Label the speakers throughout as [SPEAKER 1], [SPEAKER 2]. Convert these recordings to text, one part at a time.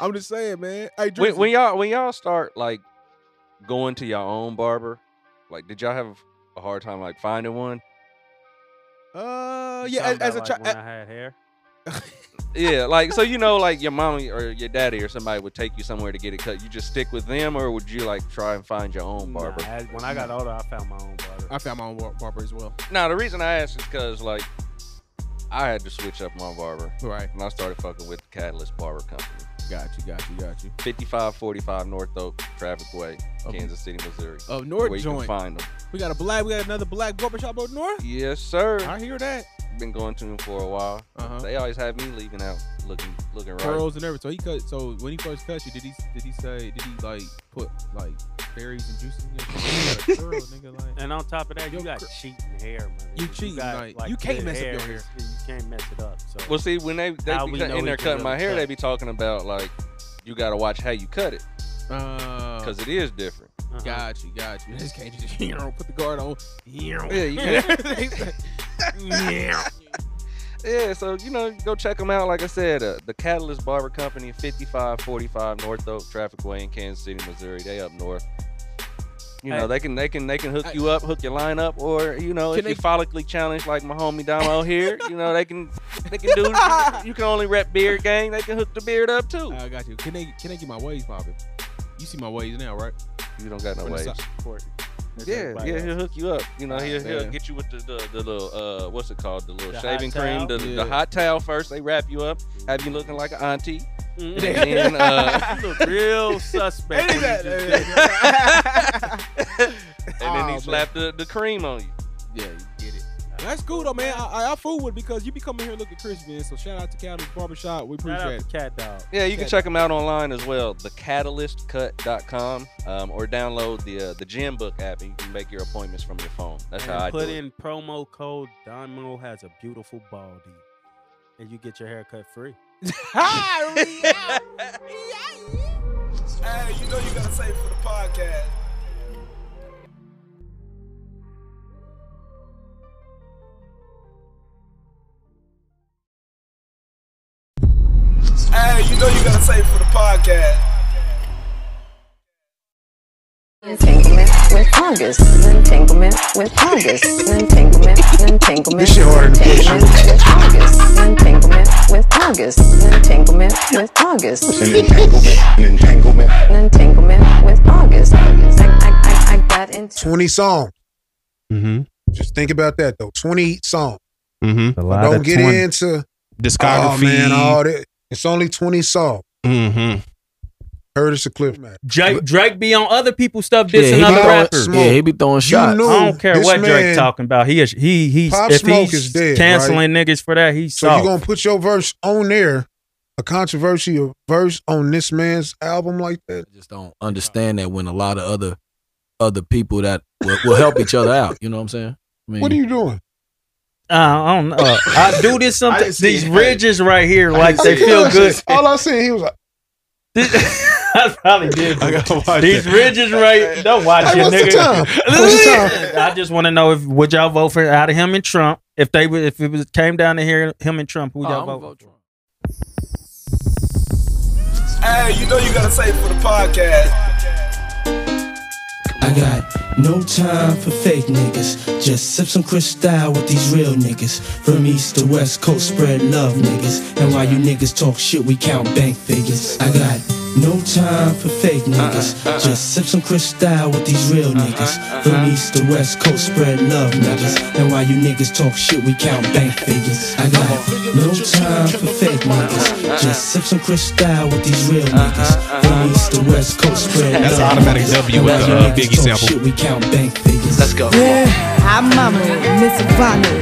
[SPEAKER 1] I'm just saying, man. Hey,
[SPEAKER 2] When,
[SPEAKER 1] Drizzy,
[SPEAKER 2] when y'all when y'all start like going to your own barber, like did y'all have a hard time like finding one?
[SPEAKER 1] uh,
[SPEAKER 3] You
[SPEAKER 1] yeah, as,
[SPEAKER 3] talking
[SPEAKER 1] as a
[SPEAKER 3] about,
[SPEAKER 1] child,
[SPEAKER 3] like, when I had hair.
[SPEAKER 2] Yeah, like so you know like your mommy or your daddy or somebody would take you somewhere to get it cut. You just stick with them, or would you like try and find your own
[SPEAKER 3] Nah,
[SPEAKER 2] barber?
[SPEAKER 3] as- when I got older, I found my own barber.
[SPEAKER 1] I found my own bar- barber as well.
[SPEAKER 2] Now the reason I asked is because like I had to switch up my barber,
[SPEAKER 1] Right.
[SPEAKER 2] and I started fucking with Catalyst Barber Company,
[SPEAKER 1] Got you. Got you. Got you.
[SPEAKER 2] fifty five forty five North Oak Traffic Way,
[SPEAKER 1] Up-
[SPEAKER 2] Kansas City, Missouri.
[SPEAKER 1] Up
[SPEAKER 2] Where
[SPEAKER 1] Oh, north
[SPEAKER 2] you
[SPEAKER 1] joint.
[SPEAKER 2] can find them.
[SPEAKER 1] We got a black. We got another black barber shop up north.
[SPEAKER 2] Yes, sir.
[SPEAKER 1] I hear that.
[SPEAKER 2] Been going to them for a while.
[SPEAKER 1] Uh huh.
[SPEAKER 2] They always have me leaving out looking looking right.
[SPEAKER 1] Curls and everything. So he cut. So when he first cut you, did he did he say did he like put like berries and juices in your shit? You got a curl, nigga, like-
[SPEAKER 3] And on top of that, you
[SPEAKER 1] Yo,
[SPEAKER 3] got
[SPEAKER 1] cr-
[SPEAKER 3] cheating hair, man.
[SPEAKER 1] You cheating, like, you can't mess up your hair.
[SPEAKER 3] You can't mess it up. So
[SPEAKER 2] Well, see, when they they
[SPEAKER 3] How
[SPEAKER 2] be
[SPEAKER 3] we
[SPEAKER 2] cut,
[SPEAKER 3] know
[SPEAKER 2] in
[SPEAKER 3] he
[SPEAKER 2] there
[SPEAKER 3] can
[SPEAKER 2] cutting my
[SPEAKER 3] really
[SPEAKER 2] hair, they
[SPEAKER 3] cut.
[SPEAKER 2] be talking about like you got to watch how you cut it
[SPEAKER 1] Uh,
[SPEAKER 2] because it is different.
[SPEAKER 3] uh-huh.
[SPEAKER 1] got you, got you. This can't just you know, put the guard on.
[SPEAKER 2] Yeah, you can yeah. So you know, go check them out. Like I said, uh, the Catalyst Barber Company, fifty five forty five North Oak Traffic Way in Kansas City, Missouri. They up north. You know
[SPEAKER 3] Hey.
[SPEAKER 2] they can they can they can hook
[SPEAKER 1] Hey.
[SPEAKER 2] you up, hook your line up, or you know
[SPEAKER 1] Can
[SPEAKER 2] if you
[SPEAKER 1] they-
[SPEAKER 2] follically challenged like my homie Damo here, you know they can they can do. you can only rep beard gang. They can hook the beard up too.
[SPEAKER 1] I got you. Can they can they get my waves popping? You see my waves now, right?
[SPEAKER 2] you don't got no
[SPEAKER 1] From the
[SPEAKER 2] waves.
[SPEAKER 1] side.
[SPEAKER 3] Important. That's
[SPEAKER 2] Yeah,
[SPEAKER 3] everybody
[SPEAKER 2] yeah,
[SPEAKER 3] else.
[SPEAKER 2] he'll hook you up. You know,
[SPEAKER 1] Ah,
[SPEAKER 2] he'll, he'll
[SPEAKER 1] man.
[SPEAKER 2] get you with the, the, the little uh, what's it called? The little
[SPEAKER 3] The hot
[SPEAKER 2] shaving cream,
[SPEAKER 3] towel?
[SPEAKER 2] the, the
[SPEAKER 1] Yeah.
[SPEAKER 2] hot towel first. They wrap you up, have you looking like an auntie.
[SPEAKER 3] Mhm.
[SPEAKER 2] And then, uh,
[SPEAKER 3] you look real suspect. when you just did that.
[SPEAKER 2] and then
[SPEAKER 1] Aw,
[SPEAKER 2] he
[SPEAKER 1] man.
[SPEAKER 2] slap the, the cream on you.
[SPEAKER 1] Yeah, you get it. That's cool though, man. I, I, I fool with it because you be coming here looking crispy, man. So shout out to Calvin's Barbershop. We
[SPEAKER 3] Shout out
[SPEAKER 1] appreciate it.
[SPEAKER 3] to Cat Dog.
[SPEAKER 2] Yeah, you can
[SPEAKER 1] Cat-
[SPEAKER 2] check them out online as well, thecatalyst.cut.com, um, or download the uh, the gym book app and you can make your appointments from your phone. That's
[SPEAKER 3] and
[SPEAKER 2] how I do
[SPEAKER 3] put
[SPEAKER 2] it.
[SPEAKER 3] in promo code Domino has a beautiful baldy, and you get your hair cut free.
[SPEAKER 4] Hey, you know you gotta save for the podcast. Hey, you know you gotta save for the podcast.
[SPEAKER 5] Entanglement with August. Entanglement with August. Entanglement. Entanglement.
[SPEAKER 4] This shit harder than this
[SPEAKER 5] Entanglement with August. Entanglement with August. Entanglement with August.
[SPEAKER 6] an entanglement, an entanglement.
[SPEAKER 5] Entanglement with August. I, I, I, I got into
[SPEAKER 7] 20 songs.
[SPEAKER 8] Mm-hmm.
[SPEAKER 7] Just think about that though. 20 songs.
[SPEAKER 8] Mm-hmm.
[SPEAKER 3] A
[SPEAKER 7] But don't get into oh, man, all that. It's only 20 songs.
[SPEAKER 8] mm-hmm.
[SPEAKER 7] Curtis the Cliff man.
[SPEAKER 3] Drake, Drake be on other people's stuff
[SPEAKER 9] Yeah,
[SPEAKER 3] dissing
[SPEAKER 9] he
[SPEAKER 3] other
[SPEAKER 9] be-
[SPEAKER 3] rappers.
[SPEAKER 7] Smoke.
[SPEAKER 9] Yeah, he be throwing shots.
[SPEAKER 7] You knew
[SPEAKER 3] I don't care
[SPEAKER 7] this
[SPEAKER 3] what Drake
[SPEAKER 7] man-
[SPEAKER 3] talking about. He is he he's
[SPEAKER 7] Pop
[SPEAKER 3] if
[SPEAKER 7] Smoke
[SPEAKER 3] he's
[SPEAKER 7] is dead,
[SPEAKER 3] canceling niggas for that, he's
[SPEAKER 7] So
[SPEAKER 3] soft.
[SPEAKER 7] you're gonna put your verse on there, a controversial verse on this man's album like that?
[SPEAKER 9] I just don't understand that when a lot of other other people that will, will help each other out. You know what I'm saying? I mean,
[SPEAKER 7] What are you doing?
[SPEAKER 3] Uh, I don't know. I do this
[SPEAKER 4] I
[SPEAKER 3] something.
[SPEAKER 4] didn't see
[SPEAKER 3] These
[SPEAKER 4] it.
[SPEAKER 3] ridges right here,
[SPEAKER 4] I
[SPEAKER 3] like
[SPEAKER 4] didn't
[SPEAKER 3] they
[SPEAKER 4] see it.
[SPEAKER 3] feel good.
[SPEAKER 7] All I seen, he was like,
[SPEAKER 3] I probably did.
[SPEAKER 8] I gotta watch
[SPEAKER 3] These
[SPEAKER 8] that.
[SPEAKER 3] ridges right. Don't watch
[SPEAKER 7] hey,
[SPEAKER 3] it,
[SPEAKER 7] what's the
[SPEAKER 3] nigga.
[SPEAKER 7] time? What's the
[SPEAKER 3] I just want to know if would y'all vote for out of him and Trump if they would if it was came down to here him and Trump who
[SPEAKER 9] Oh,
[SPEAKER 3] y'all
[SPEAKER 9] I'ma
[SPEAKER 3] vote?
[SPEAKER 9] vote Trump.
[SPEAKER 4] Hey, you know you gotta save for the podcast.
[SPEAKER 10] I got no time for fake niggas. Just sip some crystal with these real niggas. From east to west coast, spread love, niggas. And while you niggas talk shit, we count bank figures. I got no time for fake niggas.
[SPEAKER 8] Uh-uh,
[SPEAKER 10] Just sip some crystal with these real niggas. From east to west coast, spread love, niggas. And while you niggas talk shit, we count bank figures. I got no time for fake
[SPEAKER 8] Uh-uh,
[SPEAKER 10] niggas. Just sip some crystal with these real niggas. From east to west coast, spread love.
[SPEAKER 8] That's an automatic
[SPEAKER 10] niggas.
[SPEAKER 8] W
[SPEAKER 10] And
[SPEAKER 8] with
[SPEAKER 10] while
[SPEAKER 8] the,
[SPEAKER 10] you
[SPEAKER 8] uh,
[SPEAKER 10] niggas
[SPEAKER 8] Biggie
[SPEAKER 10] talk
[SPEAKER 8] sample.
[SPEAKER 10] shit, we count bank figures.
[SPEAKER 9] Let's go.
[SPEAKER 11] Yeah, I mama, Miss Ivana.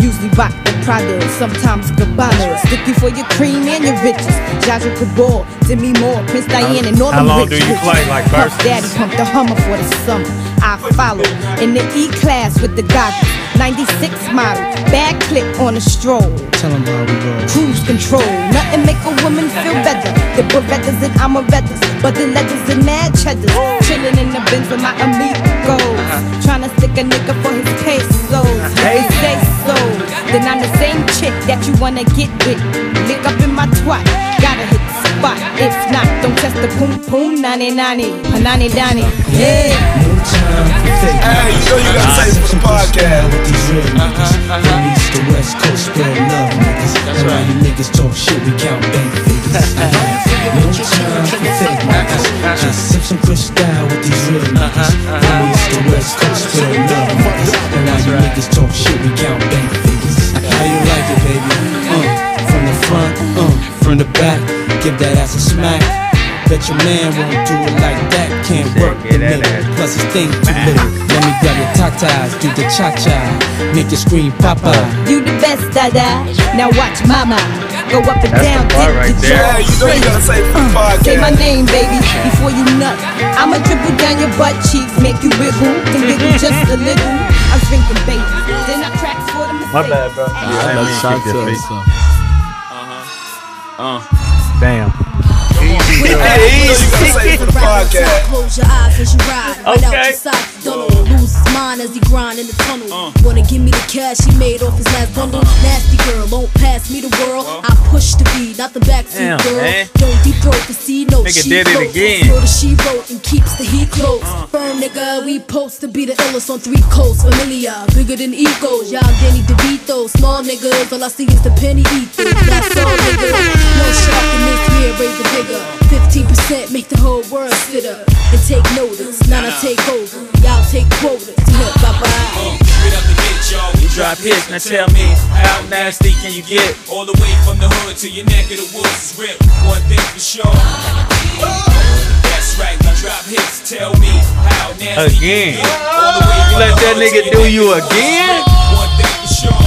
[SPEAKER 11] Usually rock the Prada, sometimes Gabbana. Sticky for your cream and your riches. Jaja Cabal, Demi Moore, Prince Diane, and all
[SPEAKER 3] how
[SPEAKER 11] them
[SPEAKER 3] long
[SPEAKER 11] rich
[SPEAKER 3] do you
[SPEAKER 11] bitches.
[SPEAKER 3] play, like,
[SPEAKER 11] Puff
[SPEAKER 3] verses?
[SPEAKER 11] Daddy pumped the Hummer for the summer. I follow in the E class with the goggles. 96 model, bad clip on a stroll.
[SPEAKER 10] Tell 'em how we roll.
[SPEAKER 11] Cruise control, nothing make a woman feel better. The Berettas and Amarettas, but the legends and mad cheddars. Chilling in the bins with my amigos. Trying to stick a nigga for his pesos. They say so. Then I'm the same chick that you wanna get with. Lick up in my twat, gotta hit the spot. If not, don't test the poom poom, nani nani, panani dani. Hey,
[SPEAKER 10] No time for fake Hey, you know you gotta say for the podcast with these real
[SPEAKER 9] Uh-huh,
[SPEAKER 10] niggas From east to west coast, spread love niggas That's why you niggas talk shit, we count bank figures
[SPEAKER 9] Uh-huh.
[SPEAKER 10] No time for fake niggas Just sip some crystal with these real
[SPEAKER 9] Uh-huh,
[SPEAKER 10] niggas From east to west coast, spread love niggas And now you niggas talk shit, we count bank figures How you like it, baby? Uh, from the front, uh, from the back Give that ass a smack Bet your man won't do it like that, can't work the middle Plus his thing too little Let me grab your tatas, do the cha-cha Make your scream pop out
[SPEAKER 11] you the best, dada. Now watch mama go up and
[SPEAKER 10] That's
[SPEAKER 11] down.
[SPEAKER 10] the bar
[SPEAKER 11] get
[SPEAKER 10] right
[SPEAKER 11] the
[SPEAKER 10] there.
[SPEAKER 11] jaw
[SPEAKER 10] Yeah, you know you gotta say
[SPEAKER 11] straight.
[SPEAKER 10] for the podcast.
[SPEAKER 11] Say my name, baby, before you nut. I'ma dribble down your butt cheeks, make you wiggle, then wiggle just a little. I'm drinking baby, then I crack for the
[SPEAKER 3] My
[SPEAKER 11] mistake.
[SPEAKER 3] bad, bro.
[SPEAKER 9] I
[SPEAKER 3] I
[SPEAKER 9] like
[SPEAKER 3] mean,
[SPEAKER 9] shots
[SPEAKER 3] keep your
[SPEAKER 9] up,
[SPEAKER 3] feet.
[SPEAKER 9] so.
[SPEAKER 3] Damn.
[SPEAKER 12] Close your eyes as you ride. Right out your socks. Don't know lose his mind as he grind in the tunnel. Wanna give me the cash he made off his last bundle? Nasty girl, won't pass me the world. I push the beat, not the backseat
[SPEAKER 3] Damn,
[SPEAKER 12] girl.
[SPEAKER 3] man.
[SPEAKER 12] Don't deep throat the C note.
[SPEAKER 3] Nigga
[SPEAKER 12] she
[SPEAKER 3] did it
[SPEAKER 12] wrote.
[SPEAKER 3] again.
[SPEAKER 12] Know that she wrote and keeps the heat close. Firm nigga, we post to be the illest on three coasts. Familiar, bigger than egos. Y'all Danny DeVito, small niggas. All I see is the penny ether. That's all nigga. No shock in this year, raise the bigger. 15% make the whole world sit up and take notice. Now I take over. Y'all take quotas. Look, bye bye.
[SPEAKER 13] You drop hits, now tell me how nasty can you get? All the way from the hood to your neck of the woods is ripped. One thing for sure. That's right, we drop hits. Tell me how nasty
[SPEAKER 3] Again.
[SPEAKER 13] you get. All the way
[SPEAKER 3] You
[SPEAKER 13] from
[SPEAKER 3] let
[SPEAKER 13] the
[SPEAKER 3] that
[SPEAKER 13] hood to
[SPEAKER 3] nigga
[SPEAKER 13] your
[SPEAKER 3] do
[SPEAKER 13] neck
[SPEAKER 3] you
[SPEAKER 13] of the woods is
[SPEAKER 3] again?
[SPEAKER 13] ripped. One thing for sure.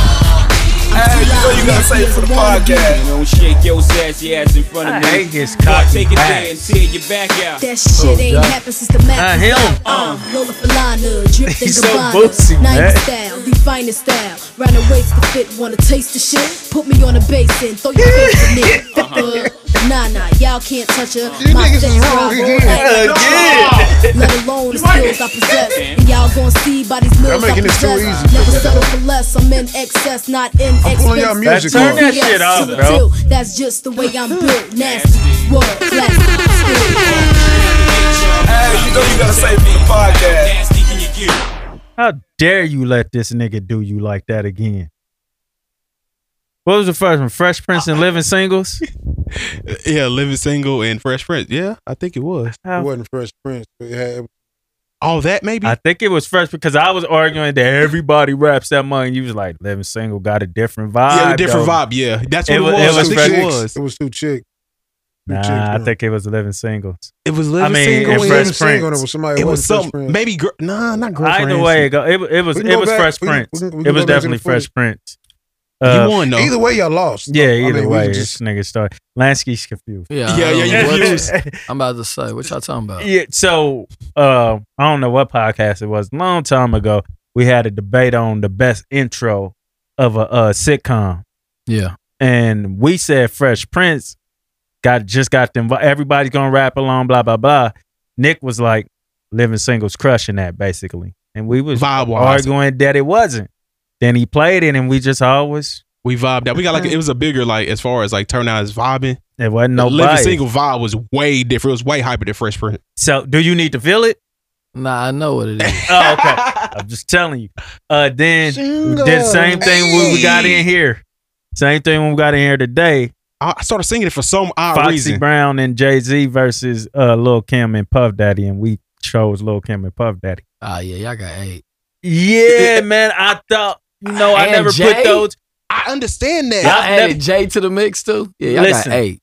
[SPEAKER 13] Hey, you know you gotta say for the podcast. Don't shake your sassy ass in front of
[SPEAKER 3] I
[SPEAKER 13] me.
[SPEAKER 3] hate his
[SPEAKER 13] Boy,
[SPEAKER 3] cocky
[SPEAKER 13] take it
[SPEAKER 3] ass.
[SPEAKER 13] there and tear your back out.
[SPEAKER 12] That
[SPEAKER 7] Oh,
[SPEAKER 12] shit ain't happened since the
[SPEAKER 3] Ah,
[SPEAKER 12] Mac was
[SPEAKER 3] him.
[SPEAKER 12] out. Uh, Lola Falana, drip
[SPEAKER 3] He's
[SPEAKER 12] the
[SPEAKER 3] so bootsy, man.
[SPEAKER 12] 90 style, the finest style. Round the waist to fit, wanna taste the shit? Put me on the bass and throw your face in it.
[SPEAKER 3] Uh-huh.
[SPEAKER 12] Uh, Nah, nah, y'all can't touch her. My
[SPEAKER 7] niggas is
[SPEAKER 12] sex
[SPEAKER 7] wrong
[SPEAKER 12] drive
[SPEAKER 7] again.
[SPEAKER 12] all night.
[SPEAKER 7] Again.
[SPEAKER 12] Let alone the skills I possess. And y'all gonna see by these
[SPEAKER 7] Y'all
[SPEAKER 12] mills I
[SPEAKER 7] making this too
[SPEAKER 12] possess.
[SPEAKER 7] easy.
[SPEAKER 12] Never settle for less. I'm in excess, not in
[SPEAKER 7] I'm
[SPEAKER 12] excess.
[SPEAKER 7] pulling y'all music Turn off. that shit
[SPEAKER 12] Yes,
[SPEAKER 7] off,
[SPEAKER 12] to the
[SPEAKER 7] bro.
[SPEAKER 12] tilt. That's just the way I'm built. Nasty, world class.
[SPEAKER 4] Hey, you know you gotta say for the podcast.
[SPEAKER 3] How dare you let this nigga do you like that again? What was the first one? Fresh Prince and Living Singles?
[SPEAKER 8] Uh, Yeah, Living Single and Fresh Prince. Yeah, I think it was.
[SPEAKER 7] It wasn't Fresh Prince. but It had,
[SPEAKER 8] All that maybe?
[SPEAKER 3] I think it was Fresh because I was arguing that everybody raps that much. And you was like, Living Single got a different vibe.
[SPEAKER 8] yeah, a different
[SPEAKER 3] though.
[SPEAKER 8] vibe. Yeah, that's what it,
[SPEAKER 3] wa-
[SPEAKER 8] was.
[SPEAKER 3] It
[SPEAKER 8] I think
[SPEAKER 3] was,
[SPEAKER 8] it
[SPEAKER 3] Fresh-
[SPEAKER 8] was.
[SPEAKER 7] it was two chicks. Two chicks,
[SPEAKER 3] Nah, I
[SPEAKER 7] bro.
[SPEAKER 3] think it was Living Singles.
[SPEAKER 8] It was Living
[SPEAKER 3] I mean,
[SPEAKER 8] Single
[SPEAKER 3] and
[SPEAKER 8] and-
[SPEAKER 3] Fresh
[SPEAKER 8] Living
[SPEAKER 7] Single,
[SPEAKER 3] Prince.
[SPEAKER 7] it was somebody-
[SPEAKER 8] It
[SPEAKER 7] it
[SPEAKER 8] was
[SPEAKER 7] wasn't Fresh
[SPEAKER 8] some
[SPEAKER 7] Prince.
[SPEAKER 8] maybe girl. Nah, not girlfriend.
[SPEAKER 3] Either way, it, go, it, it was
[SPEAKER 7] We
[SPEAKER 3] it
[SPEAKER 7] can go
[SPEAKER 3] was
[SPEAKER 7] back-
[SPEAKER 3] Fresh
[SPEAKER 7] we can-
[SPEAKER 3] Prince.
[SPEAKER 7] we can- we
[SPEAKER 3] it
[SPEAKER 7] can
[SPEAKER 3] was
[SPEAKER 7] go back to the
[SPEAKER 3] definitely Fresh
[SPEAKER 7] footage.
[SPEAKER 3] Prince. Uh,
[SPEAKER 8] you won though.
[SPEAKER 7] Either way, y'all lost.
[SPEAKER 3] Yeah,
[SPEAKER 7] I mean,
[SPEAKER 3] either
[SPEAKER 7] we
[SPEAKER 3] way,
[SPEAKER 7] just-
[SPEAKER 3] this nigga started. Lansky's confused.
[SPEAKER 9] Yeah,
[SPEAKER 8] Yeah, yeah, you was.
[SPEAKER 9] I'm about to say, what y'all talking about?
[SPEAKER 3] Yeah, so uh, I don't know what podcast it was. Long time ago, we had a debate on the best intro of a, uh sitcom,
[SPEAKER 9] Yeah.
[SPEAKER 3] and we said Fresh Prince got just got them. Everybody's gonna rap along, blah blah blah. Nick was like, "Living Singles crushing that," basically, and we was
[SPEAKER 8] Vibe wise,
[SPEAKER 3] arguing that it wasn't. Then he played it, and we just always
[SPEAKER 8] we vibed out. We got like it was a bigger like as far as like turnout is vibing.
[SPEAKER 3] it wasn't no
[SPEAKER 8] No, Living
[SPEAKER 3] bias.
[SPEAKER 8] Single vibe was way different. It was way hyper than Fresh Prince.
[SPEAKER 3] So, do you need to feel it?
[SPEAKER 9] Nah, I know what it is.
[SPEAKER 3] Oh, okay. I'm just telling you. Uh, then we did the same thing when we got in here. Same thing when we got in here today.
[SPEAKER 8] I I started singing it for some odd
[SPEAKER 3] Foxy
[SPEAKER 8] reason.
[SPEAKER 3] Brown and Jay Z versus uh, Lil Kim and Puff Daddy, and we chose Lil Kim and Puff Daddy.
[SPEAKER 9] Ah, yeah, y'all got eight.
[SPEAKER 3] Yeah, man. I thought you know I
[SPEAKER 9] And
[SPEAKER 3] never
[SPEAKER 9] Jay?
[SPEAKER 3] put those.
[SPEAKER 8] I understand
[SPEAKER 9] Y'all
[SPEAKER 8] that.
[SPEAKER 3] I've never-
[SPEAKER 9] added Jay to the mix too. Yeah, y'all
[SPEAKER 3] Listen.
[SPEAKER 9] got eight.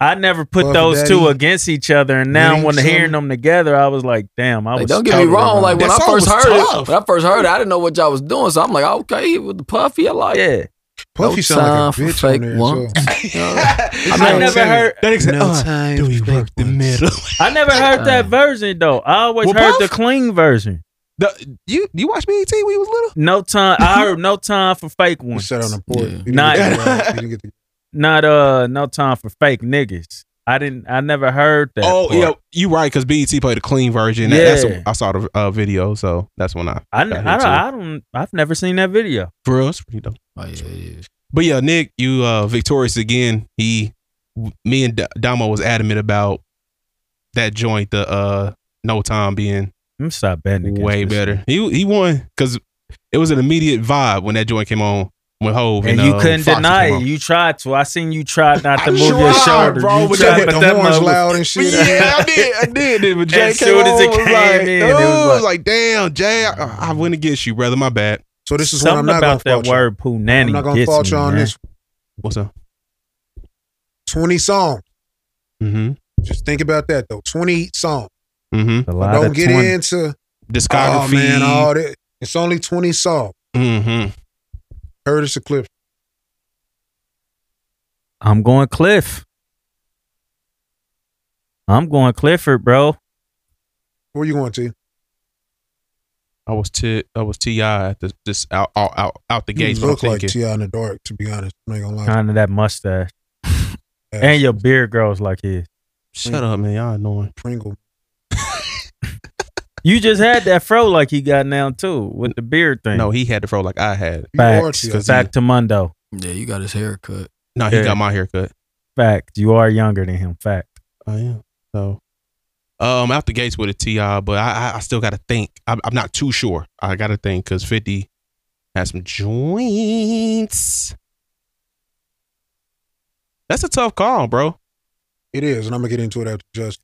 [SPEAKER 3] I never put
[SPEAKER 7] Puff
[SPEAKER 3] those two
[SPEAKER 7] Daddy.
[SPEAKER 3] against each other, and now
[SPEAKER 7] Mean
[SPEAKER 3] when
[SPEAKER 7] Something.
[SPEAKER 3] hearing them together, I was like, "Damn, I
[SPEAKER 9] Like,
[SPEAKER 3] was."
[SPEAKER 9] don't get me
[SPEAKER 3] totally
[SPEAKER 9] wrong. Like when
[SPEAKER 8] That
[SPEAKER 9] I
[SPEAKER 8] song
[SPEAKER 9] first
[SPEAKER 8] was
[SPEAKER 9] heard it,
[SPEAKER 8] tough.
[SPEAKER 9] when I first heard it, I didn't know what y'all was doing. So I'm like, okay, with the puffy, I like.
[SPEAKER 3] yeah,
[SPEAKER 7] Puffy
[SPEAKER 9] No
[SPEAKER 7] sound
[SPEAKER 9] time
[SPEAKER 7] like a
[SPEAKER 9] for
[SPEAKER 7] bitch
[SPEAKER 9] fake
[SPEAKER 7] on there.
[SPEAKER 9] ones.
[SPEAKER 7] so-
[SPEAKER 9] You know what I'm saying?
[SPEAKER 3] I never heard.
[SPEAKER 8] That exa- uh,
[SPEAKER 7] time
[SPEAKER 8] do we
[SPEAKER 7] for
[SPEAKER 8] work
[SPEAKER 7] fake
[SPEAKER 8] the
[SPEAKER 7] ones.
[SPEAKER 8] middle?
[SPEAKER 3] I never heard
[SPEAKER 8] Uh.
[SPEAKER 3] that version though. I always
[SPEAKER 8] Well,
[SPEAKER 3] heard
[SPEAKER 8] Puff-
[SPEAKER 3] the clean version.
[SPEAKER 8] The- you you watch BET when you was little?
[SPEAKER 3] No time. I heard no time for fake
[SPEAKER 7] We
[SPEAKER 3] ones.
[SPEAKER 7] sat on the porch.
[SPEAKER 9] Yeah.
[SPEAKER 7] We didn't
[SPEAKER 3] Not-
[SPEAKER 7] get
[SPEAKER 8] uh,
[SPEAKER 7] the- we didn't get the-
[SPEAKER 3] Not uh, no time for fake niggas. I didn't. I never heard that.
[SPEAKER 8] Oh
[SPEAKER 3] part.
[SPEAKER 8] yeah, you right because BET played a clean version. That-
[SPEAKER 3] Yeah.
[SPEAKER 8] That's I saw the uh, video, so that's when I
[SPEAKER 3] I, I,
[SPEAKER 8] got
[SPEAKER 3] don't,
[SPEAKER 8] hit too.
[SPEAKER 3] I don't. I've never seen that video.
[SPEAKER 8] for real. it's pretty dope.
[SPEAKER 9] Oh, yeah, yeah.
[SPEAKER 8] But yeah, Nick, you uh victorious again. He w- me and D- Damo was adamant about that joint, the uh no time being
[SPEAKER 3] I'm stop betting against
[SPEAKER 8] way
[SPEAKER 3] this
[SPEAKER 8] better. He he won because it was an immediate vibe when that joint came on with Hove and,
[SPEAKER 3] and you
[SPEAKER 8] uh,
[SPEAKER 3] couldn't
[SPEAKER 8] Foxy
[SPEAKER 3] deny
[SPEAKER 8] came
[SPEAKER 3] it.
[SPEAKER 8] on.
[SPEAKER 3] You tried to. I seen you tried not to
[SPEAKER 8] I
[SPEAKER 3] move your
[SPEAKER 8] tried,
[SPEAKER 3] shoulder.
[SPEAKER 8] bro,
[SPEAKER 3] you
[SPEAKER 8] but
[SPEAKER 3] tried,
[SPEAKER 8] they-
[SPEAKER 3] but
[SPEAKER 8] the
[SPEAKER 3] that
[SPEAKER 8] horns
[SPEAKER 3] mother-
[SPEAKER 8] loud and shit. Yeah, I did. I did. It was Jay
[SPEAKER 3] As soon as it
[SPEAKER 8] came on, it was
[SPEAKER 3] came
[SPEAKER 8] like,
[SPEAKER 3] in,
[SPEAKER 8] "Dude,"
[SPEAKER 3] it was like,
[SPEAKER 8] like, damn, Jay, I, I went against you, brother. My bad.
[SPEAKER 7] So
[SPEAKER 3] this is what I'm Something not gonna about that fault you. word, punani,
[SPEAKER 7] I'm not gonna fault you on this.
[SPEAKER 8] What's up?
[SPEAKER 7] Twenty songs.
[SPEAKER 8] Mm-hmm.
[SPEAKER 7] Just think about that though. Twenty songs.
[SPEAKER 8] Mm-hmm.
[SPEAKER 7] But don't get into
[SPEAKER 8] discography.
[SPEAKER 7] Oh, man, all that. It's only twenty songs.
[SPEAKER 8] Mm-hmm.
[SPEAKER 7] Curtis Eclipse.
[SPEAKER 3] I'm going Cliff. I'm going Clifford, bro.
[SPEAKER 7] Where you going to?
[SPEAKER 8] I was t I was ti at the this out out out, out the
[SPEAKER 7] You
[SPEAKER 8] gates.
[SPEAKER 7] look
[SPEAKER 8] but I'm
[SPEAKER 7] like
[SPEAKER 8] thinking,
[SPEAKER 7] Ti in the dark. To be honest, I'm not gonna lie.
[SPEAKER 3] Kind of that mustache, and your beard grows like his.
[SPEAKER 8] shut up, man. Y'all annoying.
[SPEAKER 7] Pringle.
[SPEAKER 3] You just had that fro like he got now too with the beard thing.
[SPEAKER 8] No, he had the fro like I had.
[SPEAKER 3] Facts.
[SPEAKER 8] Because
[SPEAKER 3] Back to Mundo.
[SPEAKER 9] Yeah, you got his haircut.
[SPEAKER 8] No, he got my haircut.
[SPEAKER 3] Fact. You are younger than him. Fact.
[SPEAKER 8] I am. So, um, out the gates with a ti, but I I, I still got to think. I'm, I'm not too sure. I got to think because Fifty has some joints. That's a tough call, bro.
[SPEAKER 7] It is, and I'm gonna get into it after just.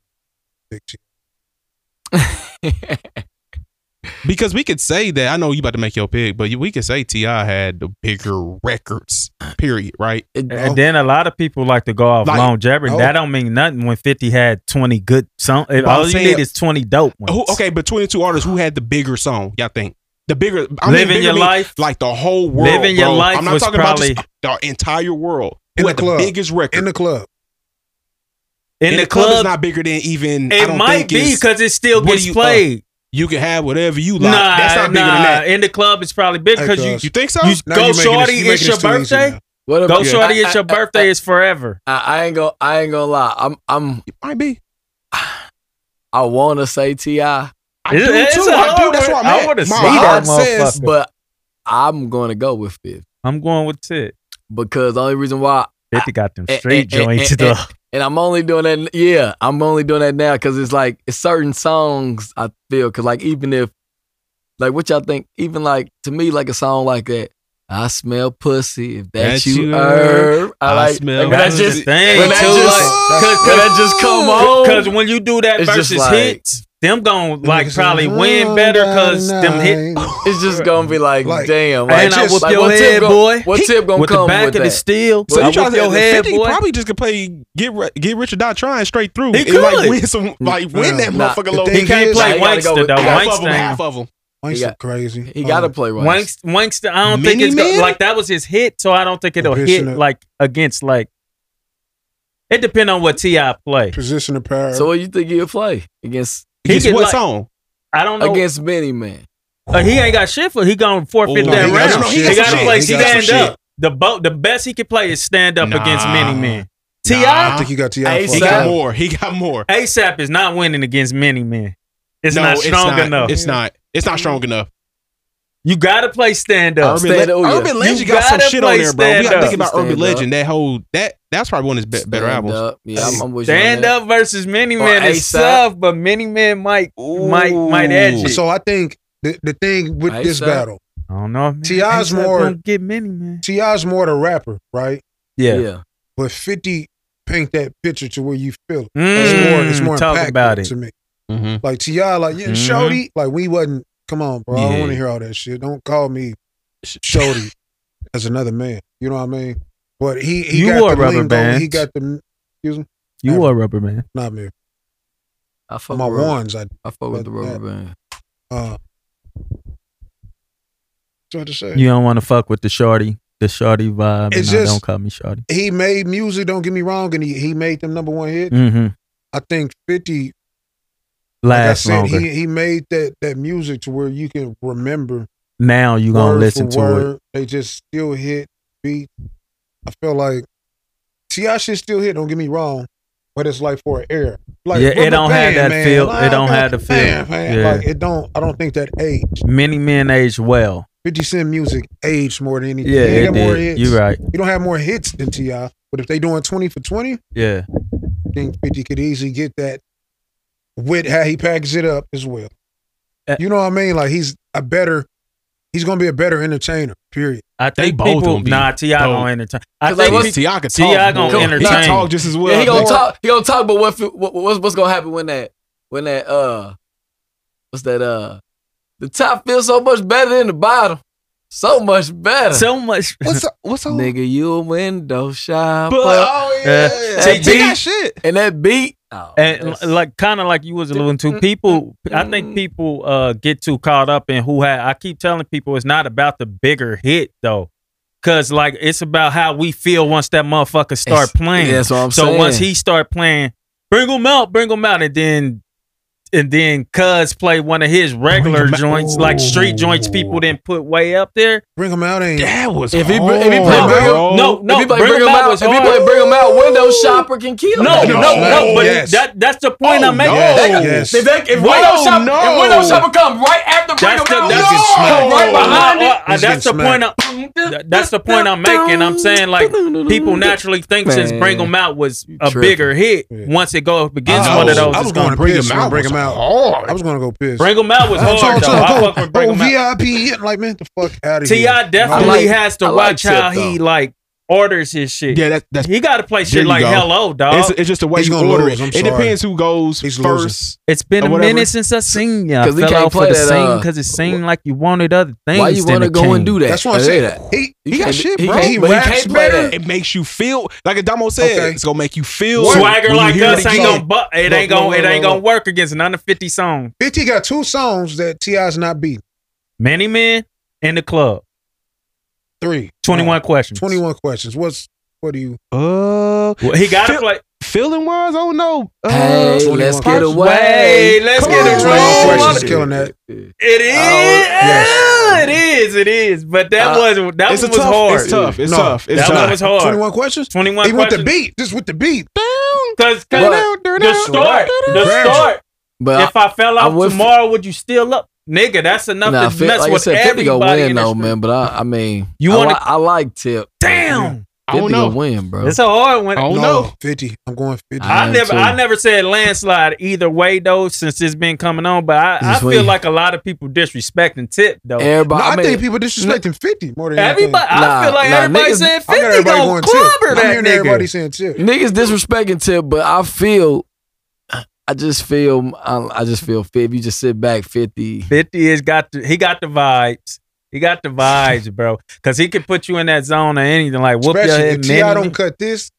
[SPEAKER 8] Because we could say that I know you about to make your pick, but we could say Ti had the bigger records. Period. Right.
[SPEAKER 3] And then a lot of people like to go off
[SPEAKER 8] Oh. Like-
[SPEAKER 3] longevity.
[SPEAKER 8] No.
[SPEAKER 3] That don't mean nothing when 50 had 20 good songs. All
[SPEAKER 8] I'm
[SPEAKER 3] you
[SPEAKER 8] saying-
[SPEAKER 3] need is 20 dope ones.
[SPEAKER 8] Who, okay, but 22 artists, who had the bigger song, y'all think? The bigger, I mean,
[SPEAKER 3] Living
[SPEAKER 8] bigger
[SPEAKER 3] Your
[SPEAKER 8] mean,
[SPEAKER 3] Life-
[SPEAKER 8] like the whole world.
[SPEAKER 3] Living Your
[SPEAKER 8] bro.
[SPEAKER 3] Life
[SPEAKER 8] I'm not
[SPEAKER 3] was
[SPEAKER 8] talking about just the entire world. Who
[SPEAKER 7] In
[SPEAKER 8] had
[SPEAKER 7] the
[SPEAKER 8] the,
[SPEAKER 7] club.
[SPEAKER 8] biggest record?
[SPEAKER 7] In the club.
[SPEAKER 3] In the
[SPEAKER 8] is
[SPEAKER 3] club-
[SPEAKER 8] not bigger than even.
[SPEAKER 3] It might be, 'cause it still gets
[SPEAKER 8] gets
[SPEAKER 3] played.
[SPEAKER 8] you can have whatever you like.
[SPEAKER 3] Nah,
[SPEAKER 8] That's not bigger
[SPEAKER 3] nah.
[SPEAKER 8] than that.
[SPEAKER 3] In the club, it's probably big because you,
[SPEAKER 8] you think so?
[SPEAKER 3] You go shorty, it's your birthday.
[SPEAKER 9] What
[SPEAKER 3] Go
[SPEAKER 9] about-
[SPEAKER 3] shorty,
[SPEAKER 9] I-
[SPEAKER 3] it's your
[SPEAKER 9] I- I-
[SPEAKER 3] birthday. It's forever.
[SPEAKER 9] I, I ain't gonna I ain't gonna lie. I'm I'm
[SPEAKER 8] it might be.
[SPEAKER 9] I wanna say Ti. I
[SPEAKER 8] do It- it's too. a I do. hard That's what I'm one. I at. wanna My see that heart says- motherfucker.
[SPEAKER 9] but I'm gonna go with fifth.
[SPEAKER 3] I'm going with Tit.
[SPEAKER 9] Because the only reason why
[SPEAKER 3] 50 got them
[SPEAKER 9] and-
[SPEAKER 3] straight
[SPEAKER 9] and- and-
[SPEAKER 3] joints,
[SPEAKER 9] and-
[SPEAKER 3] though.
[SPEAKER 9] and- And I'm only doing that. Yeah, I'm only doing that now because it's like it's certain songs I feel because like even if like what y'all think, even like to me like a song like that. I smell pussy. If that's,
[SPEAKER 3] That's
[SPEAKER 9] you,
[SPEAKER 3] you,
[SPEAKER 9] herb. I
[SPEAKER 3] I
[SPEAKER 9] like.
[SPEAKER 3] smell
[SPEAKER 9] when that
[SPEAKER 3] pussy.
[SPEAKER 9] just,
[SPEAKER 3] Dang,
[SPEAKER 9] when that
[SPEAKER 3] too,
[SPEAKER 9] just,
[SPEAKER 3] like-
[SPEAKER 9] when that just come on.
[SPEAKER 3] Because when you do that
[SPEAKER 9] it's just
[SPEAKER 3] versus
[SPEAKER 9] like-
[SPEAKER 3] hits, them going to like probably win better because them hit.
[SPEAKER 9] It's just gonna be like, damn.
[SPEAKER 3] Man,
[SPEAKER 9] Like,
[SPEAKER 3] I
[SPEAKER 9] just,
[SPEAKER 3] whoop
[SPEAKER 9] like,
[SPEAKER 3] your
[SPEAKER 9] what tip
[SPEAKER 3] head,
[SPEAKER 9] gonna,
[SPEAKER 3] boy.
[SPEAKER 9] What
[SPEAKER 3] He-
[SPEAKER 9] tip gonna
[SPEAKER 3] with the
[SPEAKER 9] come
[SPEAKER 3] back
[SPEAKER 9] with
[SPEAKER 3] of the
[SPEAKER 9] that?
[SPEAKER 3] steel.
[SPEAKER 8] So
[SPEAKER 3] I
[SPEAKER 8] you trying
[SPEAKER 3] whoop
[SPEAKER 8] to
[SPEAKER 3] your
[SPEAKER 8] your
[SPEAKER 3] head,
[SPEAKER 8] 50
[SPEAKER 3] boy.
[SPEAKER 8] probably just could play get Ri- get rich or die trying straight through.
[SPEAKER 3] He
[SPEAKER 8] and like
[SPEAKER 3] could.
[SPEAKER 8] win some like win that
[SPEAKER 9] Nah,
[SPEAKER 8] motherfucker
[SPEAKER 9] the
[SPEAKER 8] low.
[SPEAKER 9] thing He can't is- play
[SPEAKER 8] Nah, you gotta
[SPEAKER 3] Wankster,
[SPEAKER 8] go with-
[SPEAKER 3] though.
[SPEAKER 8] half of 'em,
[SPEAKER 3] Wankster.
[SPEAKER 8] half of them.
[SPEAKER 7] Wankster
[SPEAKER 9] got-
[SPEAKER 7] crazy.
[SPEAKER 9] He gotta play Rice.
[SPEAKER 3] Wankster, Wankster, I don't think
[SPEAKER 9] Mini
[SPEAKER 3] it's go-
[SPEAKER 9] Man?
[SPEAKER 3] like that was his hit, so I don't think it'll hit
[SPEAKER 7] Position it.
[SPEAKER 3] like against like. It depend on what Ti play.
[SPEAKER 7] Position of power.
[SPEAKER 9] So what you think he'll play against?
[SPEAKER 3] He Against can, what like- song? I don't know.
[SPEAKER 9] Against Benny Man.
[SPEAKER 3] Uh, he ain't got shit for. He gonna forfeit
[SPEAKER 9] Oh,
[SPEAKER 3] that
[SPEAKER 9] he got
[SPEAKER 3] round.
[SPEAKER 9] some
[SPEAKER 3] he
[SPEAKER 9] shit. He got
[SPEAKER 3] gotta
[SPEAKER 9] some
[SPEAKER 3] play
[SPEAKER 9] shit. He got some
[SPEAKER 3] stand up.
[SPEAKER 9] shit.
[SPEAKER 3] The bo- the best he can play is stand up
[SPEAKER 8] Nah.
[SPEAKER 3] against many men. Ti,
[SPEAKER 8] Nah. He got
[SPEAKER 3] ASAP.
[SPEAKER 8] more. He got more.
[SPEAKER 3] ASAP is not winning against many men. It's
[SPEAKER 8] No,
[SPEAKER 3] not strong enough.
[SPEAKER 8] It's not. It's not strong enough.
[SPEAKER 3] You gotta play stand up.
[SPEAKER 8] Urban, Le-
[SPEAKER 7] oh,
[SPEAKER 8] Urban Legend got some shit on there, bro. We got to think about Urban Legend. That whole that that's probably one of his be- better albums.
[SPEAKER 3] Stand up versus Many
[SPEAKER 8] Or
[SPEAKER 3] Man is
[SPEAKER 8] ASAP.
[SPEAKER 3] tough, but Many Man might might might edge it.
[SPEAKER 7] So I think the, the thing with
[SPEAKER 3] Hey,
[SPEAKER 7] this
[SPEAKER 3] son.
[SPEAKER 7] battle,
[SPEAKER 3] I don't know. Oh, man.
[SPEAKER 7] Ti's
[SPEAKER 3] ASAP
[SPEAKER 7] more
[SPEAKER 3] don't get many man.
[SPEAKER 7] Ti's more the rapper, right?
[SPEAKER 3] Yeah. Yeah.
[SPEAKER 7] But Fifty paint that picture to where you feel it.
[SPEAKER 3] Mm,
[SPEAKER 7] it's more. It's more
[SPEAKER 3] talk
[SPEAKER 7] impactful
[SPEAKER 3] about it.
[SPEAKER 7] to me.
[SPEAKER 3] Mm-hmm.
[SPEAKER 9] Mm-hmm.
[SPEAKER 8] Mhm.
[SPEAKER 7] Like Ti, like yeah,
[SPEAKER 3] Mhm.
[SPEAKER 7] Shorty, like we wasn't. Come on, bro. I
[SPEAKER 8] Yeah.
[SPEAKER 7] don't want to hear all that shit. Don't call me Shorty as another man. You know what I mean? But he, he
[SPEAKER 3] You
[SPEAKER 7] got
[SPEAKER 3] wore
[SPEAKER 7] the
[SPEAKER 3] rubber
[SPEAKER 7] lingo,
[SPEAKER 3] bands.
[SPEAKER 7] He got the. Excuse me.
[SPEAKER 3] You wore rubber man.
[SPEAKER 7] Not me.
[SPEAKER 9] I fuck
[SPEAKER 7] my
[SPEAKER 9] with rubber-
[SPEAKER 7] ones. I,
[SPEAKER 9] I fuck with the rubber
[SPEAKER 7] that-
[SPEAKER 9] band.
[SPEAKER 7] Uh, what to say?
[SPEAKER 3] You don't want to fuck with the shorty, the shorty vibe.
[SPEAKER 7] It's
[SPEAKER 3] and I
[SPEAKER 7] just-
[SPEAKER 3] don't call me shorty.
[SPEAKER 7] He made music. Don't get me wrong, and he, he made them number one hit.
[SPEAKER 3] Mm-hmm.
[SPEAKER 7] I think Fifty like I
[SPEAKER 3] Last
[SPEAKER 7] said,
[SPEAKER 3] longer.
[SPEAKER 7] he he made that that music to where you can remember.
[SPEAKER 3] now you gonna
[SPEAKER 7] word
[SPEAKER 3] listen
[SPEAKER 7] for
[SPEAKER 3] to
[SPEAKER 7] word.
[SPEAKER 3] it.
[SPEAKER 7] They just still hit beat. I feel like Ti shit still hit. Don't get me wrong, but it's like for an air. Like
[SPEAKER 3] Yeah, it
[SPEAKER 7] rubber
[SPEAKER 3] don't have
[SPEAKER 7] band,
[SPEAKER 3] that
[SPEAKER 7] man.
[SPEAKER 3] feel. It
[SPEAKER 7] Like,
[SPEAKER 3] don't have the
[SPEAKER 7] man,
[SPEAKER 3] feel.
[SPEAKER 7] Man, Like
[SPEAKER 3] Yeah.
[SPEAKER 7] it don't. I don't think that age.
[SPEAKER 3] Many men age well.
[SPEAKER 7] Fifty Cent music aged more than anything.
[SPEAKER 3] Yeah,
[SPEAKER 7] He ain't
[SPEAKER 3] it
[SPEAKER 7] got more
[SPEAKER 3] did.
[SPEAKER 7] hits.
[SPEAKER 3] You right.
[SPEAKER 7] You don't have more hits than Ti, But if they doing twenty for twenty,
[SPEAKER 3] Yeah.
[SPEAKER 7] I think Fifty could easily get that with how he packs it up as well.
[SPEAKER 3] Eh.
[SPEAKER 7] you know what I mean? Like he's a better, he's gonna be a better entertainer. Period.
[SPEAKER 3] I think people, nah, Ti gonna entertain. I think
[SPEAKER 9] what's-
[SPEAKER 3] Ti gonna entertain.
[SPEAKER 9] Yeah, he gonna talk. He gonna talk. But what, what what's what's gonna happen when that when that uh what's that uh the top feels so much better than the bottom, so much better,
[SPEAKER 3] so much.
[SPEAKER 9] What's what's on? nigga? You a window shopper?
[SPEAKER 3] But- oh, yeah, yeah, yeah.
[SPEAKER 9] And
[SPEAKER 3] Take
[SPEAKER 9] beat-
[SPEAKER 3] that
[SPEAKER 8] shit.
[SPEAKER 9] And that beat.
[SPEAKER 3] and l- like kind of like you was alluding to people i think people uh get too caught up in who had i keep telling people it's not about the bigger hit though because like it's about how we feel once that motherfucker start
[SPEAKER 9] It's-
[SPEAKER 3] playing
[SPEAKER 9] yeah, that's what I'm
[SPEAKER 3] so once
[SPEAKER 9] saying.
[SPEAKER 3] he start playing bring him out bring him out and then and then cuz play one of his regular joints like street joints people then put way up there
[SPEAKER 7] bring him out ain't
[SPEAKER 3] that
[SPEAKER 8] was
[SPEAKER 3] if
[SPEAKER 9] he br- if he
[SPEAKER 3] no,
[SPEAKER 9] play bring 'em-
[SPEAKER 3] no no
[SPEAKER 9] if he play bring 'em out-
[SPEAKER 3] was
[SPEAKER 9] if he
[SPEAKER 3] hard.
[SPEAKER 9] play bring 'em out, window shopper can kill him.
[SPEAKER 3] no
[SPEAKER 9] No,
[SPEAKER 3] no no
[SPEAKER 9] no,
[SPEAKER 3] but
[SPEAKER 9] yes. Oh,
[SPEAKER 3] that that's the point I'm making
[SPEAKER 9] They- If, they, if window shopper, if window shopper come right after bring
[SPEAKER 3] that's
[SPEAKER 9] him
[SPEAKER 3] the,
[SPEAKER 9] out,
[SPEAKER 3] that's,
[SPEAKER 9] no!
[SPEAKER 3] no,
[SPEAKER 9] right behind
[SPEAKER 3] no,
[SPEAKER 9] it.
[SPEAKER 3] uh, that's the point. I'm, th- that's the point I'm making. I'm saying like people naturally think since
[SPEAKER 8] Man.
[SPEAKER 3] bring them out was a
[SPEAKER 8] tripping.
[SPEAKER 3] bigger hit. Once it goes up against
[SPEAKER 8] I
[SPEAKER 3] one of
[SPEAKER 8] was-
[SPEAKER 3] those,
[SPEAKER 8] I was
[SPEAKER 3] it's
[SPEAKER 8] gonna
[SPEAKER 3] gonna
[SPEAKER 8] bring
[SPEAKER 3] piss
[SPEAKER 8] him
[SPEAKER 3] me.
[SPEAKER 8] out
[SPEAKER 3] Bring
[SPEAKER 8] was
[SPEAKER 3] him out.
[SPEAKER 7] I was gonna go piss.
[SPEAKER 3] Bring 'em out was
[SPEAKER 7] I'm
[SPEAKER 3] hard,
[SPEAKER 7] talking-
[SPEAKER 3] though. I
[SPEAKER 7] talking-
[SPEAKER 3] fuck with bring
[SPEAKER 7] oh,
[SPEAKER 3] 'em out.
[SPEAKER 7] VIP, like man, the fuck out of
[SPEAKER 3] Ti
[SPEAKER 7] here.
[SPEAKER 3] definitely
[SPEAKER 7] I like-
[SPEAKER 3] has to
[SPEAKER 7] I like
[SPEAKER 3] watch
[SPEAKER 7] Tip,
[SPEAKER 3] how he
[SPEAKER 7] though.
[SPEAKER 3] like orders his shit.
[SPEAKER 8] Yeah, that, that's
[SPEAKER 3] he got to play
[SPEAKER 8] There
[SPEAKER 3] shit
[SPEAKER 8] you
[SPEAKER 3] like
[SPEAKER 8] go.
[SPEAKER 3] hello, dog.
[SPEAKER 8] It's, it's just the way you order it. It depends who goes
[SPEAKER 3] He's losing.
[SPEAKER 8] first.
[SPEAKER 3] It's been
[SPEAKER 8] or
[SPEAKER 3] a
[SPEAKER 8] whatever.
[SPEAKER 3] minute since I seen ya.
[SPEAKER 8] 'Cause
[SPEAKER 3] Cause
[SPEAKER 8] he
[SPEAKER 3] fell
[SPEAKER 8] can't
[SPEAKER 3] out for
[SPEAKER 8] play
[SPEAKER 3] the
[SPEAKER 8] that,
[SPEAKER 3] sing
[SPEAKER 8] uh,
[SPEAKER 3] because it seemed like you wanted other things.
[SPEAKER 8] Why you
[SPEAKER 3] want
[SPEAKER 8] wanna
[SPEAKER 3] to
[SPEAKER 8] go and do that?
[SPEAKER 7] That's what I
[SPEAKER 8] I
[SPEAKER 7] said.
[SPEAKER 8] hear that.
[SPEAKER 7] He, he,
[SPEAKER 8] He
[SPEAKER 7] got
[SPEAKER 8] can't-
[SPEAKER 7] shit,
[SPEAKER 8] he
[SPEAKER 7] bro.
[SPEAKER 8] can't-
[SPEAKER 7] He,
[SPEAKER 8] but he
[SPEAKER 7] raps
[SPEAKER 8] can't play
[SPEAKER 7] better.
[SPEAKER 8] that. It makes you feel like Adamo said.
[SPEAKER 7] Okay.
[SPEAKER 8] It's gonna make you feel
[SPEAKER 3] Swagger
[SPEAKER 8] when you
[SPEAKER 3] like
[SPEAKER 8] hear
[SPEAKER 3] us
[SPEAKER 8] it
[SPEAKER 3] ain't
[SPEAKER 8] again.
[SPEAKER 3] gonna bu- it ain't gonna it ain't gonna work against none of fifty songs.
[SPEAKER 7] Fifty got two songs that Ti's not beating.
[SPEAKER 3] Many men in the club.
[SPEAKER 7] Three.
[SPEAKER 3] 21 questions.
[SPEAKER 7] Twenty one questions. What's what do you?
[SPEAKER 8] Uh,
[SPEAKER 3] Well, he gotta play.
[SPEAKER 8] Feeling wise, oh no. Uh,
[SPEAKER 7] Hey, let's
[SPEAKER 8] 21
[SPEAKER 7] get
[SPEAKER 8] questions.
[SPEAKER 7] away. Hey, let's
[SPEAKER 8] Come
[SPEAKER 7] get
[SPEAKER 8] on,
[SPEAKER 7] away.
[SPEAKER 8] man.
[SPEAKER 7] Questions killing that. Oh,
[SPEAKER 3] It is. It is. It is. But that
[SPEAKER 7] Uh,
[SPEAKER 3] was that
[SPEAKER 7] it's a
[SPEAKER 3] one was
[SPEAKER 7] tough-
[SPEAKER 3] hard.
[SPEAKER 7] it's tough, it's
[SPEAKER 3] No,
[SPEAKER 7] tough, it's
[SPEAKER 3] that
[SPEAKER 7] tough.
[SPEAKER 3] one was hard.
[SPEAKER 7] 21 questions.
[SPEAKER 3] Twenty one.
[SPEAKER 7] He with the beat. Just with the beat.
[SPEAKER 3] Because the start. The start.
[SPEAKER 9] But
[SPEAKER 3] if I fell
[SPEAKER 9] I
[SPEAKER 3] out
[SPEAKER 9] would-
[SPEAKER 3] tomorrow, would you still up, nigga? That's enough
[SPEAKER 9] Nah,
[SPEAKER 3] to
[SPEAKER 9] fit-
[SPEAKER 3] mess
[SPEAKER 9] like
[SPEAKER 3] with
[SPEAKER 9] I said, 50 gonna
[SPEAKER 3] everybody.
[SPEAKER 9] win
[SPEAKER 3] in this
[SPEAKER 9] though, man. But I, I mean,
[SPEAKER 3] You
[SPEAKER 9] I,
[SPEAKER 3] wanna-
[SPEAKER 9] li- I like Tip.
[SPEAKER 7] Mm-hmm.
[SPEAKER 3] Damn,
[SPEAKER 9] I don't know. Win, bro.
[SPEAKER 3] It's a hard one.
[SPEAKER 9] Oh,
[SPEAKER 7] no,
[SPEAKER 9] no.
[SPEAKER 7] fifty. I'm going fifty.
[SPEAKER 3] I never, I never said landslide either way though. Since it's been coming on, but I, I
[SPEAKER 7] This
[SPEAKER 3] feel
[SPEAKER 7] way.
[SPEAKER 3] like a lot of people disrespecting Tip though.
[SPEAKER 7] No, I, think people disrespecting fifty more than
[SPEAKER 3] Everybody-
[SPEAKER 7] Anything.
[SPEAKER 3] I feel like everybody saying
[SPEAKER 7] I got
[SPEAKER 3] 50
[SPEAKER 7] everybody
[SPEAKER 3] gonna
[SPEAKER 7] going
[SPEAKER 3] clobber
[SPEAKER 7] Tip.
[SPEAKER 3] that
[SPEAKER 7] I'm hearing
[SPEAKER 3] nigga.
[SPEAKER 7] everybody saying Tip.
[SPEAKER 9] Niggas disrespecting Tip, but I feel, I just feel, I, I just feel fit. You just sit back, fifty.
[SPEAKER 3] Fifty is got the, he got the vibes. He got the vibes, bro. Cause he can put you in that zone or anything. Like whoop your
[SPEAKER 7] Especially
[SPEAKER 3] head,
[SPEAKER 7] if Ti don't
[SPEAKER 3] man.
[SPEAKER 7] cut this,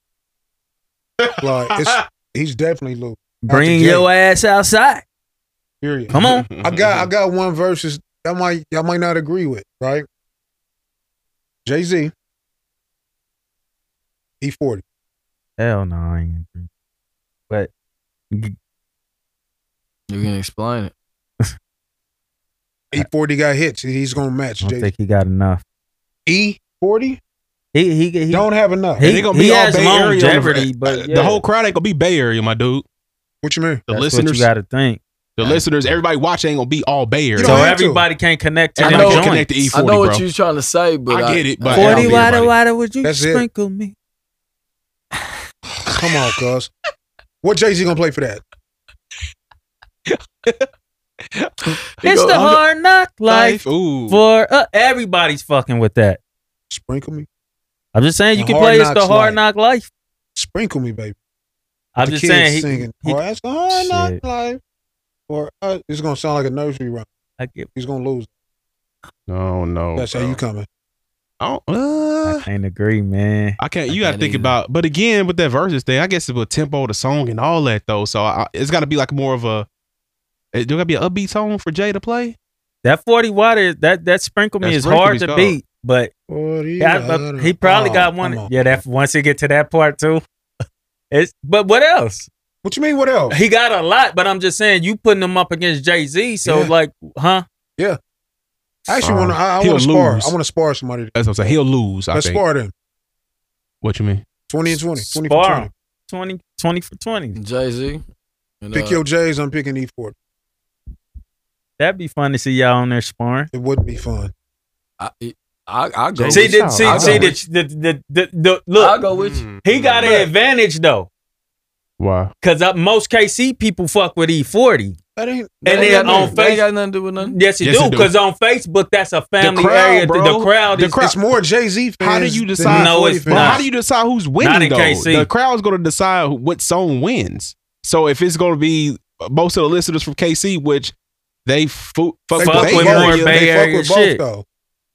[SPEAKER 7] like it's, he's definitely loose.
[SPEAKER 3] Bring your ass outside.
[SPEAKER 7] Period.
[SPEAKER 3] Come on.
[SPEAKER 7] I got I got one versus that might y'all might not agree with, right? Jay Z. He forty.
[SPEAKER 3] Hell no, I ain't. agree. But
[SPEAKER 9] You can explain it.
[SPEAKER 7] E forty got hits. He's gonna match
[SPEAKER 3] I
[SPEAKER 7] Jay
[SPEAKER 3] don't
[SPEAKER 7] Z.
[SPEAKER 3] think he got enough.
[SPEAKER 7] E forty.
[SPEAKER 3] He, he he
[SPEAKER 7] don't have enough.
[SPEAKER 8] And they gonna be all Bay Area.
[SPEAKER 3] longevity, but
[SPEAKER 8] Uh,
[SPEAKER 3] yeah.
[SPEAKER 8] the whole crowd ain't gonna be Bay Area, my dude.
[SPEAKER 7] What you mean?
[SPEAKER 8] The
[SPEAKER 3] That's what
[SPEAKER 8] listeners
[SPEAKER 3] you gotta think.
[SPEAKER 8] The listeners, everybody watching ain't gonna be all Bay Area.
[SPEAKER 3] So everybody can't connect to
[SPEAKER 8] I
[SPEAKER 3] them
[SPEAKER 8] know-
[SPEAKER 3] joints.
[SPEAKER 8] connect to E40,
[SPEAKER 9] I know
[SPEAKER 8] bro.
[SPEAKER 9] what you're trying to say, but
[SPEAKER 8] I get it, but
[SPEAKER 3] Forty water, water, would you
[SPEAKER 7] That's it.
[SPEAKER 3] sprinkle me?
[SPEAKER 7] Come on, cuz. What Jay Z gonna play for that?
[SPEAKER 3] It's the hard knock life.
[SPEAKER 8] Ooh.
[SPEAKER 3] For uh, everybody's fucking with that.
[SPEAKER 7] Sprinkle me.
[SPEAKER 3] I'm just saying you
[SPEAKER 7] The
[SPEAKER 3] can
[SPEAKER 7] Hard
[SPEAKER 3] play it's
[SPEAKER 7] Knocks
[SPEAKER 3] the hard
[SPEAKER 7] Life.
[SPEAKER 3] knock life.
[SPEAKER 7] Sprinkle me, baby.
[SPEAKER 3] I'm
[SPEAKER 7] The
[SPEAKER 3] just
[SPEAKER 7] kids
[SPEAKER 3] saying he-
[SPEAKER 7] singing.
[SPEAKER 3] he-
[SPEAKER 7] or that's the hard knock
[SPEAKER 3] Shit.
[SPEAKER 7] life. Or uh, it's gonna sound like a nursery rhyme.
[SPEAKER 3] I get.
[SPEAKER 7] He's gonna lose.
[SPEAKER 3] Oh,
[SPEAKER 8] No, no.
[SPEAKER 7] That's how you coming.
[SPEAKER 8] I don't. Uh,
[SPEAKER 3] I can't agree, man.
[SPEAKER 8] I can't. You got to think about. But again, with that versus thing, I guess it's with tempo, of the song, and all that though. So I, it's got to be like more of a. There got to be an upbeat song for Jay to play.
[SPEAKER 3] That forty water, that that sprinkle me
[SPEAKER 8] That
[SPEAKER 3] is
[SPEAKER 8] sprinkle
[SPEAKER 3] hard
[SPEAKER 8] me's
[SPEAKER 3] to
[SPEAKER 8] cold.
[SPEAKER 3] beat, but yeah, but he probably
[SPEAKER 7] oh,
[SPEAKER 3] got one. yeah, that once he get to that part too. It's but what else?
[SPEAKER 7] What you mean? What else?
[SPEAKER 3] He got a lot, but I'm just saying you putting him up against Jay Z. So
[SPEAKER 7] Yeah.
[SPEAKER 3] like, huh?
[SPEAKER 7] Yeah. I actually
[SPEAKER 8] Uh,
[SPEAKER 7] want to. I, I
[SPEAKER 8] he'll
[SPEAKER 7] want to spar.
[SPEAKER 8] lose.
[SPEAKER 7] I want to spar somebody.
[SPEAKER 8] That's what I'm saying. He'll lose. I
[SPEAKER 7] Let's
[SPEAKER 8] think.
[SPEAKER 7] spar them.
[SPEAKER 8] What you mean?
[SPEAKER 7] Twenty and 20. 20 for
[SPEAKER 3] Spar
[SPEAKER 7] 20.
[SPEAKER 3] him. 20, 20 for twenty.
[SPEAKER 9] Jay Z.
[SPEAKER 7] Pick your J's. I'm picking E four.
[SPEAKER 3] That'd be fun to see y'all on there sparring.
[SPEAKER 7] It would be fun.
[SPEAKER 9] I, I, I go.
[SPEAKER 3] see,
[SPEAKER 9] with
[SPEAKER 3] the,
[SPEAKER 9] you.
[SPEAKER 3] see,
[SPEAKER 9] I go
[SPEAKER 3] see
[SPEAKER 9] with
[SPEAKER 3] the, the, the, the, the- look.
[SPEAKER 9] I'll go with
[SPEAKER 7] Mm.
[SPEAKER 9] you.
[SPEAKER 3] He got an advantage though,
[SPEAKER 8] Why?
[SPEAKER 3] because uh, most KC people fuck with E E40.
[SPEAKER 7] That ain't.
[SPEAKER 9] That
[SPEAKER 3] And
[SPEAKER 9] ain't
[SPEAKER 3] then
[SPEAKER 9] got
[SPEAKER 3] on
[SPEAKER 9] nothing- that ain't
[SPEAKER 3] Facebook,
[SPEAKER 9] got nothing to do with nothing.
[SPEAKER 3] yes, you
[SPEAKER 9] Yes,
[SPEAKER 3] do,
[SPEAKER 9] it do.
[SPEAKER 3] because on Facebook, that's a family area. The- The crowd is
[SPEAKER 7] It's more Jay Z fans.
[SPEAKER 8] How do you decide?
[SPEAKER 3] No, it's
[SPEAKER 8] Well,
[SPEAKER 3] not.
[SPEAKER 8] How do you decide who's
[SPEAKER 3] Not
[SPEAKER 8] winning?
[SPEAKER 3] in
[SPEAKER 8] Though
[SPEAKER 3] KC.
[SPEAKER 8] the crowd's going to decide what song wins. So if it's going to be most of the listeners from KC, which they fu- fuck,
[SPEAKER 7] Fuck
[SPEAKER 8] with,
[SPEAKER 7] with
[SPEAKER 8] Bay
[SPEAKER 7] more
[SPEAKER 8] Area,
[SPEAKER 7] Bay
[SPEAKER 8] they fuck
[SPEAKER 7] Area
[SPEAKER 8] with both,
[SPEAKER 7] shit.
[SPEAKER 8] though.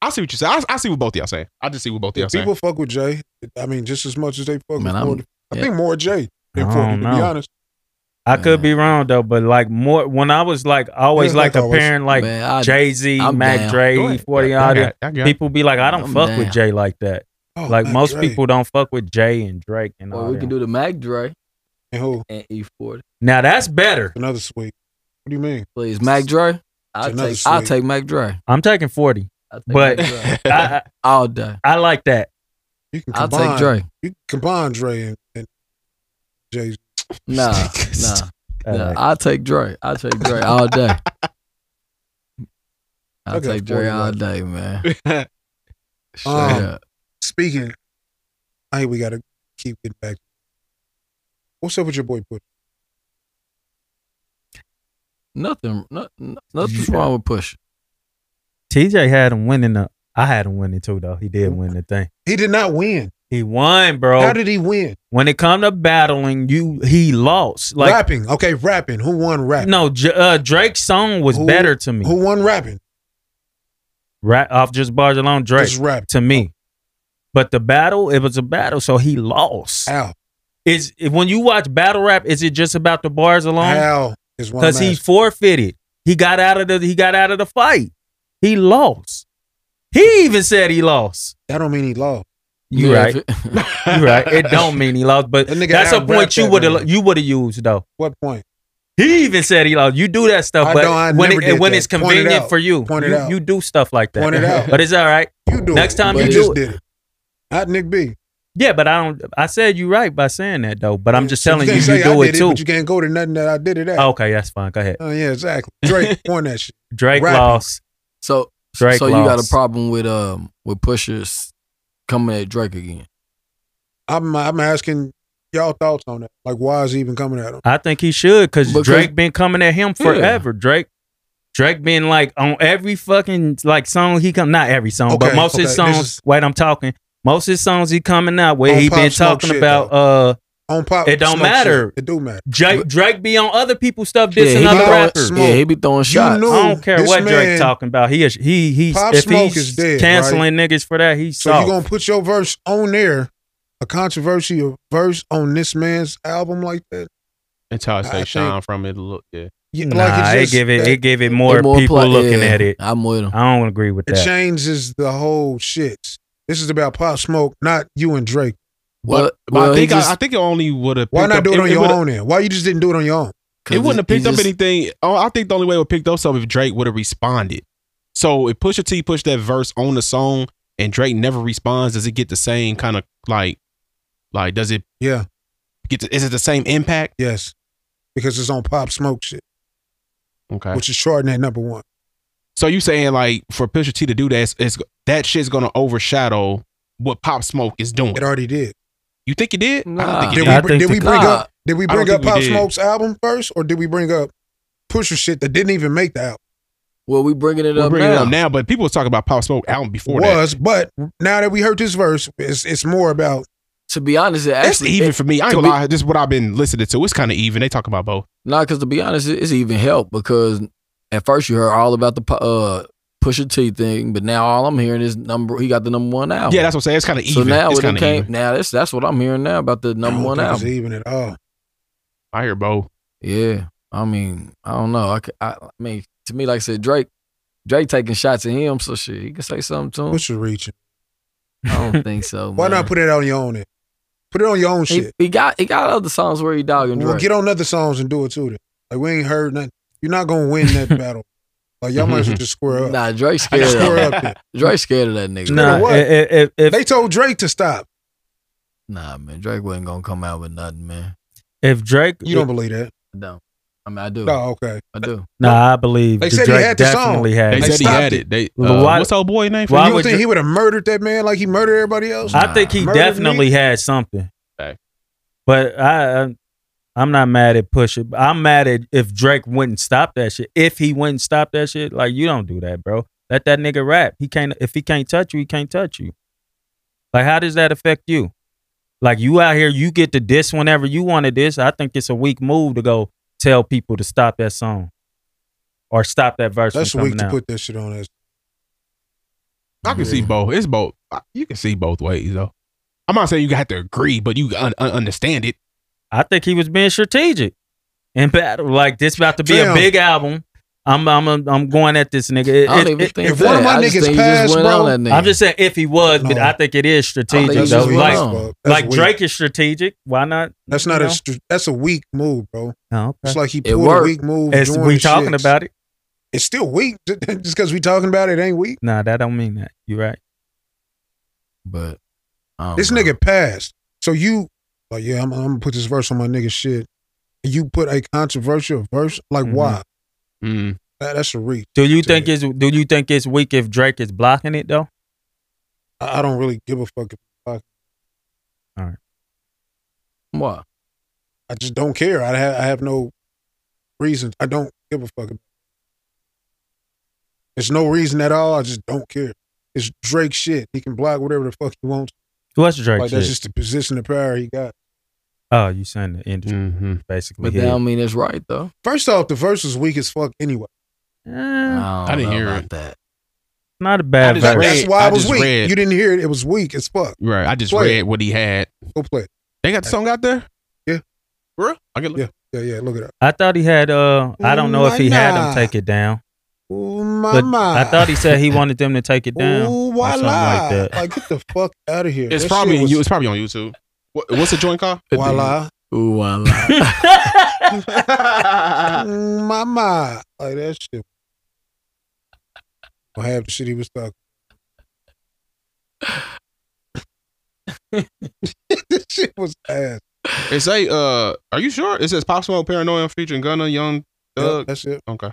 [SPEAKER 8] I see what you say. I, I see what both y'all saying. I just see what both y'all saying.
[SPEAKER 7] People fuck with Jay. I mean, just as much as they fuck with.
[SPEAKER 8] I'm-
[SPEAKER 7] More, I
[SPEAKER 8] yeah.
[SPEAKER 7] think more Jay than
[SPEAKER 3] I
[SPEAKER 7] Forty. To
[SPEAKER 3] don't
[SPEAKER 7] be
[SPEAKER 3] know.
[SPEAKER 7] honest,
[SPEAKER 3] I could be wrong though, but like more when I was like always
[SPEAKER 7] Yeah,
[SPEAKER 3] like
[SPEAKER 7] like always.
[SPEAKER 3] comparing like
[SPEAKER 7] Man, I-
[SPEAKER 3] Jay Z,
[SPEAKER 7] I'm
[SPEAKER 3] Mac
[SPEAKER 7] down.
[SPEAKER 3] Dre, E
[SPEAKER 7] Go ahead.
[SPEAKER 3] Forty
[SPEAKER 7] I got-
[SPEAKER 3] Odd.
[SPEAKER 7] I got-
[SPEAKER 3] People be like, I don't
[SPEAKER 9] I'm
[SPEAKER 3] fuck with
[SPEAKER 9] down.
[SPEAKER 3] Jay like that.
[SPEAKER 9] Oh,
[SPEAKER 3] like
[SPEAKER 9] Mac
[SPEAKER 3] most
[SPEAKER 9] Dre.
[SPEAKER 3] people don't fuck with Jay and Drake and
[SPEAKER 9] Well,
[SPEAKER 3] all
[SPEAKER 9] we can
[SPEAKER 3] that.
[SPEAKER 9] do the Mac Dre
[SPEAKER 7] and who
[SPEAKER 9] and E E40.
[SPEAKER 3] Now that's better.
[SPEAKER 7] Another sweep. What do you mean?
[SPEAKER 9] Please, Mac Dre. I
[SPEAKER 3] another
[SPEAKER 9] take I
[SPEAKER 3] sweep.
[SPEAKER 9] take Mac Dre.
[SPEAKER 3] I'm taking forty, but I, I,
[SPEAKER 9] all day.
[SPEAKER 3] I like that.
[SPEAKER 7] You can
[SPEAKER 9] I'll take
[SPEAKER 7] combine,
[SPEAKER 9] Dre.
[SPEAKER 7] You can combine Dre and, and Jay Z.
[SPEAKER 9] Nah, nah, nah. I take Dre. I take Dre all day. I
[SPEAKER 7] Okay,
[SPEAKER 9] take Dre
[SPEAKER 7] 40
[SPEAKER 9] all
[SPEAKER 7] left.
[SPEAKER 9] day, man. Straight
[SPEAKER 7] Um,
[SPEAKER 9] up.
[SPEAKER 7] speaking, I hate we gotta keep getting back. What's up with your boy Push?
[SPEAKER 9] Nothing, no, no- nothing's wrong with push.
[SPEAKER 3] TJ had him winning the. I had him winning too though. He did win the thing.
[SPEAKER 7] He did not win.
[SPEAKER 3] He won, bro.
[SPEAKER 7] How did he win?
[SPEAKER 3] When it come to battling, you he lost. Like
[SPEAKER 7] rapping, okay, rapping. Who won rap?
[SPEAKER 3] no, J- uh, Drake's song was
[SPEAKER 7] Who-
[SPEAKER 3] better to me.
[SPEAKER 7] Who won rapping?
[SPEAKER 3] Right off just bars alone, Drake
[SPEAKER 7] Just rap.
[SPEAKER 3] to me. But the battle, it was a battle, so he lost.
[SPEAKER 7] How?
[SPEAKER 3] Is if- when you watch battle rap, is it just about the bars alone?
[SPEAKER 7] How is what I'm
[SPEAKER 3] Because he
[SPEAKER 7] asking.
[SPEAKER 3] forfeited. He got out of the he got out of the fight. He lost. He even said he lost.
[SPEAKER 7] That don't mean he lost.
[SPEAKER 3] You
[SPEAKER 7] Yeah,
[SPEAKER 3] right.
[SPEAKER 7] if
[SPEAKER 3] you right. It don't mean he lost, but
[SPEAKER 7] That nigga
[SPEAKER 3] that's a
[SPEAKER 7] out-rapped
[SPEAKER 3] point you
[SPEAKER 7] that
[SPEAKER 3] would
[SPEAKER 7] man.
[SPEAKER 3] have you would have used though.
[SPEAKER 7] What point?
[SPEAKER 3] He even said he lost. You do that stuff,
[SPEAKER 7] I
[SPEAKER 3] but
[SPEAKER 7] don't- I
[SPEAKER 3] when
[SPEAKER 7] never
[SPEAKER 3] it,
[SPEAKER 7] did
[SPEAKER 3] when
[SPEAKER 7] that.
[SPEAKER 3] it's
[SPEAKER 7] Point it
[SPEAKER 3] convenient
[SPEAKER 7] out.
[SPEAKER 3] for you,
[SPEAKER 7] Point it
[SPEAKER 3] you,
[SPEAKER 7] out.
[SPEAKER 3] you do stuff like that.
[SPEAKER 7] Point it out.
[SPEAKER 3] But it's all right.
[SPEAKER 7] You do
[SPEAKER 3] Next
[SPEAKER 7] it,
[SPEAKER 3] time
[SPEAKER 7] but
[SPEAKER 3] you
[SPEAKER 7] you
[SPEAKER 3] do
[SPEAKER 7] just
[SPEAKER 3] it.
[SPEAKER 7] did it. Not Nick B.
[SPEAKER 3] Yeah, but I don't. I said you right by saying that though. But I'm just telling you,
[SPEAKER 7] can't
[SPEAKER 3] you
[SPEAKER 7] say I
[SPEAKER 3] do
[SPEAKER 7] did
[SPEAKER 3] it too.
[SPEAKER 7] But you can't go to nothing that I did it at.
[SPEAKER 3] Oh, okay, that's fine. Go ahead.
[SPEAKER 7] Oh yeah, exactly. Drake won that shit.
[SPEAKER 3] Drake
[SPEAKER 7] Rapping.
[SPEAKER 3] lost.
[SPEAKER 9] So
[SPEAKER 3] Drake
[SPEAKER 9] so you got a
[SPEAKER 3] lost.
[SPEAKER 9] problem with um with pushers coming at Drake again?
[SPEAKER 7] I'm I'm asking y'all thoughts on that. Like, why is he even coming at him?
[SPEAKER 3] I think he should cause
[SPEAKER 7] Because-
[SPEAKER 3] Drake been coming at him
[SPEAKER 7] Yeah.
[SPEAKER 3] forever. Drake, Drake been like on every fucking like song he come. Not every song, but
[SPEAKER 7] Okay,
[SPEAKER 3] most of
[SPEAKER 7] okay, this
[SPEAKER 3] his songs. wait, I'm talking. Most of his songs he coming out where
[SPEAKER 7] On
[SPEAKER 3] he
[SPEAKER 7] Pop
[SPEAKER 3] been
[SPEAKER 7] Smoke
[SPEAKER 3] talking
[SPEAKER 7] shit,
[SPEAKER 3] about.
[SPEAKER 7] Uh, on pop,
[SPEAKER 3] it don't
[SPEAKER 7] Smoke
[SPEAKER 3] matter.
[SPEAKER 7] shit. It do matter.
[SPEAKER 3] Drake, Drake be on other people's stuff
[SPEAKER 9] Yeah,
[SPEAKER 3] dissing
[SPEAKER 9] he
[SPEAKER 3] other
[SPEAKER 9] be throwing-
[SPEAKER 3] rappers.
[SPEAKER 9] yeah, he be throwing You shots. knew
[SPEAKER 3] I don't care
[SPEAKER 7] this
[SPEAKER 3] what
[SPEAKER 7] man-
[SPEAKER 3] Drake talking about. He is he he's
[SPEAKER 7] Pop
[SPEAKER 3] if
[SPEAKER 7] Smoke
[SPEAKER 3] he's
[SPEAKER 7] is dead,
[SPEAKER 3] canceling niggas for that. He's
[SPEAKER 7] So
[SPEAKER 3] soft.
[SPEAKER 7] you gonna put your verse on there, a controversial verse on this man's album like that?
[SPEAKER 8] That's how I
[SPEAKER 7] I
[SPEAKER 8] say
[SPEAKER 7] think-
[SPEAKER 8] shine from it. Look, yeah.
[SPEAKER 7] Yeah,
[SPEAKER 3] Nah,
[SPEAKER 7] like it's
[SPEAKER 3] it
[SPEAKER 7] just
[SPEAKER 3] give it
[SPEAKER 7] that-
[SPEAKER 3] it give it more,
[SPEAKER 9] more
[SPEAKER 3] people
[SPEAKER 9] play-
[SPEAKER 3] looking
[SPEAKER 9] yeah,
[SPEAKER 3] at it.
[SPEAKER 9] I'm with him.
[SPEAKER 3] I don't agree with
[SPEAKER 7] It
[SPEAKER 3] that.
[SPEAKER 7] changes the whole shit. This is about Pop Smoke, not you and Drake.
[SPEAKER 8] But, but I think I, I think it only would have.
[SPEAKER 7] why not do it on your own? Then why you just didn't do it on your own?
[SPEAKER 8] It wouldn't have picked up anything. Oh, I think the only way it would picked up something if Drake would have responded. So if Pusha T pushed that verse on the song and Drake never responds, does it get the same kind of like, like does it?
[SPEAKER 7] Yeah.
[SPEAKER 8] Get the, is it the same impact?
[SPEAKER 7] Yes, because it's on Pop Smoke shit,
[SPEAKER 8] Okay.
[SPEAKER 7] which is charting at number one.
[SPEAKER 8] so you saying like for Pusha T to do that, it's, it's that shit's gonna overshadow what Pop Smoke is doing. It
[SPEAKER 7] already did.
[SPEAKER 8] You think it did?
[SPEAKER 9] Nah.
[SPEAKER 8] it
[SPEAKER 7] Did we,
[SPEAKER 8] did.
[SPEAKER 7] br- did we bring
[SPEAKER 8] Nah.
[SPEAKER 7] up did we
[SPEAKER 8] I don't
[SPEAKER 7] bring up
[SPEAKER 8] think we
[SPEAKER 7] Pop
[SPEAKER 8] did.
[SPEAKER 7] Smoke's album first, or did we bring up Pusher shit that didn't even make the album?
[SPEAKER 9] Well, we bringing it
[SPEAKER 8] We're
[SPEAKER 9] up
[SPEAKER 8] bringing it
[SPEAKER 9] now.
[SPEAKER 8] up now, but people was talking about Pop Smoke album before that.
[SPEAKER 7] was, but now that we heard this verse, it's it's more about.
[SPEAKER 9] To be honest, it
[SPEAKER 8] That's
[SPEAKER 9] actually
[SPEAKER 8] even for me. I ain't
[SPEAKER 9] to
[SPEAKER 8] gonna
[SPEAKER 9] be-
[SPEAKER 8] lie. This is what I've been listening to. It's kind of even. They talk about both.
[SPEAKER 9] Nah, because to be honest, it- it's even helped because at first you heard all about the pu- uh, Pusha T thing, but now all I'm hearing is number. He got the number one album.
[SPEAKER 8] Yeah, that's what I'm saying. It's kind of
[SPEAKER 9] So
[SPEAKER 8] even.
[SPEAKER 9] now
[SPEAKER 8] it's
[SPEAKER 9] when it
[SPEAKER 8] kinda
[SPEAKER 9] came,
[SPEAKER 8] even.
[SPEAKER 9] now that's that's what I'm hearing now about the number one
[SPEAKER 7] think it's
[SPEAKER 9] album.
[SPEAKER 7] even at all.
[SPEAKER 8] I hear both.
[SPEAKER 9] Yeah, I mean, I don't know. I, c- I- I mean, to me, like I said, Drake, Drake taking shots at him, so shit, he can say something to him.
[SPEAKER 7] Pusher reaching.
[SPEAKER 9] I don't think so.
[SPEAKER 7] Why
[SPEAKER 9] Oh. man.
[SPEAKER 7] not put it on your own? Then? Put it on your own
[SPEAKER 9] He,
[SPEAKER 7] shit.
[SPEAKER 9] he got he got other songs where he dogging Drake.
[SPEAKER 7] Well, get on other songs and do it too. Then. Like we ain't heard nothing. You're not gonna win that battle. Like y'all might as well just square up.
[SPEAKER 9] Nah, Drake
[SPEAKER 7] I
[SPEAKER 9] scared.
[SPEAKER 7] just square
[SPEAKER 9] Of
[SPEAKER 7] up.
[SPEAKER 9] that.
[SPEAKER 7] Then.
[SPEAKER 9] Drake scared of that nigga.
[SPEAKER 7] Nah, what?
[SPEAKER 3] i- i- if- if-
[SPEAKER 7] they told Drake to stop.
[SPEAKER 9] Nah, man, Drake wasn't gonna come out with nothing, man.
[SPEAKER 3] if Drake,
[SPEAKER 7] You don't believe that?
[SPEAKER 9] No. I mean, I do.
[SPEAKER 7] Oh, okay.
[SPEAKER 9] I do.
[SPEAKER 3] Nah, I believe
[SPEAKER 7] They
[SPEAKER 3] the
[SPEAKER 7] said he
[SPEAKER 3] Drake
[SPEAKER 7] had the song.
[SPEAKER 3] definitely had.
[SPEAKER 7] They
[SPEAKER 3] it.
[SPEAKER 7] said he had it.
[SPEAKER 8] They-
[SPEAKER 3] But
[SPEAKER 8] uh,
[SPEAKER 3] why-
[SPEAKER 8] what's old boy name?
[SPEAKER 3] Why
[SPEAKER 7] you don't
[SPEAKER 3] would
[SPEAKER 7] think
[SPEAKER 3] Dra-
[SPEAKER 7] he would have murdered that man like he murdered everybody else?
[SPEAKER 3] I think he
[SPEAKER 7] Murdered
[SPEAKER 3] definitely
[SPEAKER 7] me?
[SPEAKER 3] had something. But I, I- I'm not mad at Pusha. I'm mad at if Drake wouldn't stop that shit. If he wouldn't stop that shit, like you don't do that, bro. Let that nigga rap. He can't. If he can't touch you, he can't touch you. Like, how does that affect you? Like, you out here, you get to diss whenever you want to diss. I think it's a weak move to go tell people to stop that song or stop that verse.
[SPEAKER 7] That's
[SPEAKER 3] from
[SPEAKER 7] weak
[SPEAKER 3] coming
[SPEAKER 7] to
[SPEAKER 3] out.
[SPEAKER 7] put that shit on as.
[SPEAKER 8] I can see both. It's both. I- You can see both ways though. I'm not saying you have to agree, but you un- un- understand it.
[SPEAKER 3] I think he was being strategic and battle. Like this about to be a
[SPEAKER 8] Damn.
[SPEAKER 3] big album. I'm I'm I'm going at this nigga.
[SPEAKER 9] I don't even think If one of that. my I just niggas think he just passed, went on that nigga.
[SPEAKER 3] I'm just saying if he was, but I think it is
[SPEAKER 9] I
[SPEAKER 3] strategic.
[SPEAKER 9] think he
[SPEAKER 3] Though.
[SPEAKER 9] just went
[SPEAKER 3] Like
[SPEAKER 9] on. That's
[SPEAKER 3] like
[SPEAKER 9] weak.
[SPEAKER 3] Drake is strategic. Why not?
[SPEAKER 7] That's not
[SPEAKER 3] you
[SPEAKER 7] a.
[SPEAKER 3] know?
[SPEAKER 7] str- That's a weak move, bro.
[SPEAKER 3] Oh, okay.
[SPEAKER 7] It's like he
[SPEAKER 3] It
[SPEAKER 7] pulled a
[SPEAKER 3] worked.
[SPEAKER 7] weak move.
[SPEAKER 3] It's-
[SPEAKER 7] doing
[SPEAKER 3] we
[SPEAKER 7] the
[SPEAKER 3] talking
[SPEAKER 7] shits.
[SPEAKER 3] about it?
[SPEAKER 7] It's still weak. Just because we talking about it, it ain't weak.
[SPEAKER 3] Nah, that don't mean that. You're right.
[SPEAKER 9] But
[SPEAKER 3] Oh,
[SPEAKER 7] This nigga passed. So you like, yeah, I'm, I'm gonna put this verse on my nigga shit. And you put a controversial verse, like
[SPEAKER 3] Mm-hmm.
[SPEAKER 7] why?
[SPEAKER 9] Mm.
[SPEAKER 7] That- that's a reach.
[SPEAKER 3] Do you think it's do you think it's weak if Drake is blocking it though?
[SPEAKER 7] I, I don't really give a fuck. If I,
[SPEAKER 3] All right.
[SPEAKER 9] Why?
[SPEAKER 7] I just don't care. I have I have no reason. I don't give a fuck. There's no reason at all. I just don't care. It's Drake shit. He can block whatever the fuck he wants.
[SPEAKER 3] What's Drake
[SPEAKER 7] Like that's
[SPEAKER 3] shit?
[SPEAKER 7] just the position of power he got.
[SPEAKER 3] Oh, you saying the industry basically?
[SPEAKER 9] Mm-hmm. But
[SPEAKER 3] hit.
[SPEAKER 9] that don't mean it's right though.
[SPEAKER 7] First off, the verse was weak as fuck anyway.
[SPEAKER 3] Eh,
[SPEAKER 9] I,
[SPEAKER 8] didn't hear
[SPEAKER 9] about that.
[SPEAKER 3] Not a bad
[SPEAKER 8] just
[SPEAKER 7] That-
[SPEAKER 3] verse.
[SPEAKER 8] read-
[SPEAKER 7] that's why
[SPEAKER 8] I
[SPEAKER 7] it was
[SPEAKER 8] just
[SPEAKER 7] weak.
[SPEAKER 8] read-
[SPEAKER 7] You didn't hear it. It was weak as fuck.
[SPEAKER 8] Right. I just
[SPEAKER 7] Play
[SPEAKER 8] read
[SPEAKER 7] it.
[SPEAKER 8] what he had.
[SPEAKER 7] Go play. it.
[SPEAKER 8] They got the song out there.
[SPEAKER 7] Yeah.
[SPEAKER 8] Bro, I can look.
[SPEAKER 7] Yeah, yeah, yeah. Look it up.
[SPEAKER 3] I thought he had. Uh, I don't know if he had
[SPEAKER 7] Ooh,
[SPEAKER 3] them take it down.
[SPEAKER 7] Ooh,
[SPEAKER 3] But
[SPEAKER 7] mama.
[SPEAKER 3] I thought he said he wanted them to take it down.
[SPEAKER 7] Ooh,
[SPEAKER 3] or something like
[SPEAKER 7] voila.
[SPEAKER 3] that.
[SPEAKER 7] Like, get the fuck out of here.
[SPEAKER 8] It's
[SPEAKER 7] That
[SPEAKER 8] probably
[SPEAKER 7] shit
[SPEAKER 8] in
[SPEAKER 7] was-
[SPEAKER 8] you. It's probably on YouTube. What, what's the joint called?
[SPEAKER 7] Voila.
[SPEAKER 9] Ooh, voila.
[SPEAKER 7] Mm, mama. Like, that shit. Don't have the shit he was talking. this shit was ass.
[SPEAKER 8] It's a. Uh, are you sure? It says Pop Smoke, Paranoia featuring Gunna, Young Thug.
[SPEAKER 7] that's it.
[SPEAKER 8] Okay.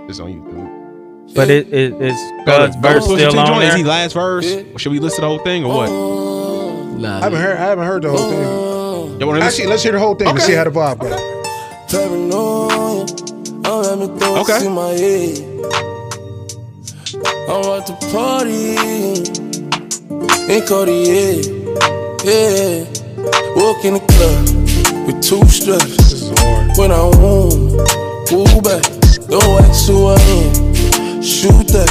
[SPEAKER 8] It's on YouTube.
[SPEAKER 3] But it, it it's God's
[SPEAKER 8] Go to
[SPEAKER 3] verse
[SPEAKER 8] Pusha T
[SPEAKER 3] still on
[SPEAKER 8] joint. Is
[SPEAKER 3] there.
[SPEAKER 8] he last verse? Should we listen to the whole thing or what?
[SPEAKER 7] I haven't heard. I haven't heard the whole thing.
[SPEAKER 8] Y'all wanna
[SPEAKER 7] Actually,
[SPEAKER 8] listen?
[SPEAKER 7] let's hear the whole thing and
[SPEAKER 8] Okay.
[SPEAKER 7] see how the vibe goes.
[SPEAKER 14] Paranoia. I'm having thoughts
[SPEAKER 8] Okay.
[SPEAKER 14] in my head. I'm at the party in Cartier. Yeah. Walk in the club with two straps. When I want, pull back. Don't ask who I am. Shoot that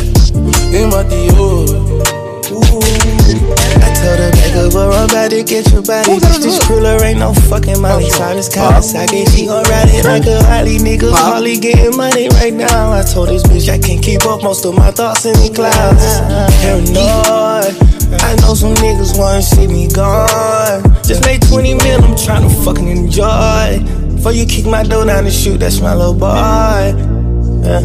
[SPEAKER 14] in my Dior.
[SPEAKER 15] I told her back up, but I'm about to get your body. This cruller ain't no fucking money. Time is Kawasaki. She gon' ride it like a Harley. Niggas hardly getting money right now. I told this bitch I can't keep up. Most of my thoughts in the clouds. Paranoid. I know some niggas wanna see me gone. Just made 20 mil, I'm tryna fucking enjoy. Before you kick my door down and shoot, that's my little boy. Yeah.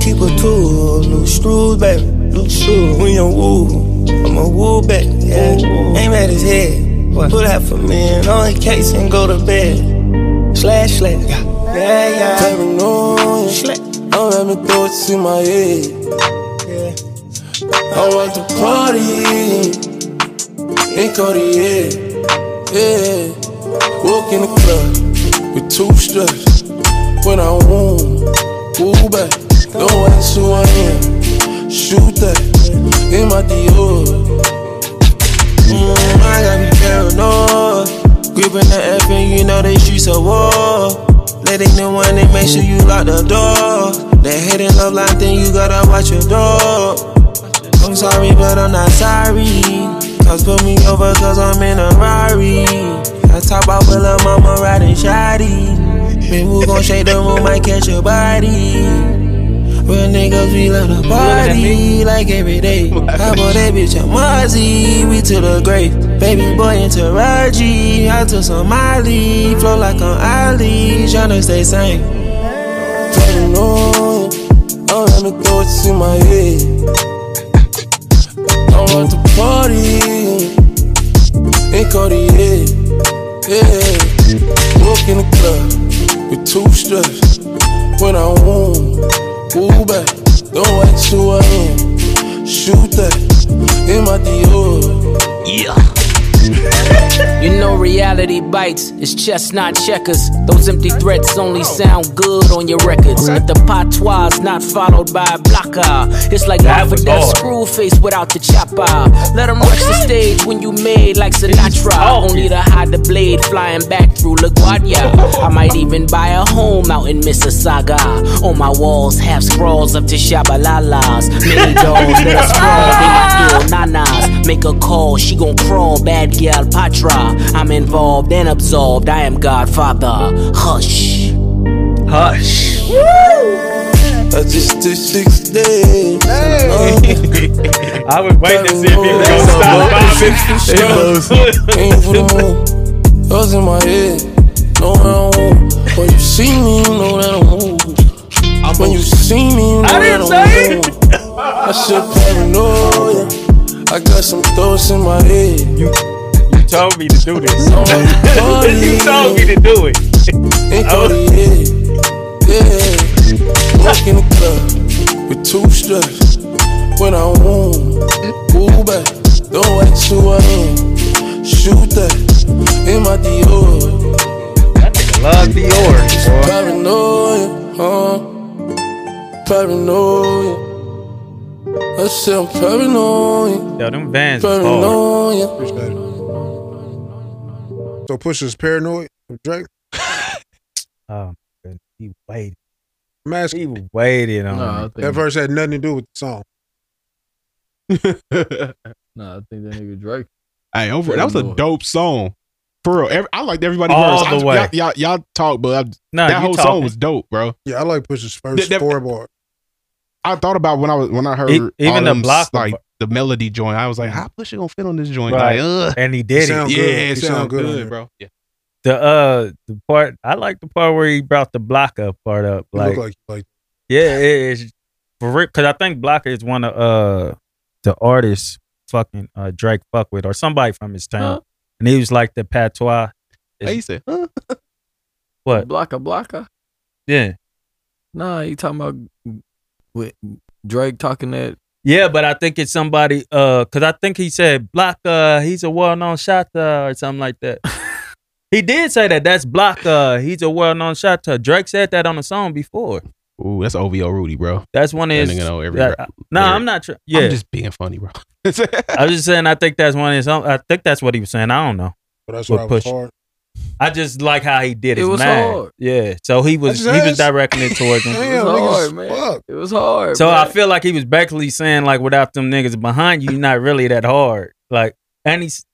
[SPEAKER 15] Keep a tool, loose screws, baby. Loose screws, we on woo. I'm a woo back, yeah. Aim at his head. Put out for me and on his case and go to bed. Slash, slash. Yeah, yeah.
[SPEAKER 14] Paranoia. I'm having thoughts in my head. I'm at the party in Cartier. Yeah. Walk in the club with two straps. When I want, pull back. Don't ask who I am. Shoot that in my Dior.
[SPEAKER 15] Mm, I got me paranoid. Gripping the F and you know they streets a war. Letting the one and make sure you lock the door. That hate and love line thing, you gotta watch your door. I'm sorry, but I'm not sorry. Cause put me over, cause I'm in a Rari. I talk about Will and Mama riding shoddy. Maybe we gon' shake the room, might catch your body. Real niggas, we love the party like every day. I bought that bitch a Mozzie, we to the grave. Baby boy into Raji, I took some Molly, flow like an Ali, tryna stay sane.
[SPEAKER 14] Paranoia. I'm having thoughts in my head. I'm at the party in Cartier. Yeah. Walk in the club with two straps. when I want. Ooh, back, don't ask who I am. Shoot that in my Dior. Yeah.
[SPEAKER 16] You know reality bites, it's chestnut checkers. Those empty threats only sound good on your records. The patois is not followed by a blocker. It's like
[SPEAKER 17] That
[SPEAKER 16] life or
[SPEAKER 17] was
[SPEAKER 16] death
[SPEAKER 17] hard.
[SPEAKER 16] screw face without the chopper. Let 'em rush the stage when you made like Sinatra. Only to hide the blade flying back through LaGuardia. I might even buy a home out in Mississauga. On my walls, have scrawls up to Shabalalas. Mini dolls that are sprawled in my ill nanas. Make a call, she gon' crawl, bad gal Patra. I'm involved and absolved, I am Godfather. Hush. Hush.
[SPEAKER 14] I just did six days. Uh,
[SPEAKER 3] I was waiting to see if he was gonna stop
[SPEAKER 14] Aim for the moon. Thoughts in my head. Know that I'm on. When you see me, you know that I'm on. When you see me, you know
[SPEAKER 17] I
[SPEAKER 14] that
[SPEAKER 17] didn't
[SPEAKER 14] I'm on. I should paranoia. I got some thoughts in my head. You, you
[SPEAKER 3] told me to do this.
[SPEAKER 14] you told me to
[SPEAKER 3] do it. Oh.
[SPEAKER 14] Ain't Cartier. Yeah. Walk in the club with two straps. When I want, move back. Don't ask who I am. Shoot that in my Dior.
[SPEAKER 3] Love Dior.
[SPEAKER 14] Paranoia, huh? Paranoia. I said I'm paranoid.
[SPEAKER 3] Yo, them vans is hard. Oh,
[SPEAKER 7] Oh.
[SPEAKER 14] Paranoia.
[SPEAKER 7] So Pusha's paranoid with Drake.
[SPEAKER 3] Oh, man, he waited.
[SPEAKER 7] I'm asking.
[SPEAKER 3] He waited on.
[SPEAKER 9] Nah, I
[SPEAKER 7] that
[SPEAKER 9] think-
[SPEAKER 7] verse had nothing to do with the song.
[SPEAKER 9] Nah, I think that nigga Drake.
[SPEAKER 8] Hey, over that was a dope song. For real, every, I liked everybody
[SPEAKER 9] All
[SPEAKER 8] verse. I-
[SPEAKER 9] the way.
[SPEAKER 8] y'all- Y'all, y'all talk, but I,
[SPEAKER 7] Nah,
[SPEAKER 8] that
[SPEAKER 7] you
[SPEAKER 8] whole
[SPEAKER 7] talking.
[SPEAKER 8] song was dope, bro.
[SPEAKER 7] Yeah, I like Pusha's first
[SPEAKER 8] that-
[SPEAKER 7] scoreboard.
[SPEAKER 8] I thought about when I was when I heard
[SPEAKER 7] E-
[SPEAKER 8] all
[SPEAKER 7] even the
[SPEAKER 8] them,
[SPEAKER 7] block of-
[SPEAKER 8] like the melody joint. I was like, how Pusha gonna fit on this joint?
[SPEAKER 3] Right.
[SPEAKER 8] Like, ugh.
[SPEAKER 3] And he did it.
[SPEAKER 8] Yeah,
[SPEAKER 3] Sound good.
[SPEAKER 8] it
[SPEAKER 3] He
[SPEAKER 8] sound,
[SPEAKER 3] sound
[SPEAKER 8] good,
[SPEAKER 3] good on there.
[SPEAKER 8] bro. Yeah.
[SPEAKER 3] The uh the part I like the part where he brought the block up part up.
[SPEAKER 7] You look
[SPEAKER 3] Like,
[SPEAKER 7] like like
[SPEAKER 3] yeah, it is for real. Cause I think Blocker is one of uh the artists fucking uh Drake fuck with or somebody from his town.
[SPEAKER 9] Huh?
[SPEAKER 3] And he was like the patois.
[SPEAKER 9] Hey, you
[SPEAKER 8] said,
[SPEAKER 9] huh?
[SPEAKER 3] What?
[SPEAKER 9] Blocker, blocker.
[SPEAKER 3] Yeah.
[SPEAKER 9] Nah, you talking about with Drake talking that?
[SPEAKER 3] Yeah, but I think it's somebody uh cause I think he said block uh he's a well known shot uh, or something like that. he did say that that's block uh he's a well known shot uh. Drake said that on the song before.
[SPEAKER 8] Ooh, that's OVO Rudy, bro.
[SPEAKER 3] That's one of
[SPEAKER 8] That
[SPEAKER 3] his
[SPEAKER 8] nigga know every
[SPEAKER 3] that-
[SPEAKER 8] rap
[SPEAKER 3] No,
[SPEAKER 8] lyric.
[SPEAKER 3] I'm not tr-
[SPEAKER 8] I'm
[SPEAKER 3] yeah.
[SPEAKER 8] just being funny, bro.
[SPEAKER 3] I was just saying I think that's one of his own, I think that's what he was saying. I don't know.
[SPEAKER 7] Well, that's
[SPEAKER 3] With
[SPEAKER 7] why it was
[SPEAKER 3] Pusha.
[SPEAKER 7] hard.
[SPEAKER 3] I just like how he did
[SPEAKER 9] It
[SPEAKER 3] his
[SPEAKER 9] was
[SPEAKER 3] man.
[SPEAKER 9] hard.
[SPEAKER 3] Yeah. So he was he
[SPEAKER 9] just
[SPEAKER 3] was
[SPEAKER 9] asked.
[SPEAKER 3] directing it towards him.
[SPEAKER 9] it was hard, man. It was hard.
[SPEAKER 3] So
[SPEAKER 9] man.
[SPEAKER 3] I feel like he was basically saying like without them niggas behind you, you're not really that hard. Like and he's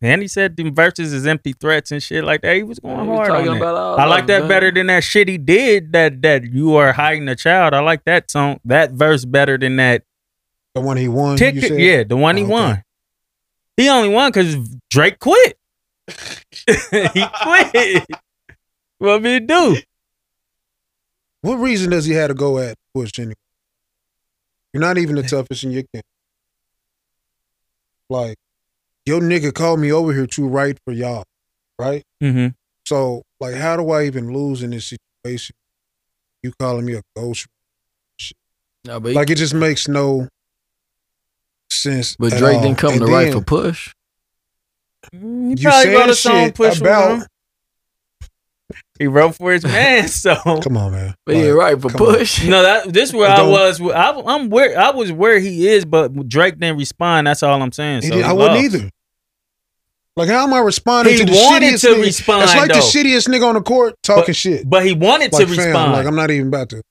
[SPEAKER 3] and he said them verses is empty threats and shit like that. He was going
[SPEAKER 9] He was
[SPEAKER 3] hard
[SPEAKER 9] talking
[SPEAKER 3] on that.
[SPEAKER 9] about all
[SPEAKER 3] I like
[SPEAKER 9] of
[SPEAKER 3] that
[SPEAKER 9] them.
[SPEAKER 3] better than that shit he did. That that you are hiding a child. I like that song, that verse better than that
[SPEAKER 7] the one he won.
[SPEAKER 3] Tick,
[SPEAKER 7] you Oh,
[SPEAKER 3] tick-
[SPEAKER 7] said?
[SPEAKER 3] yeah, the one he won. He only won because Drake quit. he quit. what me do?
[SPEAKER 7] What reason does he have to go at Push anyway? You're not even the toughest in your camp. Like, your nigga called me over here to write for y'all, right?
[SPEAKER 3] Mm-hmm.
[SPEAKER 7] So, like, how do I even lose in this situation? You calling me a ghost?
[SPEAKER 9] Nah, but he-
[SPEAKER 7] Like, it just makes no sense.
[SPEAKER 9] But
[SPEAKER 7] at
[SPEAKER 9] Drake
[SPEAKER 7] all.
[SPEAKER 9] didn't come
[SPEAKER 7] And
[SPEAKER 9] to write
[SPEAKER 7] then
[SPEAKER 9] for Push.
[SPEAKER 3] You
[SPEAKER 7] said shit about.
[SPEAKER 3] He wrote for his man, so
[SPEAKER 7] come on, man.
[SPEAKER 9] But he ain't right for Push.
[SPEAKER 3] No, that this where I
[SPEAKER 9] Don't-
[SPEAKER 3] was. I, I'm where I was where he is, but Drake didn't respond. That's all I'm saying.
[SPEAKER 7] He
[SPEAKER 3] So
[SPEAKER 7] did- I
[SPEAKER 3] he
[SPEAKER 7] wouldn't
[SPEAKER 3] lost.
[SPEAKER 7] either. Like, how am I responding
[SPEAKER 3] He
[SPEAKER 7] to the
[SPEAKER 3] wanted
[SPEAKER 7] shittiest
[SPEAKER 3] to
[SPEAKER 7] nigga?
[SPEAKER 3] respond,
[SPEAKER 7] It's like
[SPEAKER 3] though.
[SPEAKER 7] the shittiest nigga on the court talking
[SPEAKER 3] But-
[SPEAKER 7] shit.
[SPEAKER 3] But he wanted to
[SPEAKER 7] Like, fam,
[SPEAKER 3] respond.
[SPEAKER 7] like, I'm not even about to.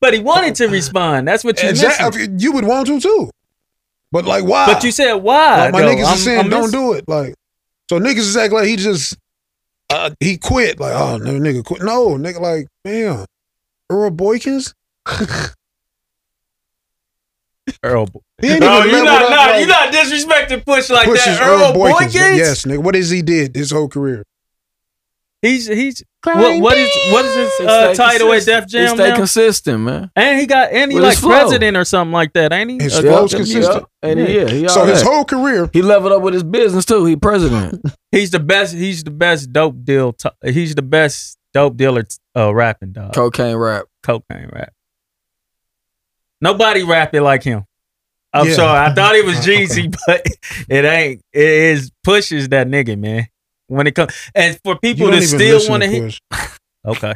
[SPEAKER 3] but he wanted to respond. That's what you
[SPEAKER 7] Exactly.
[SPEAKER 3] missing.
[SPEAKER 7] Oh. If you- You would want to too. But like why?
[SPEAKER 3] But you said why?
[SPEAKER 7] Like, my
[SPEAKER 3] though?
[SPEAKER 7] niggas
[SPEAKER 3] I'm-
[SPEAKER 7] is saying
[SPEAKER 3] I'm
[SPEAKER 7] don't
[SPEAKER 3] missing-
[SPEAKER 7] do it. Like so niggas is acting like he just uh, he quit. Like, oh no nigga quit. No, nigga like, damn. Earl Boykins?
[SPEAKER 3] Earl
[SPEAKER 7] He ain't
[SPEAKER 3] No,
[SPEAKER 7] even
[SPEAKER 3] you
[SPEAKER 7] leveled
[SPEAKER 3] not,
[SPEAKER 7] up,
[SPEAKER 3] not
[SPEAKER 7] like-
[SPEAKER 3] you not disrespecting Push like
[SPEAKER 7] Push
[SPEAKER 3] that.
[SPEAKER 7] is
[SPEAKER 3] Earl Boykins.
[SPEAKER 7] Yes, nigga. What is he did his whole career?
[SPEAKER 3] He's he's what, what is what is his uh, title at Def Jam
[SPEAKER 9] He stay
[SPEAKER 3] now?
[SPEAKER 9] consistent, man.
[SPEAKER 3] And he got and he
[SPEAKER 9] With
[SPEAKER 3] like
[SPEAKER 9] his flow.
[SPEAKER 3] president or something like that, ain't he?
[SPEAKER 9] His
[SPEAKER 3] Uh,
[SPEAKER 9] flow's
[SPEAKER 3] yeah,
[SPEAKER 9] consistent. And he- yeah, he all that.
[SPEAKER 7] career,
[SPEAKER 9] he leveled up with his business too. He president.
[SPEAKER 3] he's the best. He's the best dope deal. t- he's the best dope dealer t- uh, rapping dog.
[SPEAKER 9] Cocaine rap.
[SPEAKER 3] cocaine rap. Nobody rap it like him. I'm
[SPEAKER 17] Yeah.
[SPEAKER 3] sorry. I thought it was
[SPEAKER 17] Uh, okay.
[SPEAKER 3] Jeezy, but it ain't. It is pushes that nigga, man. When it comes and for people
[SPEAKER 7] don't
[SPEAKER 3] that
[SPEAKER 7] even
[SPEAKER 3] still
[SPEAKER 7] listen
[SPEAKER 3] want to
[SPEAKER 7] to
[SPEAKER 3] hit.
[SPEAKER 7] Push.
[SPEAKER 3] Okay.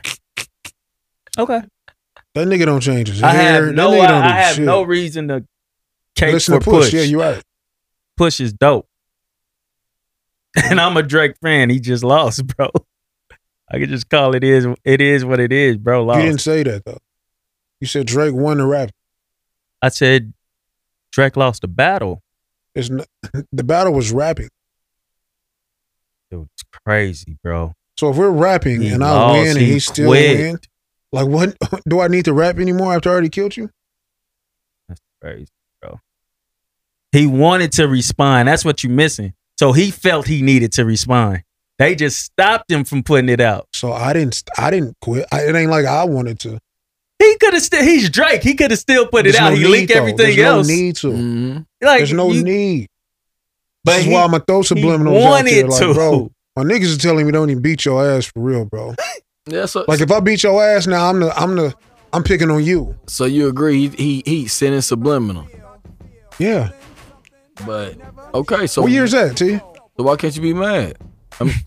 [SPEAKER 3] Okay.
[SPEAKER 7] That nigga don't change his
[SPEAKER 3] I
[SPEAKER 7] hair.
[SPEAKER 3] have no.
[SPEAKER 7] That nigga don't
[SPEAKER 3] I, I
[SPEAKER 7] do
[SPEAKER 3] have
[SPEAKER 7] shit.
[SPEAKER 3] no reason to cake
[SPEAKER 7] Listen
[SPEAKER 3] for
[SPEAKER 7] to Push.
[SPEAKER 3] push.
[SPEAKER 7] Yeah, you right.
[SPEAKER 3] Push is dope. And I'm a Drake fan. He just lost, bro. I could just call it is. It is what it is, bro. Lost.
[SPEAKER 7] You didn't say that though. You said Drake won the rap.
[SPEAKER 3] I said Drake lost the battle.
[SPEAKER 7] It's not, the battle was rapping.
[SPEAKER 3] Dude, it's crazy, bro.
[SPEAKER 7] So if we're rapping
[SPEAKER 3] He
[SPEAKER 7] and I
[SPEAKER 3] lost,
[SPEAKER 7] win and
[SPEAKER 3] he
[SPEAKER 7] he still
[SPEAKER 3] quit.
[SPEAKER 7] win, like what do I need to rap anymore after I already killed you?
[SPEAKER 3] That's crazy, bro. He wanted to respond. That's what you missing. So he felt he needed to respond. They just stopped him from putting it out.
[SPEAKER 7] So I didn't. st- I didn't quit. I, it ain't like I wanted to.
[SPEAKER 3] He could have still. He's Drake. He could have still put it
[SPEAKER 7] There's
[SPEAKER 3] out.
[SPEAKER 7] no
[SPEAKER 3] he
[SPEAKER 7] need,
[SPEAKER 3] leaked
[SPEAKER 7] though.
[SPEAKER 3] everything
[SPEAKER 7] There's
[SPEAKER 3] else.
[SPEAKER 7] No need to.
[SPEAKER 9] Mm-hmm.
[SPEAKER 3] Like,
[SPEAKER 7] There's no
[SPEAKER 3] you-
[SPEAKER 7] need.
[SPEAKER 3] But
[SPEAKER 7] This is
[SPEAKER 3] he-
[SPEAKER 7] why I'm gonna throw subliminals out
[SPEAKER 3] wanted
[SPEAKER 7] there. Like,
[SPEAKER 3] to.
[SPEAKER 7] bro, my niggas is telling me don't even beat your ass for real, bro.
[SPEAKER 9] Yeah, so
[SPEAKER 7] like if I beat your ass now, I'm the I'm the I'm picking on you.
[SPEAKER 9] So you agree he he, he sending subliminal.
[SPEAKER 7] Yeah.
[SPEAKER 9] But okay, so
[SPEAKER 7] what year's that, T?
[SPEAKER 9] So why can't you be mad?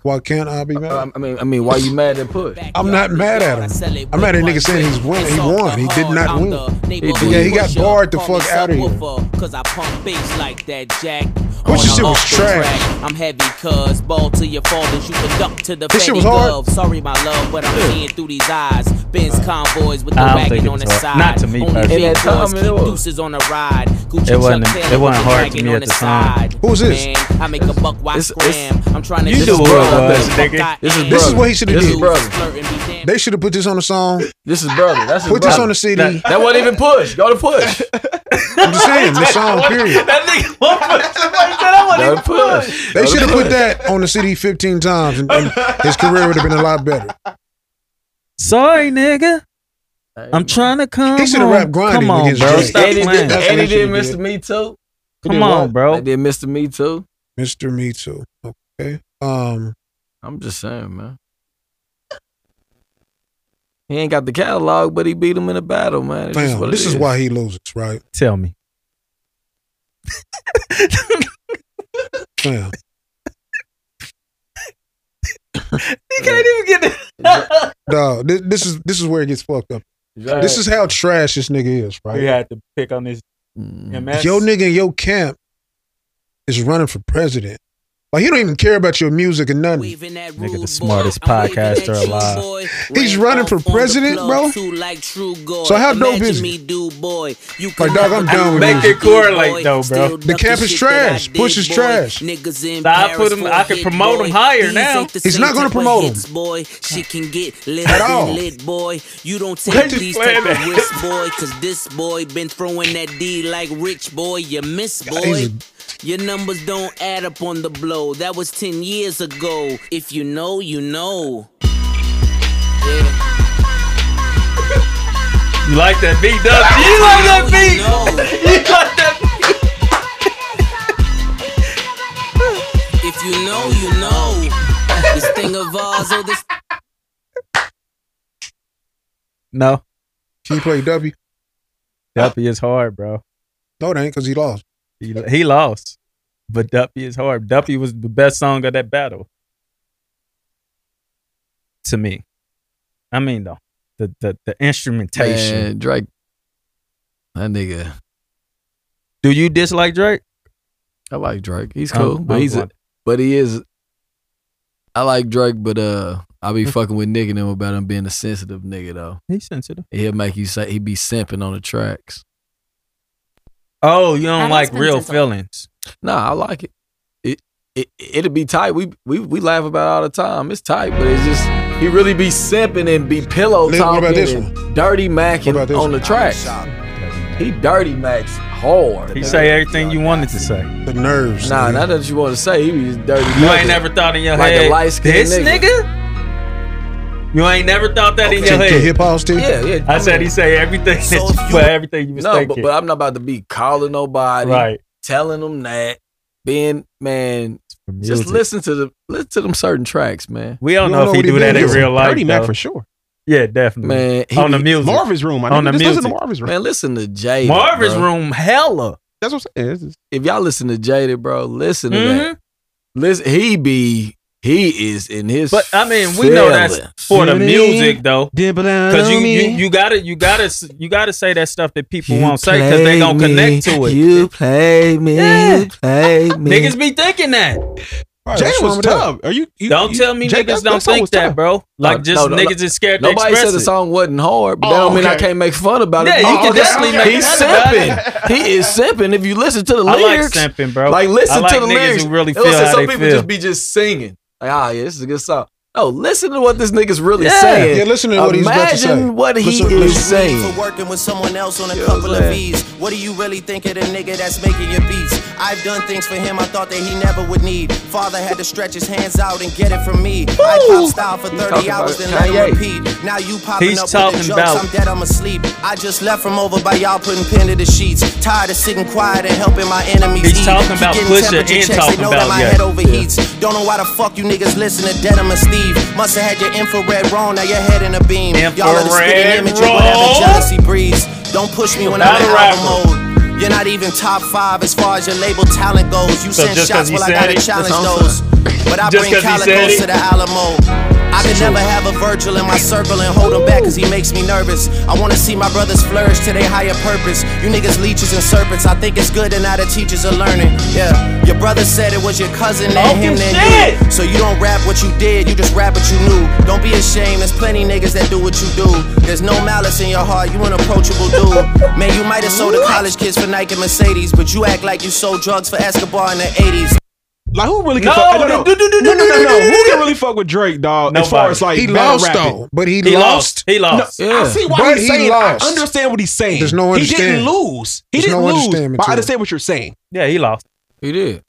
[SPEAKER 7] why can't I be mad?
[SPEAKER 9] Uh, um, I, I mean, I mean, why you mad at Push?
[SPEAKER 7] I'm not mad at him. I'm mad at niggas saying he's won. He won. He did not win. Yeah, he got barred the fuck out of here.
[SPEAKER 16] Cause I pump bass like that, Jack.
[SPEAKER 7] What
[SPEAKER 16] On
[SPEAKER 7] you said
[SPEAKER 16] or
[SPEAKER 7] was
[SPEAKER 16] off the
[SPEAKER 7] trash.
[SPEAKER 16] track. I'm heavy, cuz ball to your fathers. You can duck to the
[SPEAKER 7] This shit was
[SPEAKER 16] Betty
[SPEAKER 7] hard.
[SPEAKER 16] Gov. Sorry, my love, but I'm seeing through these eyes. Benz convoys with the
[SPEAKER 3] I don't think
[SPEAKER 16] wagon
[SPEAKER 3] it
[SPEAKER 16] on the
[SPEAKER 3] was hard.
[SPEAKER 16] side.
[SPEAKER 3] Not to me,
[SPEAKER 16] Only
[SPEAKER 3] personally.
[SPEAKER 16] big
[SPEAKER 3] At that
[SPEAKER 16] boys
[SPEAKER 3] time, it
[SPEAKER 16] keep
[SPEAKER 3] was.
[SPEAKER 16] deuces on the ride. Gucci
[SPEAKER 3] It wasn't-
[SPEAKER 16] Chuck Taylor
[SPEAKER 3] it wasn't
[SPEAKER 16] with the
[SPEAKER 3] hard to
[SPEAKER 16] wagon
[SPEAKER 3] me
[SPEAKER 16] on
[SPEAKER 3] at
[SPEAKER 16] the
[SPEAKER 3] the time.
[SPEAKER 16] side.
[SPEAKER 7] Who's this?
[SPEAKER 16] Man, I make a buck, why scram? I'm trying to
[SPEAKER 3] You
[SPEAKER 16] do
[SPEAKER 3] knew who it was, nigga.
[SPEAKER 7] This is, what he should have
[SPEAKER 9] This is
[SPEAKER 7] did. They should have put this on the song.
[SPEAKER 9] This is brother. That's his
[SPEAKER 7] put this
[SPEAKER 9] brother.
[SPEAKER 7] on the CD.
[SPEAKER 9] That, that wasn't even Push. Go to Push.
[SPEAKER 7] I'm just saying the song. Period.
[SPEAKER 3] That nigga won't push. Somebody said I
[SPEAKER 9] Go to Push.
[SPEAKER 7] They should have put that on the CD 15 times, and, and his career would have been a lot better.
[SPEAKER 3] Sorry, nigga. I'm trying to come.
[SPEAKER 7] He should've
[SPEAKER 3] on.
[SPEAKER 7] rapped grinding
[SPEAKER 3] Come on,
[SPEAKER 7] against
[SPEAKER 3] bro.
[SPEAKER 7] Drake.
[SPEAKER 3] Stop
[SPEAKER 7] Eddie did-
[SPEAKER 3] playing.
[SPEAKER 7] That's what
[SPEAKER 9] And he
[SPEAKER 7] they should've
[SPEAKER 9] did Mr.
[SPEAKER 7] did.
[SPEAKER 9] Me Too.
[SPEAKER 7] Come Did on, what? bro.
[SPEAKER 9] They did Mr. Me Too.
[SPEAKER 7] Mr. Me Too. Okay. Um,
[SPEAKER 9] I'm just saying, man. He ain't got the catalog, but he beat him in a battle, man. It's just
[SPEAKER 7] Fam,
[SPEAKER 9] what it
[SPEAKER 7] this is
[SPEAKER 9] is.
[SPEAKER 7] why he loses, right?
[SPEAKER 3] Tell me.
[SPEAKER 7] Fam.
[SPEAKER 3] He can't even get it.
[SPEAKER 7] No, this, this is this is where it gets fucked up.
[SPEAKER 3] Right.
[SPEAKER 7] This is how trash this nigga is, right?
[SPEAKER 3] we had to pick on this. Mm.
[SPEAKER 7] If your nigga in your camp is running for president, like he don't even care about your music or nothing.
[SPEAKER 3] Nigga, the smartest podcaster alive.
[SPEAKER 7] He's running for president, bro. So how dope is he? Like dog, I'm down with
[SPEAKER 3] Make
[SPEAKER 7] this.
[SPEAKER 3] it correlate though, bro.
[SPEAKER 7] The camp is trash. Push is trash.
[SPEAKER 3] So I put him. I can promote him higher now.
[SPEAKER 7] He's not gonna promote him.
[SPEAKER 16] boy. She can get lit
[SPEAKER 7] At
[SPEAKER 16] and
[SPEAKER 7] all.
[SPEAKER 16] lit, boy. You don't
[SPEAKER 7] Why
[SPEAKER 16] take
[SPEAKER 7] you
[SPEAKER 16] these
[SPEAKER 7] playing
[SPEAKER 16] type of
[SPEAKER 7] that?
[SPEAKER 16] risks, boy. Cause this boy been throwing that D like rich boy. You miss, boy.
[SPEAKER 7] he's a-
[SPEAKER 16] Your numbers don't add up on the blow. That was 10 years ago. If you know, you know. Yeah.
[SPEAKER 3] You like that beat, Dub? You like that beat? You like that?
[SPEAKER 16] If you know, you know. This thing of ours, oh, this.
[SPEAKER 3] No,
[SPEAKER 7] Can you play W?
[SPEAKER 3] Duppy is hard, bro.
[SPEAKER 7] No, it ain't because he lost.
[SPEAKER 3] He, he lost, but Duppy is hard. Duppy was the best song of that battle. To me, I mean though, the the, the instrumentation.
[SPEAKER 9] Man, Drake. That nigga.
[SPEAKER 3] Do you dislike Drake?
[SPEAKER 9] I like Drake. He's
[SPEAKER 3] I'm-
[SPEAKER 9] cool, but
[SPEAKER 3] I'm
[SPEAKER 9] he's a,
[SPEAKER 3] glad.
[SPEAKER 9] but he is. I like Drake, but uh, I be fucking with Nick and him about him being a sensitive nigga though.
[SPEAKER 3] Hmm. He's sensitive.
[SPEAKER 9] He'll make you say he be simping on the tracks.
[SPEAKER 3] Oh, you don't like real feelings.
[SPEAKER 9] Nah, I like it. It it it'll be tight. We we we laugh about it all the time. It's tight, but it's just he really be simping and be pillow
[SPEAKER 7] Nick,
[SPEAKER 9] talking,
[SPEAKER 7] what about this
[SPEAKER 9] and dirty macking
[SPEAKER 7] What about this
[SPEAKER 9] on the
[SPEAKER 7] one?
[SPEAKER 9] tracks. He dirty max hard.
[SPEAKER 3] He say everything you wanted to say.
[SPEAKER 7] The nerves.
[SPEAKER 9] Nah, not that you want to say. He be just dirty.
[SPEAKER 3] You ain't never thought in your
[SPEAKER 9] Like a
[SPEAKER 3] head.
[SPEAKER 9] light-skinned
[SPEAKER 3] this
[SPEAKER 9] nigga."
[SPEAKER 3] nigga. You ain't never thought that in
[SPEAKER 9] Okay.
[SPEAKER 3] your
[SPEAKER 9] To- to
[SPEAKER 3] head.
[SPEAKER 9] hip
[SPEAKER 7] hop too.
[SPEAKER 9] Yeah, yeah.
[SPEAKER 3] I,
[SPEAKER 9] I
[SPEAKER 3] said
[SPEAKER 9] mean-
[SPEAKER 3] he say everything,
[SPEAKER 9] So
[SPEAKER 3] that
[SPEAKER 9] if
[SPEAKER 3] you, but everything you
[SPEAKER 9] No,
[SPEAKER 3] mistaken.
[SPEAKER 9] but, but I'm not about to be calling nobody,
[SPEAKER 3] Right.
[SPEAKER 9] Telling them that, being man, just
[SPEAKER 3] music.
[SPEAKER 9] listen to the listen to them certain tracks, man.
[SPEAKER 3] we don't know if he do that in real life. though. Yeah, definitely.
[SPEAKER 9] Man, he-
[SPEAKER 3] on the music.
[SPEAKER 9] Marvin's room, my
[SPEAKER 3] On the
[SPEAKER 9] nigga. Just listen
[SPEAKER 3] music.
[SPEAKER 9] to Marvin's room. Man, listen to Jada,
[SPEAKER 3] Marvin's
[SPEAKER 9] bro.
[SPEAKER 3] room, hella.
[SPEAKER 8] That's what I'm saying.
[SPEAKER 9] if y'all listen to Jaded, bro, listen to
[SPEAKER 3] Mhm.
[SPEAKER 9] that. Listen, he be he is in his.
[SPEAKER 3] But I mean, we know that's
[SPEAKER 9] feelings.
[SPEAKER 3] for the music though, because
[SPEAKER 9] because
[SPEAKER 3] you, you you gotta you gotta s- you gotta say that stuff that people won't say because they gonna connect to it.
[SPEAKER 9] You play me,
[SPEAKER 3] Yeah.
[SPEAKER 9] you play me.
[SPEAKER 3] Niggas be thinking that.
[SPEAKER 9] Right, what's wrong with that?
[SPEAKER 8] Are you?
[SPEAKER 3] don't tell me
[SPEAKER 9] Jay,
[SPEAKER 3] niggas
[SPEAKER 9] that-
[SPEAKER 3] don't
[SPEAKER 9] that song
[SPEAKER 3] think
[SPEAKER 9] was
[SPEAKER 3] that,
[SPEAKER 9] tough.
[SPEAKER 3] bro. Like
[SPEAKER 9] No,
[SPEAKER 3] just
[SPEAKER 9] no, no.
[SPEAKER 3] niggas is scared to
[SPEAKER 9] Nobody
[SPEAKER 3] express
[SPEAKER 9] said the
[SPEAKER 3] it.
[SPEAKER 9] song wasn't hard, but
[SPEAKER 3] Oh,
[SPEAKER 9] that don't mean I
[SPEAKER 3] okay.
[SPEAKER 9] can't make fun about it.
[SPEAKER 3] Yeah, you
[SPEAKER 9] Oh,
[SPEAKER 3] can
[SPEAKER 9] okay,
[SPEAKER 3] definitely
[SPEAKER 9] okay.
[SPEAKER 3] make
[SPEAKER 9] He's
[SPEAKER 3] fun about it.
[SPEAKER 9] simping. he is simping. If you listen to the
[SPEAKER 3] I like
[SPEAKER 9] lyrics,
[SPEAKER 3] simping, bro.
[SPEAKER 9] Like listen
[SPEAKER 3] I like
[SPEAKER 9] to the
[SPEAKER 3] niggas
[SPEAKER 9] lyrics.
[SPEAKER 3] who really
[SPEAKER 9] Listen,
[SPEAKER 3] feel how
[SPEAKER 9] some
[SPEAKER 3] they
[SPEAKER 9] people
[SPEAKER 3] feel.
[SPEAKER 9] just be just singing. Like, ah, yeah, this is a good song. No, listen to what this nigga's really
[SPEAKER 17] Yeah.
[SPEAKER 9] saying.
[SPEAKER 17] Yeah, listen to what he's
[SPEAKER 9] Imagine
[SPEAKER 17] about to say.
[SPEAKER 9] what he
[SPEAKER 17] Listen-
[SPEAKER 9] is
[SPEAKER 17] listen.
[SPEAKER 9] saying.
[SPEAKER 17] For working with someone else on a
[SPEAKER 9] You know what
[SPEAKER 17] couple
[SPEAKER 9] I'm
[SPEAKER 17] of
[SPEAKER 9] saying?
[SPEAKER 17] V's. What do you really think of the nigga that's making your beats? I've done things for him I thought that he never would need. Father had to stretch his hands out and get it from me. I pop style for
[SPEAKER 9] He's
[SPEAKER 17] 30
[SPEAKER 9] talking
[SPEAKER 17] hours,
[SPEAKER 9] about
[SPEAKER 17] then let
[SPEAKER 9] Kanye.
[SPEAKER 17] him repeat. Now you popping
[SPEAKER 9] He's
[SPEAKER 17] up
[SPEAKER 9] talking
[SPEAKER 17] with the jokes.
[SPEAKER 9] about-
[SPEAKER 17] I'm dead, I'm asleep. I just left from over by y'all putting pen to the sheets. Tired of sitting quiet and helping my enemies
[SPEAKER 3] He's
[SPEAKER 17] eat.
[SPEAKER 3] talking
[SPEAKER 17] Keep
[SPEAKER 3] about
[SPEAKER 17] getting
[SPEAKER 3] Pusha
[SPEAKER 17] temperature
[SPEAKER 3] and
[SPEAKER 17] checks, they
[SPEAKER 3] talking
[SPEAKER 17] know that
[SPEAKER 3] about-
[SPEAKER 17] my
[SPEAKER 3] yeah.
[SPEAKER 17] head overheats. Don't know why the fuck you niggas listen to Denim and Steve. Must have had your infrared wrong, now your head in a beam. Y'all are the spitting
[SPEAKER 3] Infrared
[SPEAKER 17] image of whatever
[SPEAKER 3] wrong.
[SPEAKER 17] jealousy breeds. Don't push me when I'm
[SPEAKER 3] Battle
[SPEAKER 17] in
[SPEAKER 3] rapper.
[SPEAKER 17] album mode. You're not even top five as far as your label talent goes. You
[SPEAKER 3] So
[SPEAKER 17] send
[SPEAKER 3] just 'cause
[SPEAKER 17] shots,
[SPEAKER 3] he
[SPEAKER 17] well, I
[SPEAKER 3] said
[SPEAKER 17] gotta
[SPEAKER 3] it,
[SPEAKER 17] challenge
[SPEAKER 3] that's all I'm
[SPEAKER 17] those. But I
[SPEAKER 3] Just
[SPEAKER 17] bring
[SPEAKER 3] 'cause he said
[SPEAKER 17] Calicos
[SPEAKER 3] it.
[SPEAKER 17] to the Alamo. I could never have a Virgil in my circle and hold him back cause he makes me nervous. I wanna see my brothers flourish to their higher purpose. You niggas leeches and serpents. I think it's good and now the teachers are learning. Yeah. Your brother said it was your cousin
[SPEAKER 3] Oh,
[SPEAKER 17] and him
[SPEAKER 3] shit.
[SPEAKER 17] then you. So you don't rap what you did, you just rap what you knew. Don't be ashamed, there's plenty niggas that do what you do. There's no malice in your heart, you an approachable dude. Man, you might have sold to college kids for Nike and Mercedes, but you act like you sold drugs for Escobar in the 80s.
[SPEAKER 8] Like who really
[SPEAKER 17] No,
[SPEAKER 8] can fuck?
[SPEAKER 17] no, no, no, no, no, no,
[SPEAKER 8] Who can really fuck with Drake, dog? As far
[SPEAKER 7] Nobody.
[SPEAKER 8] as like
[SPEAKER 7] He
[SPEAKER 8] battle
[SPEAKER 7] lost,
[SPEAKER 8] rapping?
[SPEAKER 7] though, but he He lost. lost. He lost.
[SPEAKER 8] No, I
[SPEAKER 7] Yeah.
[SPEAKER 8] see why
[SPEAKER 7] But
[SPEAKER 8] he's
[SPEAKER 7] he
[SPEAKER 8] saying.
[SPEAKER 7] lost.
[SPEAKER 8] I understand what he's saying.
[SPEAKER 7] There's no
[SPEAKER 8] He didn't
[SPEAKER 7] understanding.
[SPEAKER 8] lose. He
[SPEAKER 7] There's
[SPEAKER 8] didn't
[SPEAKER 7] no
[SPEAKER 8] lose.
[SPEAKER 7] understanding
[SPEAKER 8] But
[SPEAKER 7] to
[SPEAKER 8] I
[SPEAKER 7] it.
[SPEAKER 8] understand what you're saying.
[SPEAKER 3] Yeah, he lost.
[SPEAKER 9] He did.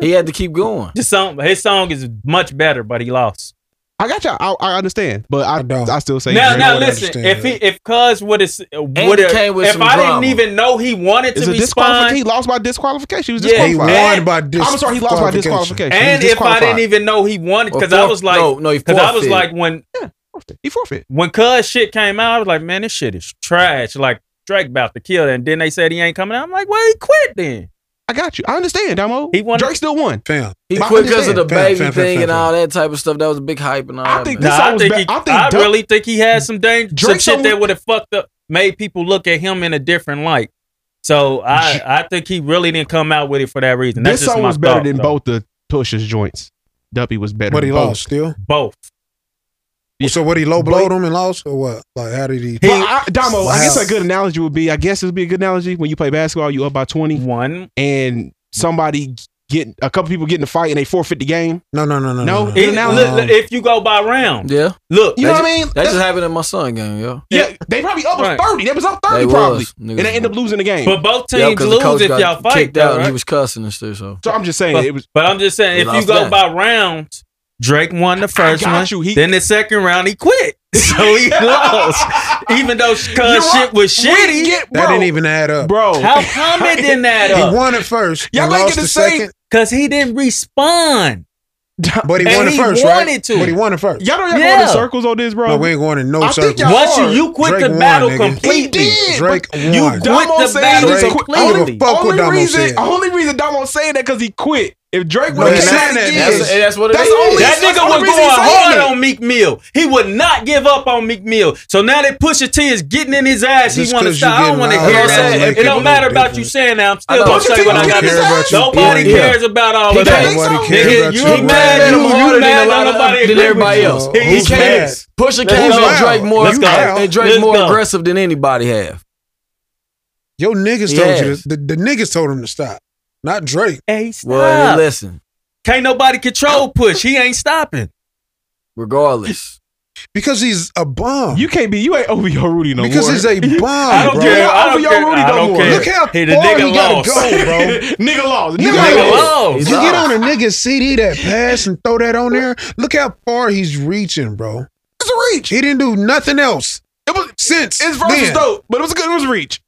[SPEAKER 9] He had to keep going.
[SPEAKER 3] The song, his song is much better, but he lost.
[SPEAKER 8] I got you. I, I understand, but I, I, still say
[SPEAKER 3] Now,
[SPEAKER 8] Drake.
[SPEAKER 3] now
[SPEAKER 8] I
[SPEAKER 3] listen.
[SPEAKER 8] understand
[SPEAKER 3] If he,
[SPEAKER 8] that.
[SPEAKER 3] if Cuz would have, uh,
[SPEAKER 8] he
[SPEAKER 3] would
[SPEAKER 8] came with
[SPEAKER 3] if
[SPEAKER 8] some
[SPEAKER 3] I
[SPEAKER 8] drama.
[SPEAKER 3] didn't even know he wanted
[SPEAKER 8] It's
[SPEAKER 3] to
[SPEAKER 8] a disqualification. He
[SPEAKER 3] respond,
[SPEAKER 8] lost by disqualification. He was
[SPEAKER 3] Yeah, he
[SPEAKER 8] disqualified.
[SPEAKER 3] won by
[SPEAKER 8] I'm sorry, he lost by disqualification. He was
[SPEAKER 3] and if I
[SPEAKER 8] disqualified.
[SPEAKER 3] didn't even know he wanted, because
[SPEAKER 8] Well,
[SPEAKER 3] I was like,
[SPEAKER 8] no, no, he
[SPEAKER 3] because I was
[SPEAKER 8] forfeited.
[SPEAKER 3] like when
[SPEAKER 8] he forfeit
[SPEAKER 3] when Cuz shit came out, I was like, man, this shit is trash. Like Drake about to kill, it. and then they said he ain't coming out. I'm like, well, he quit then.
[SPEAKER 8] I got you. I understand, Damo.
[SPEAKER 3] He won.
[SPEAKER 8] Drake still won.
[SPEAKER 7] Fam.
[SPEAKER 9] He
[SPEAKER 8] I
[SPEAKER 9] quit because of the
[SPEAKER 8] understand.
[SPEAKER 9] baby thing and all that type of stuff. That was a big hype and all that.
[SPEAKER 8] think
[SPEAKER 9] man.
[SPEAKER 8] this
[SPEAKER 3] Nah, I
[SPEAKER 8] song was
[SPEAKER 3] think
[SPEAKER 8] bad.
[SPEAKER 3] he,
[SPEAKER 8] I
[SPEAKER 3] I,
[SPEAKER 8] think Dun-
[SPEAKER 3] really think he had some danger, some
[SPEAKER 8] Drake
[SPEAKER 3] shit
[SPEAKER 8] song
[SPEAKER 3] that
[SPEAKER 8] was-
[SPEAKER 3] would have fucked up, made people look at him in a different light. So I, I think he really didn't come out with it for that reason. That's
[SPEAKER 8] This
[SPEAKER 3] just
[SPEAKER 8] song
[SPEAKER 3] my
[SPEAKER 8] was better
[SPEAKER 3] thought,
[SPEAKER 8] than
[SPEAKER 3] though.
[SPEAKER 8] both the Pusha's joints. Duppy was better,
[SPEAKER 7] But
[SPEAKER 8] than
[SPEAKER 7] he
[SPEAKER 8] both.
[SPEAKER 7] lost still.
[SPEAKER 3] Both.
[SPEAKER 7] So what? He low blowed him and lost, or what? Like how did he?
[SPEAKER 8] But I, Damo, I guess
[SPEAKER 7] Wow.
[SPEAKER 8] a good analogy would be, I guess it would be a good analogy when you play basketball, you up by 20.
[SPEAKER 3] One.
[SPEAKER 8] And somebody get a couple people get in a fight and they forfeit the game.
[SPEAKER 7] No, no, no, no.
[SPEAKER 8] No,
[SPEAKER 3] It-
[SPEAKER 8] good analogy.
[SPEAKER 3] look, look, if you go by round,
[SPEAKER 9] Yeah.
[SPEAKER 3] Look,
[SPEAKER 8] You know what I mean?
[SPEAKER 9] That just happened in my son game, yo.
[SPEAKER 8] yeah, they probably up
[SPEAKER 9] Right.
[SPEAKER 8] 30. They was up 30
[SPEAKER 9] They was,
[SPEAKER 8] probably.
[SPEAKER 9] niggas
[SPEAKER 8] and they end up losing the game.
[SPEAKER 3] But both
[SPEAKER 9] Yeah,
[SPEAKER 3] teams
[SPEAKER 9] 'cause the
[SPEAKER 3] lose
[SPEAKER 9] coach
[SPEAKER 3] if
[SPEAKER 9] got
[SPEAKER 3] y'all fight.
[SPEAKER 9] kicked out
[SPEAKER 3] Though,
[SPEAKER 9] and
[SPEAKER 3] right?
[SPEAKER 9] He was cussing and shit. So
[SPEAKER 8] So I'm just saying,
[SPEAKER 3] but,
[SPEAKER 8] it was.
[SPEAKER 3] but I'm just saying,
[SPEAKER 9] They
[SPEAKER 3] if you
[SPEAKER 9] lost
[SPEAKER 3] go
[SPEAKER 9] that.
[SPEAKER 3] by rounds, Drake won the first
[SPEAKER 8] got
[SPEAKER 3] one.
[SPEAKER 8] you. He-
[SPEAKER 3] then the second round, he quit, so he lost. Even though Cuz shit
[SPEAKER 8] You're right.
[SPEAKER 3] was
[SPEAKER 8] We
[SPEAKER 3] shitty,
[SPEAKER 8] get-
[SPEAKER 7] That didn't even add up,
[SPEAKER 8] bro.
[SPEAKER 3] How come it didn't add up?
[SPEAKER 7] He won it first.
[SPEAKER 3] Y'all
[SPEAKER 7] and
[SPEAKER 3] ain't
[SPEAKER 7] lost
[SPEAKER 3] get
[SPEAKER 7] the
[SPEAKER 3] to say-
[SPEAKER 7] second.
[SPEAKER 3] Cause he didn't respond.
[SPEAKER 7] But he
[SPEAKER 3] And
[SPEAKER 7] won it
[SPEAKER 3] he
[SPEAKER 7] first,
[SPEAKER 3] wanted
[SPEAKER 7] right?
[SPEAKER 3] to.
[SPEAKER 7] But he won it first.
[SPEAKER 8] Y'all know y'all
[SPEAKER 3] Yeah.
[SPEAKER 8] going in circles on this, bro.
[SPEAKER 7] No, we ain't going in no
[SPEAKER 8] I
[SPEAKER 7] circle.
[SPEAKER 8] think y'all
[SPEAKER 3] Once you-
[SPEAKER 8] are.
[SPEAKER 3] you quit
[SPEAKER 7] Drake
[SPEAKER 3] the
[SPEAKER 7] won,
[SPEAKER 3] battle
[SPEAKER 7] nigga.
[SPEAKER 3] completely.
[SPEAKER 8] He did,
[SPEAKER 7] Drake won.
[SPEAKER 8] You
[SPEAKER 3] quit the battle
[SPEAKER 8] Drake,
[SPEAKER 3] completely. oh.
[SPEAKER 7] I don't give a fuck what
[SPEAKER 8] only
[SPEAKER 7] Damo
[SPEAKER 8] reason,
[SPEAKER 7] said.
[SPEAKER 8] only reason Damo saying that because he quit. If Drake
[SPEAKER 7] No,
[SPEAKER 8] would have
[SPEAKER 7] he's
[SPEAKER 8] came
[SPEAKER 7] not.
[SPEAKER 8] out
[SPEAKER 7] That's-
[SPEAKER 8] again,
[SPEAKER 7] that's- that's
[SPEAKER 9] what it
[SPEAKER 8] that's
[SPEAKER 9] is.
[SPEAKER 8] the only-
[SPEAKER 3] That
[SPEAKER 8] that's the
[SPEAKER 3] nigga
[SPEAKER 8] only
[SPEAKER 3] was
[SPEAKER 8] reason
[SPEAKER 3] going
[SPEAKER 8] he's saying
[SPEAKER 3] hard
[SPEAKER 8] it.
[SPEAKER 3] on Meek Mill. He would not give up on Meek Mill. So now that Pusha T is getting in his ass, he
[SPEAKER 7] Just
[SPEAKER 3] want to
[SPEAKER 7] 'cause you
[SPEAKER 3] stop. I don't
[SPEAKER 7] getting
[SPEAKER 3] want to
[SPEAKER 7] loud
[SPEAKER 3] hear
[SPEAKER 7] don't
[SPEAKER 3] that.
[SPEAKER 7] make
[SPEAKER 3] It
[SPEAKER 7] it
[SPEAKER 3] don't
[SPEAKER 7] no
[SPEAKER 3] matter about
[SPEAKER 7] different.
[SPEAKER 3] you saying that. I'm
[SPEAKER 9] I
[SPEAKER 3] still
[SPEAKER 9] know.
[SPEAKER 3] gonna
[SPEAKER 9] Pusha
[SPEAKER 3] say
[SPEAKER 9] T
[SPEAKER 3] what I
[SPEAKER 9] don't
[SPEAKER 3] got to
[SPEAKER 9] care
[SPEAKER 3] say.
[SPEAKER 9] about you.
[SPEAKER 3] Nobody
[SPEAKER 9] Yeah.
[SPEAKER 3] cares about all
[SPEAKER 9] He
[SPEAKER 3] of that.
[SPEAKER 9] don't. Nobody
[SPEAKER 3] Nigga,
[SPEAKER 7] cares about
[SPEAKER 3] you.
[SPEAKER 7] you.
[SPEAKER 3] He mad
[SPEAKER 9] Mad
[SPEAKER 3] at
[SPEAKER 9] him
[SPEAKER 3] him.
[SPEAKER 9] harder
[SPEAKER 3] You
[SPEAKER 9] than
[SPEAKER 3] mad
[SPEAKER 9] a
[SPEAKER 3] at
[SPEAKER 9] lot of-
[SPEAKER 3] nobody
[SPEAKER 9] than
[SPEAKER 3] agree
[SPEAKER 9] everybody
[SPEAKER 3] with you.
[SPEAKER 9] else.
[SPEAKER 3] He-
[SPEAKER 9] He
[SPEAKER 3] He's
[SPEAKER 9] came-
[SPEAKER 3] mad.
[SPEAKER 9] Pusha
[SPEAKER 3] Let's
[SPEAKER 9] came
[SPEAKER 3] go.
[SPEAKER 9] and Drake more
[SPEAKER 3] Let's go.
[SPEAKER 9] and Drake
[SPEAKER 3] Let's
[SPEAKER 9] more
[SPEAKER 3] go.
[SPEAKER 9] aggressive than anybody have.
[SPEAKER 7] Yo, niggas told you
[SPEAKER 9] Yes.
[SPEAKER 7] this. The, the niggas told him to stop, not Drake.
[SPEAKER 3] Hey,
[SPEAKER 9] Well,
[SPEAKER 3] stop.
[SPEAKER 9] listen,
[SPEAKER 3] Can't nobody control Push. He ain't stopping.
[SPEAKER 9] regardless,
[SPEAKER 7] Because he's a bum.
[SPEAKER 8] You can't be. You ain't over your Rudy no
[SPEAKER 7] because
[SPEAKER 8] more.
[SPEAKER 7] he's a bum.
[SPEAKER 3] I don't
[SPEAKER 7] bro.
[SPEAKER 3] care. I
[SPEAKER 8] Over
[SPEAKER 3] don't
[SPEAKER 8] your
[SPEAKER 3] care.
[SPEAKER 8] Rudy
[SPEAKER 3] I
[SPEAKER 8] no
[SPEAKER 3] don't
[SPEAKER 8] more.
[SPEAKER 3] care.
[SPEAKER 7] Look how
[SPEAKER 3] Hey, the
[SPEAKER 7] far
[SPEAKER 3] nigga
[SPEAKER 7] he gotta
[SPEAKER 3] lost.
[SPEAKER 7] go, bro.
[SPEAKER 8] nigga lost.
[SPEAKER 7] You
[SPEAKER 8] Oh, Nigga
[SPEAKER 7] gotta-
[SPEAKER 8] lost.
[SPEAKER 3] lost.
[SPEAKER 7] You
[SPEAKER 9] He's
[SPEAKER 7] get
[SPEAKER 9] lost.
[SPEAKER 7] on a nigga's CD that pass and throw that on there. Look how far he's reaching, bro.
[SPEAKER 8] It's a reach.
[SPEAKER 7] He didn't do nothing else
[SPEAKER 8] It was.
[SPEAKER 7] since.
[SPEAKER 8] His verse was
[SPEAKER 7] then.
[SPEAKER 8] dope, but it was good. It was a reach.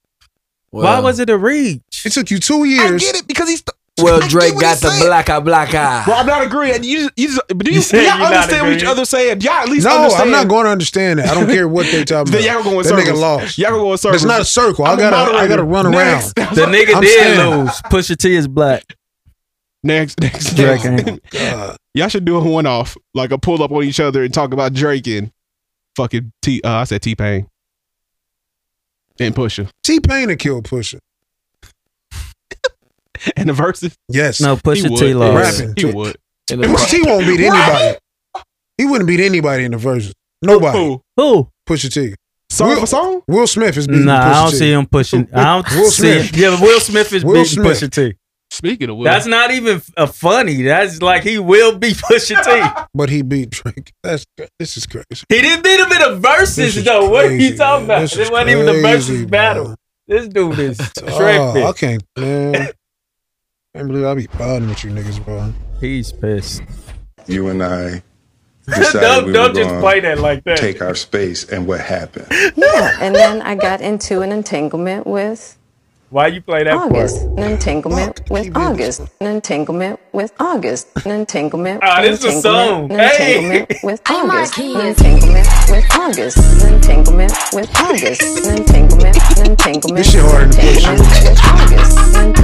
[SPEAKER 3] Why was it a reach?
[SPEAKER 7] It took you two
[SPEAKER 8] I
[SPEAKER 7] years
[SPEAKER 8] get it because he's.
[SPEAKER 9] Well, Drake got the black eye, black eye.
[SPEAKER 8] Well, I'm not agreeing. You just, you just, but do you,
[SPEAKER 9] You said
[SPEAKER 8] y'all
[SPEAKER 9] you're not
[SPEAKER 8] understand what each
[SPEAKER 9] agreeing.
[SPEAKER 8] other saying? Y'all at least
[SPEAKER 7] no,
[SPEAKER 8] understand.
[SPEAKER 7] I'm not going to understand that. I don't care what they talking about.
[SPEAKER 8] Then y'all gonna go in
[SPEAKER 7] that
[SPEAKER 8] circles.
[SPEAKER 7] nigga lost.
[SPEAKER 8] Y'all gonna go in circles.
[SPEAKER 7] It's not a circle. I
[SPEAKER 8] I'm a
[SPEAKER 7] gotta, I
[SPEAKER 8] moderator.
[SPEAKER 7] gotta run
[SPEAKER 8] Next.
[SPEAKER 7] around.
[SPEAKER 3] The nigga
[SPEAKER 7] I'm
[SPEAKER 3] did
[SPEAKER 7] saying.
[SPEAKER 3] lose. Pusha T is black.
[SPEAKER 8] Next, next,
[SPEAKER 3] Drake
[SPEAKER 8] next. y'all should do a one off, like a pull up on each other and talk about Drake and fucking T. Uh, I said T Pain and Pusha
[SPEAKER 7] T Pain to kill Pusha.
[SPEAKER 8] and the verses.
[SPEAKER 7] Yes,
[SPEAKER 3] No, Pusha
[SPEAKER 8] He
[SPEAKER 3] T
[SPEAKER 8] would.
[SPEAKER 3] lost.
[SPEAKER 8] He would. He would.
[SPEAKER 9] And
[SPEAKER 7] Pusha T won't beat anybody. He wouldn't beat anybody in the verses. Nobody.
[SPEAKER 8] Who?
[SPEAKER 3] Who?
[SPEAKER 7] Pusha T.
[SPEAKER 8] Song
[SPEAKER 7] Will,
[SPEAKER 8] for song?
[SPEAKER 7] Will Smith is beating Pusha
[SPEAKER 3] Nah, I don't
[SPEAKER 7] T.
[SPEAKER 3] see him pushing. I don't
[SPEAKER 7] Will
[SPEAKER 3] see. him-
[SPEAKER 7] Smith.
[SPEAKER 3] Yeah, Will Smith is
[SPEAKER 7] Will
[SPEAKER 3] beating
[SPEAKER 7] Smith.
[SPEAKER 3] Pusha T.
[SPEAKER 8] Speaking of Will,
[SPEAKER 3] That's not even uh, funny. That's like he will be Pusha T.
[SPEAKER 7] But he beat Drake. That's this is crazy.
[SPEAKER 3] He didn't beat him in the
[SPEAKER 7] This
[SPEAKER 3] verses
[SPEAKER 7] is
[SPEAKER 3] though. What are you
[SPEAKER 7] crazy,
[SPEAKER 3] talking
[SPEAKER 7] man.
[SPEAKER 3] about?
[SPEAKER 7] This
[SPEAKER 3] It
[SPEAKER 7] is
[SPEAKER 3] wasn't even the verses
[SPEAKER 7] crazy,
[SPEAKER 3] battle. This dude is
[SPEAKER 7] Oh, I
[SPEAKER 3] tripping.
[SPEAKER 7] can't, man. can't believe I be fighting with you niggas, bro.
[SPEAKER 3] He's pissed.
[SPEAKER 6] You and I decided
[SPEAKER 3] Don't-
[SPEAKER 6] we
[SPEAKER 3] don't
[SPEAKER 6] were
[SPEAKER 3] just
[SPEAKER 6] gonna
[SPEAKER 3] play that like that.
[SPEAKER 6] Take our space, and what happened?
[SPEAKER 5] Yeah, and then I got into an entanglement with
[SPEAKER 3] Why you play that part?
[SPEAKER 5] August, an entanglement with August, an entanglement with August, an entanglement.
[SPEAKER 3] Ah,
[SPEAKER 5] an
[SPEAKER 3] this is a
[SPEAKER 5] entanglement,
[SPEAKER 3] song.
[SPEAKER 5] An
[SPEAKER 3] Hey.
[SPEAKER 5] entanglement with August, an entanglement with August, an entanglement with August, an entanglement, an entanglement. This shit hard to push.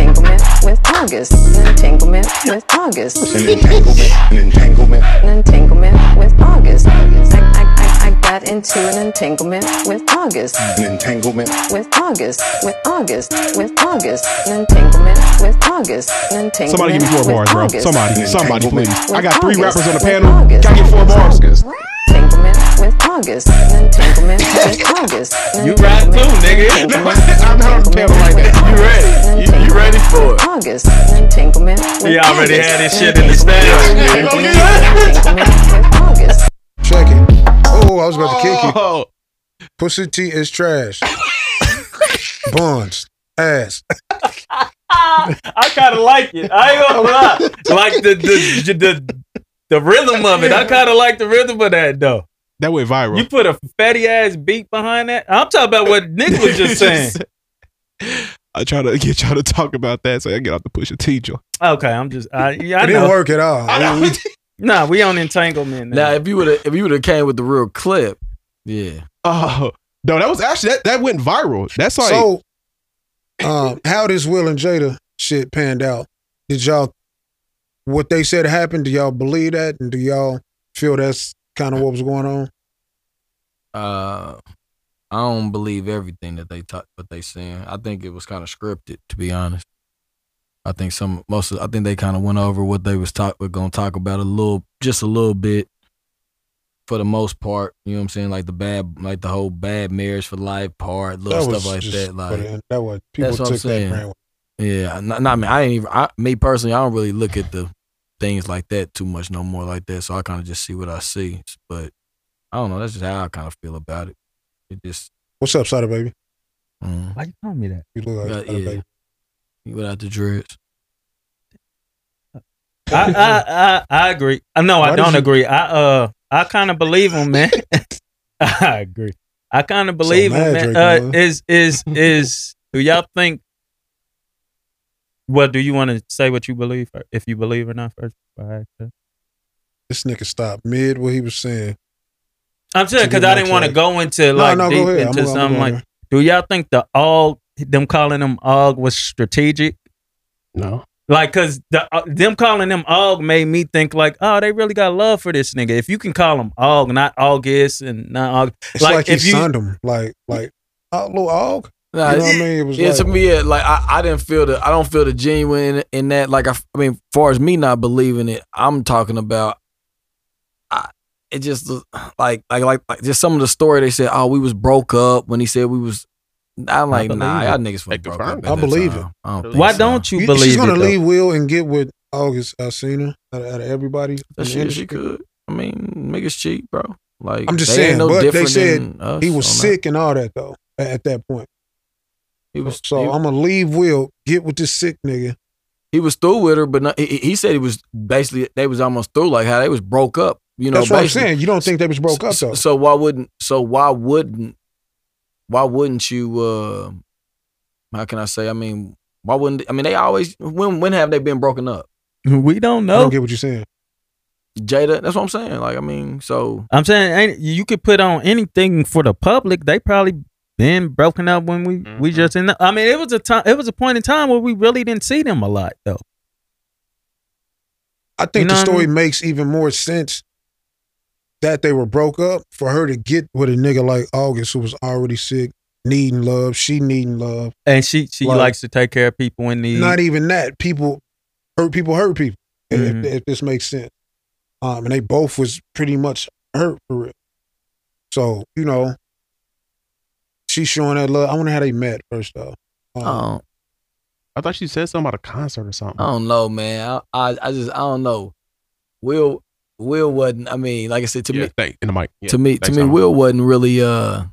[SPEAKER 5] With August, an entanglement with August, an entanglement with August.
[SPEAKER 6] An entanglement, an entanglement.
[SPEAKER 5] An entanglement with August. I, I, I, I got into an entanglement with August
[SPEAKER 6] An entanglement.
[SPEAKER 5] with August, with August, with August, an entanglement with August, an entanglement
[SPEAKER 8] Somebody give me four
[SPEAKER 5] with
[SPEAKER 8] bars, bro.
[SPEAKER 5] August.
[SPEAKER 8] Somebody, somebody, please. I got three
[SPEAKER 5] August,
[SPEAKER 8] rappers on the
[SPEAKER 5] with
[SPEAKER 8] panel.
[SPEAKER 5] August,
[SPEAKER 8] Gotta get four bars.
[SPEAKER 5] Entanglement with August, an entanglement with August. an
[SPEAKER 3] You rap too, nigga. I'm not on the panel like that. You ready? You, ready for it?
[SPEAKER 5] August, an entanglement with
[SPEAKER 3] He already
[SPEAKER 5] August,
[SPEAKER 3] had his
[SPEAKER 5] an
[SPEAKER 3] shit in his stash.
[SPEAKER 5] entanglement with August.
[SPEAKER 7] Check it. Oh, I was about to kick you. Pusha T is trash. Buns, ass.
[SPEAKER 3] I kind of like it. I ain't gonna lie. Like the the the. The rhythm of it, I kind of like the rhythm of that though.
[SPEAKER 8] That went viral.
[SPEAKER 3] You put a fatty ass beat behind that. I'm talking about what Nick was just saying.
[SPEAKER 8] I try to get y'all to talk about that, so I get out the push a teacher.
[SPEAKER 3] Okay, I'm just. I, yeah, I
[SPEAKER 7] It didn't
[SPEAKER 3] know.
[SPEAKER 7] work at all.
[SPEAKER 3] Nah, we on entanglement now.
[SPEAKER 9] Now, if you would have, if you would have came with the real clip, yeah.
[SPEAKER 8] Oh no, that was actually that, that went viral. That's like
[SPEAKER 7] so, um, how this Will and Jada shit panned out? Did y'all what they said happened? Do y'all believe that? And do y'all feel that's kind of what was going on?
[SPEAKER 9] Uh, I don't believe everything that they talk, what they saying. I think it was kind of scripted, to be honest. I think some most of, I think they kind of went over what they was talk were gonna talk about a little, just a little bit. For the most part, you know what I'm saying, like the bad, like the whole bad marriage for life part, little
[SPEAKER 7] That was
[SPEAKER 9] stuff like
[SPEAKER 7] just
[SPEAKER 9] that. Like
[SPEAKER 7] put in. That was- people
[SPEAKER 9] that's what
[SPEAKER 7] took
[SPEAKER 9] I'm
[SPEAKER 7] that
[SPEAKER 9] saying.
[SPEAKER 7] brand.
[SPEAKER 9] Yeah, not, not me. I ain't even. I, me personally, I don't really look at the things like that too much no more like that. So I kind of just see what I see. But I don't know. That's just how I kind of feel about it. It just
[SPEAKER 7] What's up, Sada baby?
[SPEAKER 9] mm,
[SPEAKER 3] Why you calling me that?
[SPEAKER 7] You look
[SPEAKER 9] without-
[SPEAKER 7] like Sada
[SPEAKER 9] yeah.
[SPEAKER 7] baby.
[SPEAKER 9] Without the dreads,
[SPEAKER 3] I, I I I agree. Uh, No,
[SPEAKER 9] Why
[SPEAKER 3] I
[SPEAKER 9] did
[SPEAKER 3] don't
[SPEAKER 9] you-
[SPEAKER 3] agree. I uh I kind of believe him, man. I agree. I kind of believe
[SPEAKER 7] mad,
[SPEAKER 3] him, man.
[SPEAKER 7] Drake,
[SPEAKER 3] Uh,
[SPEAKER 7] man.
[SPEAKER 3] is is is do y'all think? Well, do you want to say what you believe, or if you believe or not first? before I ask that?
[SPEAKER 7] This nigga stopped mid what he was saying.
[SPEAKER 3] I'm saying
[SPEAKER 7] To give
[SPEAKER 3] because I
[SPEAKER 7] my
[SPEAKER 3] didn't want to
[SPEAKER 7] take.
[SPEAKER 3] go into
[SPEAKER 7] No,
[SPEAKER 3] like
[SPEAKER 7] no, go
[SPEAKER 3] deep
[SPEAKER 7] ahead. I'm
[SPEAKER 3] into
[SPEAKER 7] gonna- I'm
[SPEAKER 3] something
[SPEAKER 7] gonna-
[SPEAKER 3] like. Do y'all think the og them calling them og was strategic?
[SPEAKER 8] No.
[SPEAKER 3] Like, cause the uh, them calling them og made me think like, oh, they really got love for this nigga. If you can call him og, not august and not og,
[SPEAKER 7] It's like, he
[SPEAKER 3] if you
[SPEAKER 7] signed him. Like like oh, little Og.
[SPEAKER 9] Nah,
[SPEAKER 7] you know what I
[SPEAKER 9] it-
[SPEAKER 7] mean? It was
[SPEAKER 9] yeah,
[SPEAKER 7] like,
[SPEAKER 9] to me, yeah, like I, I didn't feel the, I don't feel the genuine in, in that. Like I, f- I mean, far as me not believing it, I'm talking about. I, it just like, like, like, like, just some of the story they said. Oh, we was broke up when he said we was. I'm like,
[SPEAKER 3] believe
[SPEAKER 9] nah,
[SPEAKER 3] it.
[SPEAKER 9] y'all niggas was broke up. at
[SPEAKER 7] I
[SPEAKER 9] that
[SPEAKER 7] believe
[SPEAKER 9] time.
[SPEAKER 7] it.
[SPEAKER 9] I don't think
[SPEAKER 3] why
[SPEAKER 9] so.
[SPEAKER 3] don't you
[SPEAKER 7] You-
[SPEAKER 3] believe
[SPEAKER 7] she's gonna
[SPEAKER 3] it? though?
[SPEAKER 7] leave Will and get with August Alcina out of, out of everybody. in the
[SPEAKER 9] That shit, she
[SPEAKER 7] industry.
[SPEAKER 9] could. I mean, niggas cheat, bro. Like
[SPEAKER 7] I'm just
[SPEAKER 9] they
[SPEAKER 7] saying,
[SPEAKER 9] ain't no
[SPEAKER 7] but they
[SPEAKER 9] different
[SPEAKER 7] said
[SPEAKER 9] than us
[SPEAKER 7] he was
[SPEAKER 9] on that.
[SPEAKER 7] sick and all that though. a- At that point,
[SPEAKER 9] He was
[SPEAKER 7] so
[SPEAKER 9] he-
[SPEAKER 7] I'm gonna leave Will get with this sick nigga.
[SPEAKER 9] he was through with her, but not, he, he- he said he was basically they was almost through, like how they was broke up. You know,
[SPEAKER 7] That's what I'm
[SPEAKER 9] basically.
[SPEAKER 7] saying. You don't think they was broke up
[SPEAKER 9] So,
[SPEAKER 7] though?
[SPEAKER 9] so why wouldn't so why wouldn't why wouldn't you? Uh, how can I say? I mean, Why wouldn't I mean they always when when have they been broken up?
[SPEAKER 3] We don't know.
[SPEAKER 7] I don't get what you're saying.
[SPEAKER 9] Jada, that's what I'm saying. Like I mean, so
[SPEAKER 3] I'm saying ain't, you could put on anything for the public. They probably been broken up when we we just in. The, I mean, it was a time. It was a point in time where we really didn't see them a lot though.
[SPEAKER 7] I think
[SPEAKER 3] know
[SPEAKER 7] the
[SPEAKER 3] what I
[SPEAKER 7] story
[SPEAKER 3] mean?
[SPEAKER 7] makes even more sense that they were broke up for her to get with a nigga like August who was already sick, needing love. She needing love.
[SPEAKER 3] And she she
[SPEAKER 7] Like-
[SPEAKER 3] likes to take care of people in need.
[SPEAKER 7] Not even that. People hurt people hurt people. If, if-
[SPEAKER 3] Mhm.
[SPEAKER 7] if this makes sense. Um, and they both was pretty much hurt for real. So you know, she's showing that love. I wonder how they met first off. Um,
[SPEAKER 9] Oh.
[SPEAKER 8] I thought she said something about a concert or something.
[SPEAKER 9] I don't know, man. I I, I just I don't know. Will Will wasn't. I mean, like I said to
[SPEAKER 8] Yeah,
[SPEAKER 9] me,
[SPEAKER 8] thank- in the mic. Yeah,
[SPEAKER 9] to me, to
[SPEAKER 8] thanks,
[SPEAKER 9] me,
[SPEAKER 8] Tom.
[SPEAKER 9] Will wasn't really. uh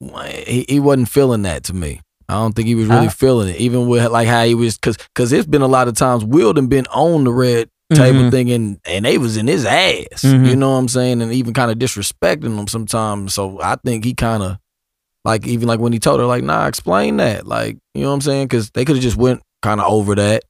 [SPEAKER 9] He he wasn't feeling that to me. I don't think he was really
[SPEAKER 3] I-
[SPEAKER 9] feeling it, even with like how he was, cause cause it's been a lot of times Will done been on the red table
[SPEAKER 3] Mhm.
[SPEAKER 9] thing and and they was in his ass.
[SPEAKER 3] Mhm.
[SPEAKER 9] You know what I'm saying? And even kind of disrespecting them sometimes. So I think he kind of like even like when he told her like nah explain that like you know what i'm saying because they could have just went kind of over that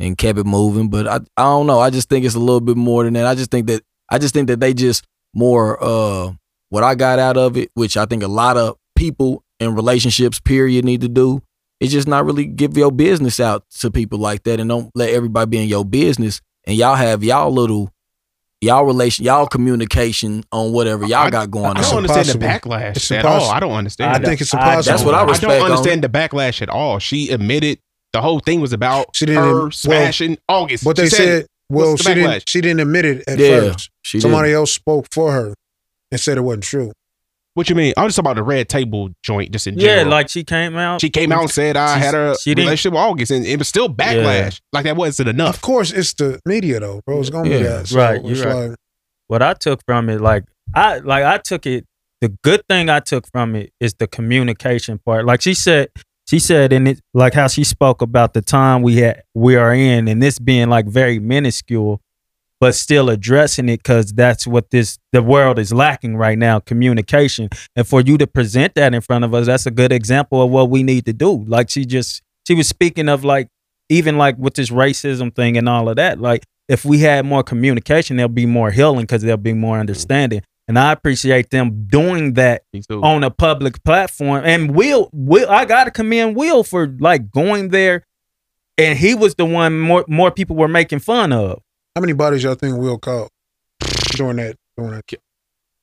[SPEAKER 9] and kept it moving but I, I don't know i just think it's a little bit more than that i just think that i just think that they just more uh what i got out of it which i think a lot of people in relationships period need to do is just not really give your business out to people like that and don't let everybody be in your business and y'all have y'all little y'all relation y'all communication on whatever y'all got going on
[SPEAKER 8] I don't understand the backlash
[SPEAKER 9] It's
[SPEAKER 8] at
[SPEAKER 9] impossible.
[SPEAKER 8] all. I don't understand.
[SPEAKER 9] I
[SPEAKER 8] it.
[SPEAKER 9] think it's I- impossible. that's what I respect
[SPEAKER 8] I
[SPEAKER 9] on
[SPEAKER 8] don't
[SPEAKER 9] it.
[SPEAKER 8] understand the backlash at all. She admitted the whole thing was about
[SPEAKER 7] She didn't- well,
[SPEAKER 8] her smashing August.
[SPEAKER 7] But they
[SPEAKER 8] She
[SPEAKER 7] said,
[SPEAKER 8] it.
[SPEAKER 7] well,
[SPEAKER 8] What's the
[SPEAKER 7] she
[SPEAKER 8] backlash?
[SPEAKER 7] didn't. She didn't admit it at
[SPEAKER 8] Yeah,
[SPEAKER 7] first.
[SPEAKER 8] she
[SPEAKER 7] Somebody
[SPEAKER 8] didn't.
[SPEAKER 7] else spoke for her and said it wasn't true.
[SPEAKER 8] What you mean? I'm just talking about the red table joint, just in
[SPEAKER 3] Yeah,
[SPEAKER 8] general.
[SPEAKER 3] like she came out.
[SPEAKER 8] she came out and said
[SPEAKER 3] Oh,
[SPEAKER 8] I
[SPEAKER 3] She-
[SPEAKER 8] had a
[SPEAKER 3] she didn't-
[SPEAKER 8] relationship with August, and it was still backlash.
[SPEAKER 3] Yeah.
[SPEAKER 8] Like that wasn't enough.
[SPEAKER 7] Of course, it's the media though, bro. It's gonna be that. So
[SPEAKER 3] right.
[SPEAKER 7] it's
[SPEAKER 3] You're right.
[SPEAKER 7] like-
[SPEAKER 3] what I took from it, like I like I took it. The good thing I took from it is the communication part. Like she said, she said, and it like how she spoke about the time we had we are in, and this being like very minuscule, but still addressing it because that's what this the world is lacking right now: communication. And for you to present that in front of us, that's a good example of what we need to do. Like she just she was speaking of like even like with this racism thing and all of that, like if we had more communication, there'll be more healing because there'll be more understanding. And I appreciate them doing that on a public platform. And Will, Will, I gotta commend Will for like going there, and he was the one more more people were making fun of.
[SPEAKER 7] How many bodies y'all think Will caught during that? During that?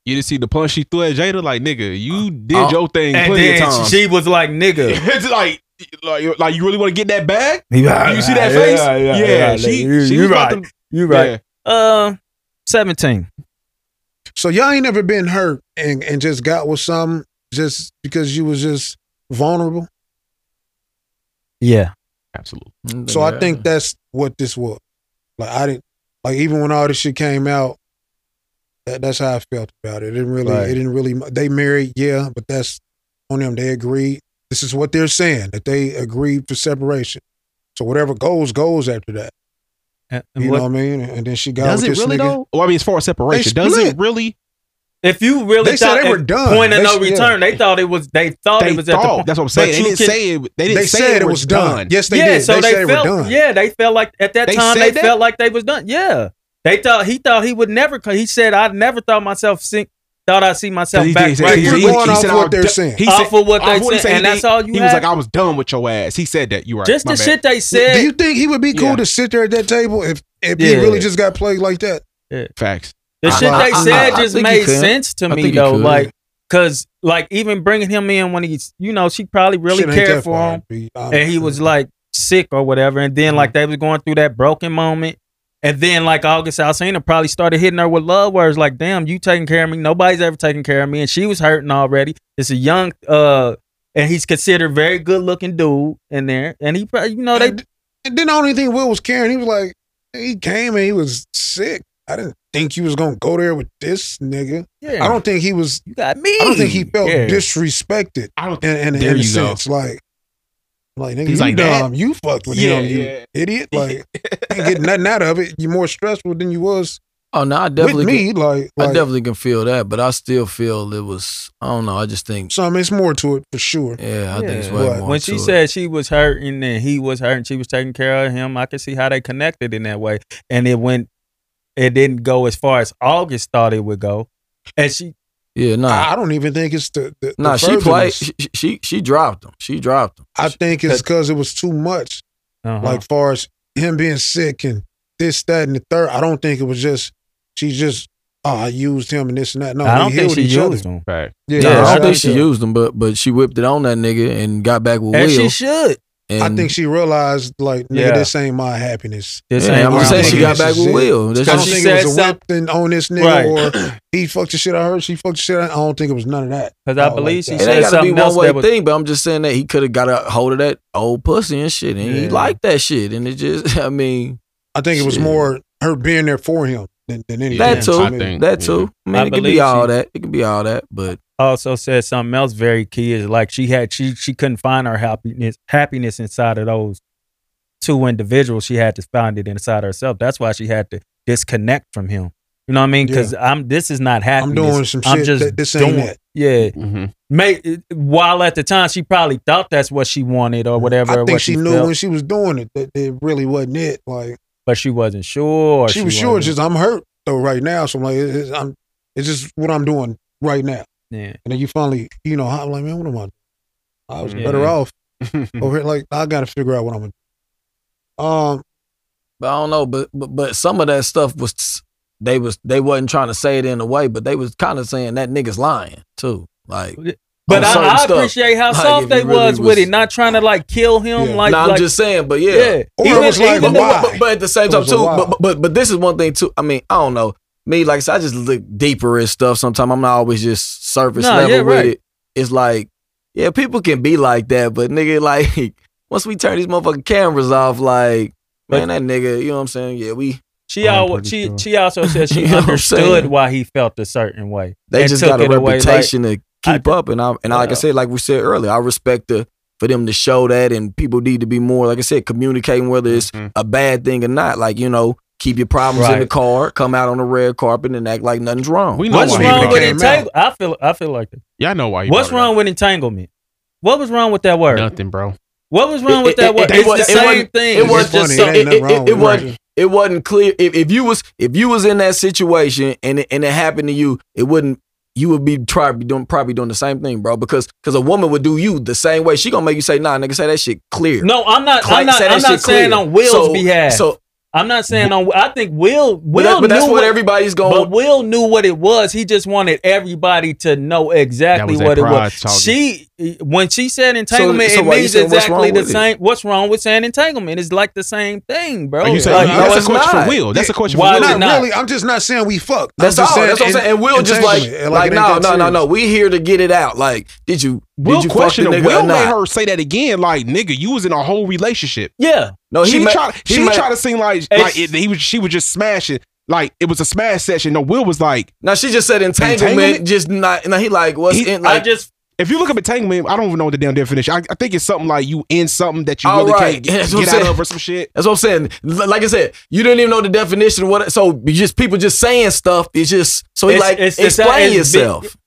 [SPEAKER 8] You didn't see the punch she threw at Jada, like nigga, you did
[SPEAKER 3] Oh.
[SPEAKER 8] your thing
[SPEAKER 3] And
[SPEAKER 8] plenty
[SPEAKER 3] then
[SPEAKER 8] of times.
[SPEAKER 3] she was like, nigga.
[SPEAKER 8] it's like, like, like you really want to get that bag?
[SPEAKER 3] He-
[SPEAKER 8] you see that
[SPEAKER 3] Yeah,
[SPEAKER 8] face?
[SPEAKER 3] yeah,
[SPEAKER 8] Yeah,
[SPEAKER 3] yeah, yeah,
[SPEAKER 8] she,
[SPEAKER 3] you-
[SPEAKER 8] she
[SPEAKER 3] you
[SPEAKER 8] was about
[SPEAKER 3] right.
[SPEAKER 8] to-
[SPEAKER 3] You
[SPEAKER 8] Yeah.
[SPEAKER 3] right. Uh, seventeen.
[SPEAKER 7] So y'all ain't never been hurt and, and just got with some just because you was just vulnerable.
[SPEAKER 3] Yeah,
[SPEAKER 8] absolutely.
[SPEAKER 7] So I think that's what this was. Like I didn't like even when all this shit came out, that, that's how I felt about it. It didn't really
[SPEAKER 3] Right.
[SPEAKER 7] it didn't really they married, yeah, but that's on them. They agreed. This is what they're saying, that they agreed for separation. So whatever goes, goes after that.
[SPEAKER 3] And,
[SPEAKER 8] and
[SPEAKER 7] you
[SPEAKER 8] what-
[SPEAKER 7] know what I mean? And then she got
[SPEAKER 8] Does
[SPEAKER 7] with
[SPEAKER 8] it
[SPEAKER 7] this
[SPEAKER 8] really
[SPEAKER 7] nigga.
[SPEAKER 8] though? Well, I mean, as far as separation, does
[SPEAKER 7] split.
[SPEAKER 8] it really?
[SPEAKER 3] If you really
[SPEAKER 7] They said
[SPEAKER 3] thought
[SPEAKER 7] they were
[SPEAKER 3] at
[SPEAKER 7] done.
[SPEAKER 3] point of
[SPEAKER 7] They
[SPEAKER 3] no
[SPEAKER 7] s- yeah.
[SPEAKER 3] return, they thought it was. They thought
[SPEAKER 8] They
[SPEAKER 3] it was at the
[SPEAKER 8] thought.
[SPEAKER 3] point.
[SPEAKER 8] That's what I'm saying.
[SPEAKER 3] But
[SPEAKER 8] They
[SPEAKER 3] you
[SPEAKER 8] didn't
[SPEAKER 3] can-
[SPEAKER 8] say it- they didn't They say
[SPEAKER 7] said it it was was done. done. Yes, they
[SPEAKER 3] yeah,
[SPEAKER 7] did.
[SPEAKER 3] So
[SPEAKER 7] They
[SPEAKER 3] they,
[SPEAKER 7] said it was
[SPEAKER 3] felt.
[SPEAKER 7] done.
[SPEAKER 3] Yeah, they felt like at that
[SPEAKER 7] They
[SPEAKER 3] time
[SPEAKER 7] said
[SPEAKER 3] they
[SPEAKER 7] that?
[SPEAKER 3] felt like they was done. Yeah, they thought he thought he would never. co- He said, "I never thought myself sink." Thought I see myself
[SPEAKER 8] He
[SPEAKER 3] back
[SPEAKER 8] did-
[SPEAKER 3] right
[SPEAKER 8] he-
[SPEAKER 3] here.
[SPEAKER 8] he- he said, "I was done." He said-
[SPEAKER 3] off of what
[SPEAKER 8] off
[SPEAKER 3] they
[SPEAKER 8] he
[SPEAKER 3] said,
[SPEAKER 8] he
[SPEAKER 3] and that's
[SPEAKER 8] did.
[SPEAKER 3] all you
[SPEAKER 8] He
[SPEAKER 3] had.
[SPEAKER 8] was like, "I was done with your ass." He said that. You right.
[SPEAKER 3] Just
[SPEAKER 8] My
[SPEAKER 3] the
[SPEAKER 8] bad.
[SPEAKER 3] shit they said.
[SPEAKER 7] Do you think he would be cool
[SPEAKER 8] Yeah.
[SPEAKER 7] to sit there at that table if if he
[SPEAKER 8] Yeah.
[SPEAKER 7] really just got played like that?
[SPEAKER 8] Facts.
[SPEAKER 3] The
[SPEAKER 7] I-
[SPEAKER 3] shit
[SPEAKER 7] I-
[SPEAKER 3] they
[SPEAKER 7] I-
[SPEAKER 3] said
[SPEAKER 7] I- I
[SPEAKER 3] just
[SPEAKER 7] think he
[SPEAKER 3] made
[SPEAKER 7] could.
[SPEAKER 3] sense to
[SPEAKER 7] I
[SPEAKER 3] me
[SPEAKER 7] think he
[SPEAKER 3] though,
[SPEAKER 7] could.
[SPEAKER 3] like because like even bringing him in when he's you know she probably really
[SPEAKER 7] Shit ain't
[SPEAKER 3] cared
[SPEAKER 7] that
[SPEAKER 3] for
[SPEAKER 7] far,
[SPEAKER 3] him,
[SPEAKER 7] to be honest
[SPEAKER 3] and he was like sick or whatever, and then
[SPEAKER 7] Mm-hmm.
[SPEAKER 3] like they was going through that broken moment. And then, like August Alsina probably started hitting her with love words, like "Damn, you taking care of me. Nobody's ever taking care of me." And she was hurting already. It's a young, uh, and he's considered very good looking dude in there. And he probably, you know, they
[SPEAKER 7] And then the only thing Will was caring, he was like, he came and he was sick. I didn't think he was gonna go there with this nigga.
[SPEAKER 3] Yeah.
[SPEAKER 7] I don't think he was. You
[SPEAKER 3] got me.
[SPEAKER 7] I don't think he felt
[SPEAKER 3] Yeah.
[SPEAKER 7] disrespected. I don't. In, in, in
[SPEAKER 8] There
[SPEAKER 7] a
[SPEAKER 8] you go.
[SPEAKER 7] sense, like, like nigga,
[SPEAKER 8] He's
[SPEAKER 7] you
[SPEAKER 8] like that?
[SPEAKER 7] dumb. You fucked with
[SPEAKER 8] Yeah,
[SPEAKER 7] him, you
[SPEAKER 8] yeah.
[SPEAKER 7] idiot. Like, ain't getting nothing out of it. You're more stressful than you was
[SPEAKER 9] Oh no, I definitely
[SPEAKER 7] me,
[SPEAKER 9] can-
[SPEAKER 7] like-
[SPEAKER 9] I
[SPEAKER 7] like-
[SPEAKER 9] definitely can feel that, but I still feel it was I don't know. I just think
[SPEAKER 7] So I mean, it's more to it for sure.
[SPEAKER 9] Yeah, I think it's way
[SPEAKER 7] But-
[SPEAKER 9] more.
[SPEAKER 3] When she
[SPEAKER 9] to it.
[SPEAKER 3] said she was hurting and he was hurting, she was taking care of him. I could see how they connected in that way, and it went. It didn't go as far as August thought it would go, and she.
[SPEAKER 9] Yeah, no.
[SPEAKER 7] I don't even think it's the. the
[SPEAKER 9] nah,
[SPEAKER 7] the
[SPEAKER 9] she played.
[SPEAKER 7] furtherness.
[SPEAKER 9] She, she she dropped him. She dropped him.
[SPEAKER 7] I think it's because it was too much.
[SPEAKER 3] Uh-huh.
[SPEAKER 7] Like far as him being sick and this, that, and the third. I don't think it was just she just oh I used him and this and that. No,
[SPEAKER 9] I
[SPEAKER 7] they
[SPEAKER 9] don't think
[SPEAKER 7] healed
[SPEAKER 9] she
[SPEAKER 7] each other.
[SPEAKER 9] used him.
[SPEAKER 8] Right.
[SPEAKER 9] Yeah,
[SPEAKER 7] Yeah,
[SPEAKER 9] I
[SPEAKER 7] I
[SPEAKER 9] don't think
[SPEAKER 7] think
[SPEAKER 9] she
[SPEAKER 7] so.
[SPEAKER 9] used him, but but she whipped it on that nigga and got back with Will.
[SPEAKER 3] should.
[SPEAKER 7] I
[SPEAKER 9] And-
[SPEAKER 7] think she realized like nigga,
[SPEAKER 9] Yeah.
[SPEAKER 7] this ain't my happiness.
[SPEAKER 9] This Yeah, ain't I'm where just I'm saying she got back with Will.
[SPEAKER 7] I
[SPEAKER 9] That's
[SPEAKER 7] don't
[SPEAKER 9] what she
[SPEAKER 7] think it was
[SPEAKER 9] said
[SPEAKER 7] a whipping on this nigga or he fucked the shit out of her. She fucked the shit out. I don't think it was none of that.
[SPEAKER 3] Because
[SPEAKER 9] I believe
[SPEAKER 7] she
[SPEAKER 9] it ain't gotta be one way thing, but I'm just saying that he could have got a hold of that old pussy and shit, and he
[SPEAKER 7] Yeah.
[SPEAKER 9] liked that shit, and it just I mean,
[SPEAKER 7] I think it was
[SPEAKER 9] shit.
[SPEAKER 7] more her being there for him than, than anything.
[SPEAKER 9] that
[SPEAKER 7] else,
[SPEAKER 9] too,
[SPEAKER 7] maybe.
[SPEAKER 9] that too. I mean, it
[SPEAKER 3] I
[SPEAKER 9] could
[SPEAKER 3] believe
[SPEAKER 9] be all
[SPEAKER 3] she-
[SPEAKER 9] that. It could be all that, but
[SPEAKER 3] Also said something else very key is like she had she she couldn't find her happiness happiness inside of those two individuals. She had to find it inside herself. That's why she had to disconnect from him. You know what I mean? Because I'm this is not happiness.
[SPEAKER 7] doing some shit that- this ain't it.
[SPEAKER 3] Yeah. May, while at the time she probably thought that's what she wanted or whatever.
[SPEAKER 7] I
[SPEAKER 3] or
[SPEAKER 7] think
[SPEAKER 3] what
[SPEAKER 7] she knew
[SPEAKER 3] felt,
[SPEAKER 7] when she was doing it that it really wasn't it. Like
[SPEAKER 3] but she wasn't sure. or
[SPEAKER 7] she, was sure,
[SPEAKER 3] wasn't-
[SPEAKER 7] it's just I'm hurt though right now. So I'm like, it- it's, I'm, it's just what I'm doing right now.
[SPEAKER 3] Yeah.
[SPEAKER 7] And then you finally, you know, I'm like, man, what am I? doing? I was
[SPEAKER 9] Yeah.
[SPEAKER 7] better off over here. Like I got to figure out what I'm gonna. Um,
[SPEAKER 9] but I don't know, but but but some of that stuff was they was they wasn't trying to say it in a way, but they was kind of saying that nigga's lying too, like.
[SPEAKER 3] But
[SPEAKER 9] on certain
[SPEAKER 3] I, I
[SPEAKER 9] stuff.
[SPEAKER 3] appreciate how
[SPEAKER 9] Like,
[SPEAKER 3] soft
[SPEAKER 9] if
[SPEAKER 3] they
[SPEAKER 9] you really
[SPEAKER 3] was, with it, not trying to like kill him.
[SPEAKER 9] Yeah.
[SPEAKER 3] Like,
[SPEAKER 9] Nah, I'm
[SPEAKER 3] like-
[SPEAKER 9] just saying, but yeah.
[SPEAKER 3] yeah.
[SPEAKER 9] Even- even-
[SPEAKER 3] why?
[SPEAKER 9] But, but at the same
[SPEAKER 3] It
[SPEAKER 9] time
[SPEAKER 3] was a
[SPEAKER 9] too,
[SPEAKER 3] why.
[SPEAKER 9] but, but- but but this is one thing too. I mean, I don't know. Me, like I said, I just look deeper at stuff. Sometimes I'm not always just surface
[SPEAKER 3] Nah,
[SPEAKER 9] level
[SPEAKER 3] yeah,
[SPEAKER 9] with
[SPEAKER 3] right.
[SPEAKER 9] it. It's like, yeah, people can be like that, but nigga, like once we turn these motherfucking cameras off, like man, that nigga, you know what I'm saying? Yeah, we.
[SPEAKER 3] She al- she she also said she
[SPEAKER 9] You know what I'm
[SPEAKER 3] understood
[SPEAKER 9] saying?
[SPEAKER 3] why he felt a certain way.
[SPEAKER 9] They
[SPEAKER 3] and
[SPEAKER 9] just
[SPEAKER 3] took
[SPEAKER 9] got a
[SPEAKER 3] it away, like-
[SPEAKER 9] reputation to keep up, and I and like I
[SPEAKER 3] Yeah.
[SPEAKER 9] said, like we said earlier, I respect the for them to show that, and people need to be more, like I said, communicating whether it's a bad thing or not. Like you know, keep your problems in the
[SPEAKER 3] Mm-hmm. Right.
[SPEAKER 9] car, come out on the red carpet, and act like nothing's wrong.
[SPEAKER 8] We
[SPEAKER 3] What's wrong with entanglement? I feel I feel like that.
[SPEAKER 8] Yeah, I know why.
[SPEAKER 3] What's wrong with entanglement? What was wrong with that word?
[SPEAKER 8] Nothing, bro.
[SPEAKER 3] What was wrong with that word?
[SPEAKER 9] It, it,
[SPEAKER 3] It's
[SPEAKER 9] was-
[SPEAKER 3] the
[SPEAKER 9] it
[SPEAKER 3] same
[SPEAKER 9] wasn't-
[SPEAKER 3] thing.
[SPEAKER 9] It wasn't just so, it, it, it, it wasn't. It wasn't clear. If, if you was if you was in that situation and it, and it happened to you, it wouldn't. You would be probably doing probably doing the same thing, bro. Because because a woman would do you the same way. She gonna make you say, "Nah, nigga, say that shit clear."
[SPEAKER 3] No, I'm not.
[SPEAKER 9] Clay
[SPEAKER 3] I'm not.
[SPEAKER 9] said that
[SPEAKER 3] I'm not
[SPEAKER 9] shit
[SPEAKER 3] saying
[SPEAKER 9] clear.
[SPEAKER 3] on Will's
[SPEAKER 9] So-
[SPEAKER 3] behalf.
[SPEAKER 9] so-
[SPEAKER 3] I'm not saying on. I think Will. Will
[SPEAKER 9] that- but
[SPEAKER 3] knew
[SPEAKER 9] that's what everybody's going-
[SPEAKER 3] But Will knew what it was. He just wanted everybody to know exactly
[SPEAKER 8] was that
[SPEAKER 3] what it
[SPEAKER 8] pride
[SPEAKER 3] was.
[SPEAKER 8] talking.
[SPEAKER 3] She when she said entanglement,
[SPEAKER 8] so
[SPEAKER 3] it
[SPEAKER 8] why you
[SPEAKER 3] means
[SPEAKER 8] saying what's
[SPEAKER 3] exactly
[SPEAKER 8] wrong
[SPEAKER 3] the
[SPEAKER 8] with it?
[SPEAKER 3] same. What's wrong with saying entanglement? It's like the same thing, bro.
[SPEAKER 8] Are Oh, you saying-
[SPEAKER 3] Like,
[SPEAKER 8] that's a question for Will. That's a question for
[SPEAKER 3] Why
[SPEAKER 8] Will.
[SPEAKER 3] is it
[SPEAKER 7] not,
[SPEAKER 3] not?
[SPEAKER 7] really. I'm just not saying we fucked.
[SPEAKER 9] That's
[SPEAKER 7] I'm
[SPEAKER 9] all.
[SPEAKER 7] just
[SPEAKER 9] That's what I'm saying. And Will just like,
[SPEAKER 7] entanglement,
[SPEAKER 9] like,
[SPEAKER 7] it
[SPEAKER 9] no,
[SPEAKER 7] ain't that
[SPEAKER 9] no, no,
[SPEAKER 7] serious.
[SPEAKER 9] no. We here to get it out. Like, did you
[SPEAKER 8] Will
[SPEAKER 9] did you fuck the
[SPEAKER 8] question
[SPEAKER 9] nigga
[SPEAKER 8] her.
[SPEAKER 9] or
[SPEAKER 8] Will
[SPEAKER 9] not?
[SPEAKER 8] made her say that again. Like, nigga, you was in a whole relationship.
[SPEAKER 3] Yeah.
[SPEAKER 9] No, he
[SPEAKER 8] she
[SPEAKER 9] ma-
[SPEAKER 8] tried.
[SPEAKER 9] he
[SPEAKER 8] She
[SPEAKER 9] ma-
[SPEAKER 8] tried to seem like
[SPEAKER 9] It's-
[SPEAKER 8] like it, he was. She was just smashing. Like it was a smash session. No, Will was like.
[SPEAKER 9] No, she just said entanglement. Just not. No, he like what's
[SPEAKER 8] He-
[SPEAKER 9] in. Like,
[SPEAKER 8] If you look up entanglement, I don't even know the damn definition. I, I think it's something like you in something that you
[SPEAKER 9] All
[SPEAKER 8] really
[SPEAKER 9] right.
[SPEAKER 8] can't get,
[SPEAKER 9] That's what
[SPEAKER 8] get
[SPEAKER 9] I'm
[SPEAKER 8] out
[SPEAKER 9] saying.
[SPEAKER 8] of or some shit.
[SPEAKER 9] That's what I'm saying. L- Like I said, you didn't even know the definition. Of what? So you just people just saying stuff. It's just so he
[SPEAKER 3] It's-
[SPEAKER 9] like
[SPEAKER 3] it's- it's-
[SPEAKER 9] explain
[SPEAKER 3] it's big-
[SPEAKER 9] yourself.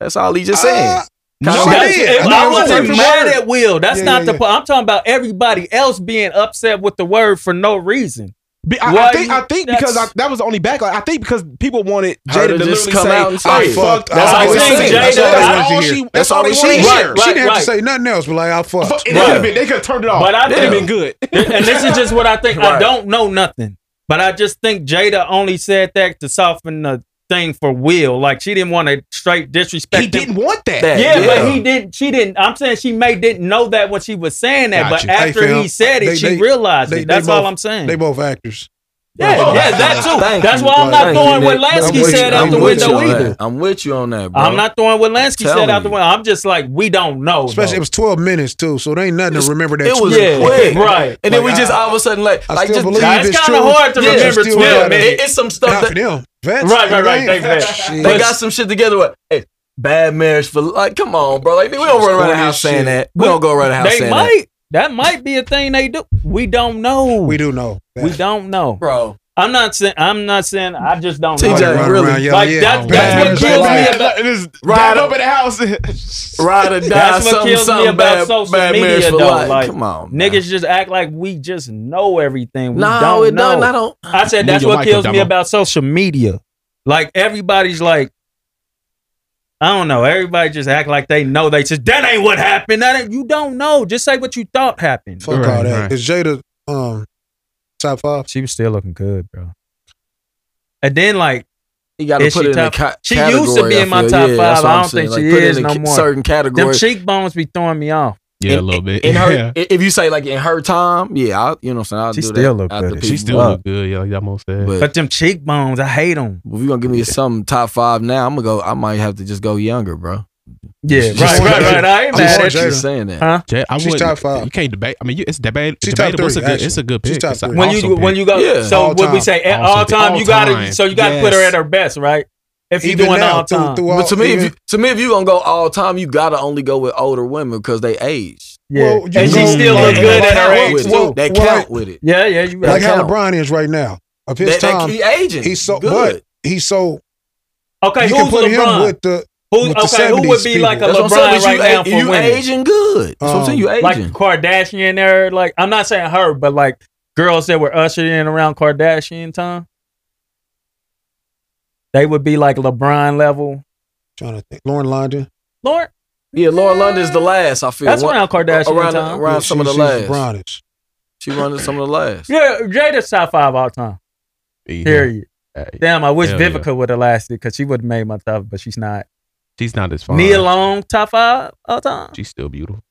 [SPEAKER 9] That's all he just saying.
[SPEAKER 3] No,
[SPEAKER 9] Kinda
[SPEAKER 3] that's-
[SPEAKER 9] like-
[SPEAKER 3] if I wasn't
[SPEAKER 9] Sure.
[SPEAKER 3] mad at Will. That's
[SPEAKER 9] Yeah,
[SPEAKER 3] not
[SPEAKER 9] yeah,
[SPEAKER 3] the
[SPEAKER 9] yeah.
[SPEAKER 3] point. I'm talking about everybody else being upset with the word for no reason.
[SPEAKER 8] I,
[SPEAKER 3] Why
[SPEAKER 8] I think,
[SPEAKER 3] you-
[SPEAKER 8] I think
[SPEAKER 3] that's-
[SPEAKER 8] because I, that was the only backlash. I think because people wanted
[SPEAKER 9] Her
[SPEAKER 8] Jada to
[SPEAKER 9] to just
[SPEAKER 8] literally
[SPEAKER 9] come
[SPEAKER 8] say,
[SPEAKER 9] out and say
[SPEAKER 8] "I
[SPEAKER 9] it."
[SPEAKER 8] fucked."
[SPEAKER 9] That's
[SPEAKER 8] I
[SPEAKER 9] all
[SPEAKER 8] was
[SPEAKER 9] they
[SPEAKER 8] saying,
[SPEAKER 9] said. That's
[SPEAKER 8] Jada,
[SPEAKER 9] all they
[SPEAKER 8] that's
[SPEAKER 9] wanted
[SPEAKER 8] all
[SPEAKER 9] to
[SPEAKER 8] she.
[SPEAKER 9] hear.
[SPEAKER 8] That's
[SPEAKER 9] That's
[SPEAKER 8] all
[SPEAKER 9] all
[SPEAKER 8] they
[SPEAKER 9] they
[SPEAKER 8] wanted to
[SPEAKER 9] wanted.
[SPEAKER 8] hear.
[SPEAKER 7] She
[SPEAKER 3] Right,
[SPEAKER 7] didn't have to
[SPEAKER 3] right.
[SPEAKER 7] say nothing else, but like I fucked.
[SPEAKER 8] Fuck, and they could've been- They could have turned it off.
[SPEAKER 3] But I
[SPEAKER 8] That
[SPEAKER 3] think-
[SPEAKER 8] would've been good.
[SPEAKER 3] and this is just what I think. I
[SPEAKER 8] Right.
[SPEAKER 3] don't know nothing, but I just think Jada only said that to soften the thing for Will. Like she didn't want to straight disrespect. He didn't
[SPEAKER 8] want that.
[SPEAKER 3] Yeah,
[SPEAKER 8] Yeah.
[SPEAKER 3] but he didn't. She didn't. I'm saying she may didn't know that when she was saying that,
[SPEAKER 7] Gotcha.
[SPEAKER 3] but after
[SPEAKER 7] Hey, fam,
[SPEAKER 3] he said it,
[SPEAKER 7] they-
[SPEAKER 3] she
[SPEAKER 7] they-
[SPEAKER 3] realized
[SPEAKER 7] they-
[SPEAKER 3] it.
[SPEAKER 7] they
[SPEAKER 3] That's all
[SPEAKER 7] both-
[SPEAKER 3] I'm saying.
[SPEAKER 7] They both actors.
[SPEAKER 3] Yeah, yeah, that too. Thank That's you, why I'm not bro. throwing what Thank you, Lansky Nick. said out
[SPEAKER 9] I'm
[SPEAKER 3] the
[SPEAKER 9] with
[SPEAKER 3] window
[SPEAKER 9] you on
[SPEAKER 3] either.
[SPEAKER 9] that. I'm with you on that, bro.
[SPEAKER 3] I'm not throwing what Lansky
[SPEAKER 9] I'm
[SPEAKER 3] said out
[SPEAKER 9] telling
[SPEAKER 3] the window. I'm just like, we don't know.
[SPEAKER 7] Especially it was 12 minutes too, so there ain't nothing to remember that.
[SPEAKER 9] It was
[SPEAKER 7] 12.
[SPEAKER 9] quick,
[SPEAKER 3] right?
[SPEAKER 9] And then we just all of a sudden like,
[SPEAKER 7] I
[SPEAKER 9] like
[SPEAKER 7] still
[SPEAKER 9] just
[SPEAKER 7] believe Nah, it's it's kinda true. hard to remember
[SPEAKER 9] Still
[SPEAKER 7] 12
[SPEAKER 9] gotta-
[SPEAKER 7] minutes.
[SPEAKER 9] it- It's some stuff
[SPEAKER 7] Not
[SPEAKER 9] that
[SPEAKER 7] for them. Vets,
[SPEAKER 9] Right, right, right.
[SPEAKER 7] man.
[SPEAKER 9] Thanks, man.
[SPEAKER 7] Shit.
[SPEAKER 9] They got some shit together. What? Hey, bad marriage for like. Come on, bro. Like we don't run around the house saying that. We don't go around the house
[SPEAKER 3] They
[SPEAKER 9] saying
[SPEAKER 3] might. That might be a thing they do. We don't know. We
[SPEAKER 7] do know.
[SPEAKER 3] We don't know,
[SPEAKER 9] bro.
[SPEAKER 3] I'm not saying. I'm not saying. I just don't.
[SPEAKER 9] TJ,
[SPEAKER 3] know.
[SPEAKER 9] Run really. around yelling,
[SPEAKER 3] Like
[SPEAKER 9] yeah,
[SPEAKER 3] that-
[SPEAKER 9] I'm bad.
[SPEAKER 3] that's what
[SPEAKER 9] It's
[SPEAKER 3] kills
[SPEAKER 9] like-
[SPEAKER 3] me about.
[SPEAKER 9] Ride up
[SPEAKER 8] in the house.
[SPEAKER 9] Ride or die.
[SPEAKER 3] That's what
[SPEAKER 9] something,
[SPEAKER 3] kills
[SPEAKER 9] something
[SPEAKER 3] me about
[SPEAKER 9] bad,
[SPEAKER 3] social
[SPEAKER 9] bad marriage
[SPEAKER 3] media,
[SPEAKER 9] for
[SPEAKER 3] though.
[SPEAKER 9] life.
[SPEAKER 3] Like,
[SPEAKER 9] Come on.
[SPEAKER 3] niggas just act like we just know everything. We
[SPEAKER 9] No,
[SPEAKER 3] don't
[SPEAKER 9] it
[SPEAKER 3] know.
[SPEAKER 9] doesn't. I don't-
[SPEAKER 3] I said
[SPEAKER 9] Move
[SPEAKER 3] that's
[SPEAKER 9] your
[SPEAKER 3] what
[SPEAKER 9] mic up,
[SPEAKER 3] kills me
[SPEAKER 9] Damo.
[SPEAKER 3] about social media. Like everybody's like, I don't know. Everybody just act like they know. They just that ain't what happened. That ain't, you don't know. Just say what you thought happened.
[SPEAKER 7] Fuck all that. Is Jada um top five?
[SPEAKER 3] She was still looking good, bro. And then like
[SPEAKER 9] You gotta
[SPEAKER 3] is
[SPEAKER 9] put it
[SPEAKER 3] she
[SPEAKER 9] in
[SPEAKER 3] top-
[SPEAKER 9] the ca-
[SPEAKER 3] She
[SPEAKER 9] category,
[SPEAKER 3] used to be
[SPEAKER 9] I
[SPEAKER 3] in my
[SPEAKER 9] feel.
[SPEAKER 3] top
[SPEAKER 9] Yeah, that's
[SPEAKER 3] five.
[SPEAKER 9] what
[SPEAKER 3] I
[SPEAKER 9] I'm
[SPEAKER 3] don't think
[SPEAKER 9] saying.
[SPEAKER 3] she
[SPEAKER 9] Like, put it
[SPEAKER 3] is
[SPEAKER 9] in a
[SPEAKER 3] no
[SPEAKER 9] ca-
[SPEAKER 3] more.
[SPEAKER 9] certain
[SPEAKER 3] Them
[SPEAKER 9] category.
[SPEAKER 3] cheekbones be throwing me off.
[SPEAKER 8] Yeah, a little bit.
[SPEAKER 9] In her,
[SPEAKER 8] Yeah.
[SPEAKER 9] i- if you say like in her time, yeah, I'll, you know what I'm saying. I'll
[SPEAKER 3] She
[SPEAKER 9] do
[SPEAKER 3] still
[SPEAKER 9] that.
[SPEAKER 3] look
[SPEAKER 9] after
[SPEAKER 3] good. She
[SPEAKER 9] people
[SPEAKER 3] still
[SPEAKER 9] up.
[SPEAKER 3] look
[SPEAKER 8] good. Yeah, like that most said.
[SPEAKER 3] But them cheekbones, I hate them.
[SPEAKER 9] If you gonna give me some top five now, I'm gonna go. I might have to just go younger, bro.
[SPEAKER 3] Yeah,
[SPEAKER 9] Just-
[SPEAKER 3] right,
[SPEAKER 9] just-
[SPEAKER 3] right, right. I ain't
[SPEAKER 9] just
[SPEAKER 3] mad
[SPEAKER 9] want
[SPEAKER 3] at
[SPEAKER 9] you
[SPEAKER 3] you.
[SPEAKER 9] saying that.
[SPEAKER 3] Huh?
[SPEAKER 8] Jay, I
[SPEAKER 3] She's
[SPEAKER 8] wouldn't-
[SPEAKER 3] top five.
[SPEAKER 8] You can't debate. I mean, you, it's debate.
[SPEAKER 3] She's top
[SPEAKER 8] debatable. It's a
[SPEAKER 3] three,
[SPEAKER 8] good. It's a
[SPEAKER 3] actually.
[SPEAKER 8] good
[SPEAKER 3] She's
[SPEAKER 8] pick.
[SPEAKER 3] top
[SPEAKER 8] It's a
[SPEAKER 3] three. When you-
[SPEAKER 8] awesome
[SPEAKER 3] when
[SPEAKER 8] pick.
[SPEAKER 3] you go- Yeah. so what we say, at all
[SPEAKER 8] Awesome pick.
[SPEAKER 3] time, you gotta-
[SPEAKER 8] time.
[SPEAKER 3] so you gotta put her at her best, right? If you doing all time.
[SPEAKER 9] but to me, if you, to me, if you gonna go all time, you gotta only go with older women because they age.
[SPEAKER 3] Yeah. Well, you And she go- still look
[SPEAKER 9] They
[SPEAKER 3] good at
[SPEAKER 9] count
[SPEAKER 3] her age,
[SPEAKER 9] with it.
[SPEAKER 3] too.
[SPEAKER 9] They
[SPEAKER 3] Well,
[SPEAKER 9] count with it.
[SPEAKER 3] Yeah, yeah, you
[SPEAKER 7] like how LeBron is right now. Of his
[SPEAKER 9] That- that-
[SPEAKER 7] time,
[SPEAKER 9] he aging.
[SPEAKER 7] He's so,
[SPEAKER 9] Good.
[SPEAKER 7] but he's so.
[SPEAKER 3] Okay,
[SPEAKER 7] you
[SPEAKER 3] who's
[SPEAKER 7] can put him
[SPEAKER 3] LeBron?
[SPEAKER 7] with the.
[SPEAKER 3] Who's-
[SPEAKER 7] with the
[SPEAKER 3] okay, who would
[SPEAKER 7] 70s
[SPEAKER 3] be like a
[SPEAKER 7] people.
[SPEAKER 9] That's what I'm
[SPEAKER 3] LeBron
[SPEAKER 9] saying, but
[SPEAKER 3] right
[SPEAKER 9] you
[SPEAKER 3] now
[SPEAKER 9] a-
[SPEAKER 3] for
[SPEAKER 9] you
[SPEAKER 3] women? Um,
[SPEAKER 9] aging good. That's what I'm saying, you
[SPEAKER 3] Like
[SPEAKER 9] aging.
[SPEAKER 3] Kardashian there. Like I'm not saying her, but like girls that were ushered in around Kardashian time. They would be like LeBron level.
[SPEAKER 7] Trying to think, Lauren London.
[SPEAKER 3] Lauren.
[SPEAKER 9] Yeah, Lauren London's the last. I feel
[SPEAKER 3] That's
[SPEAKER 9] One-
[SPEAKER 3] around Kardashian
[SPEAKER 9] Around,
[SPEAKER 3] time.
[SPEAKER 9] around
[SPEAKER 3] Yeah,
[SPEAKER 9] some
[SPEAKER 3] she-
[SPEAKER 9] of the
[SPEAKER 3] she's
[SPEAKER 9] last.
[SPEAKER 7] Bronnish.
[SPEAKER 9] She running some of the last.
[SPEAKER 3] Yeah, Jada's top five all time. Period. Damn, I wish
[SPEAKER 8] Hell
[SPEAKER 3] Vivica would have lasted because she would have made my top, but she's not.
[SPEAKER 8] She's not as fine.
[SPEAKER 3] Nia Long, top five all time.
[SPEAKER 8] She's still beautiful.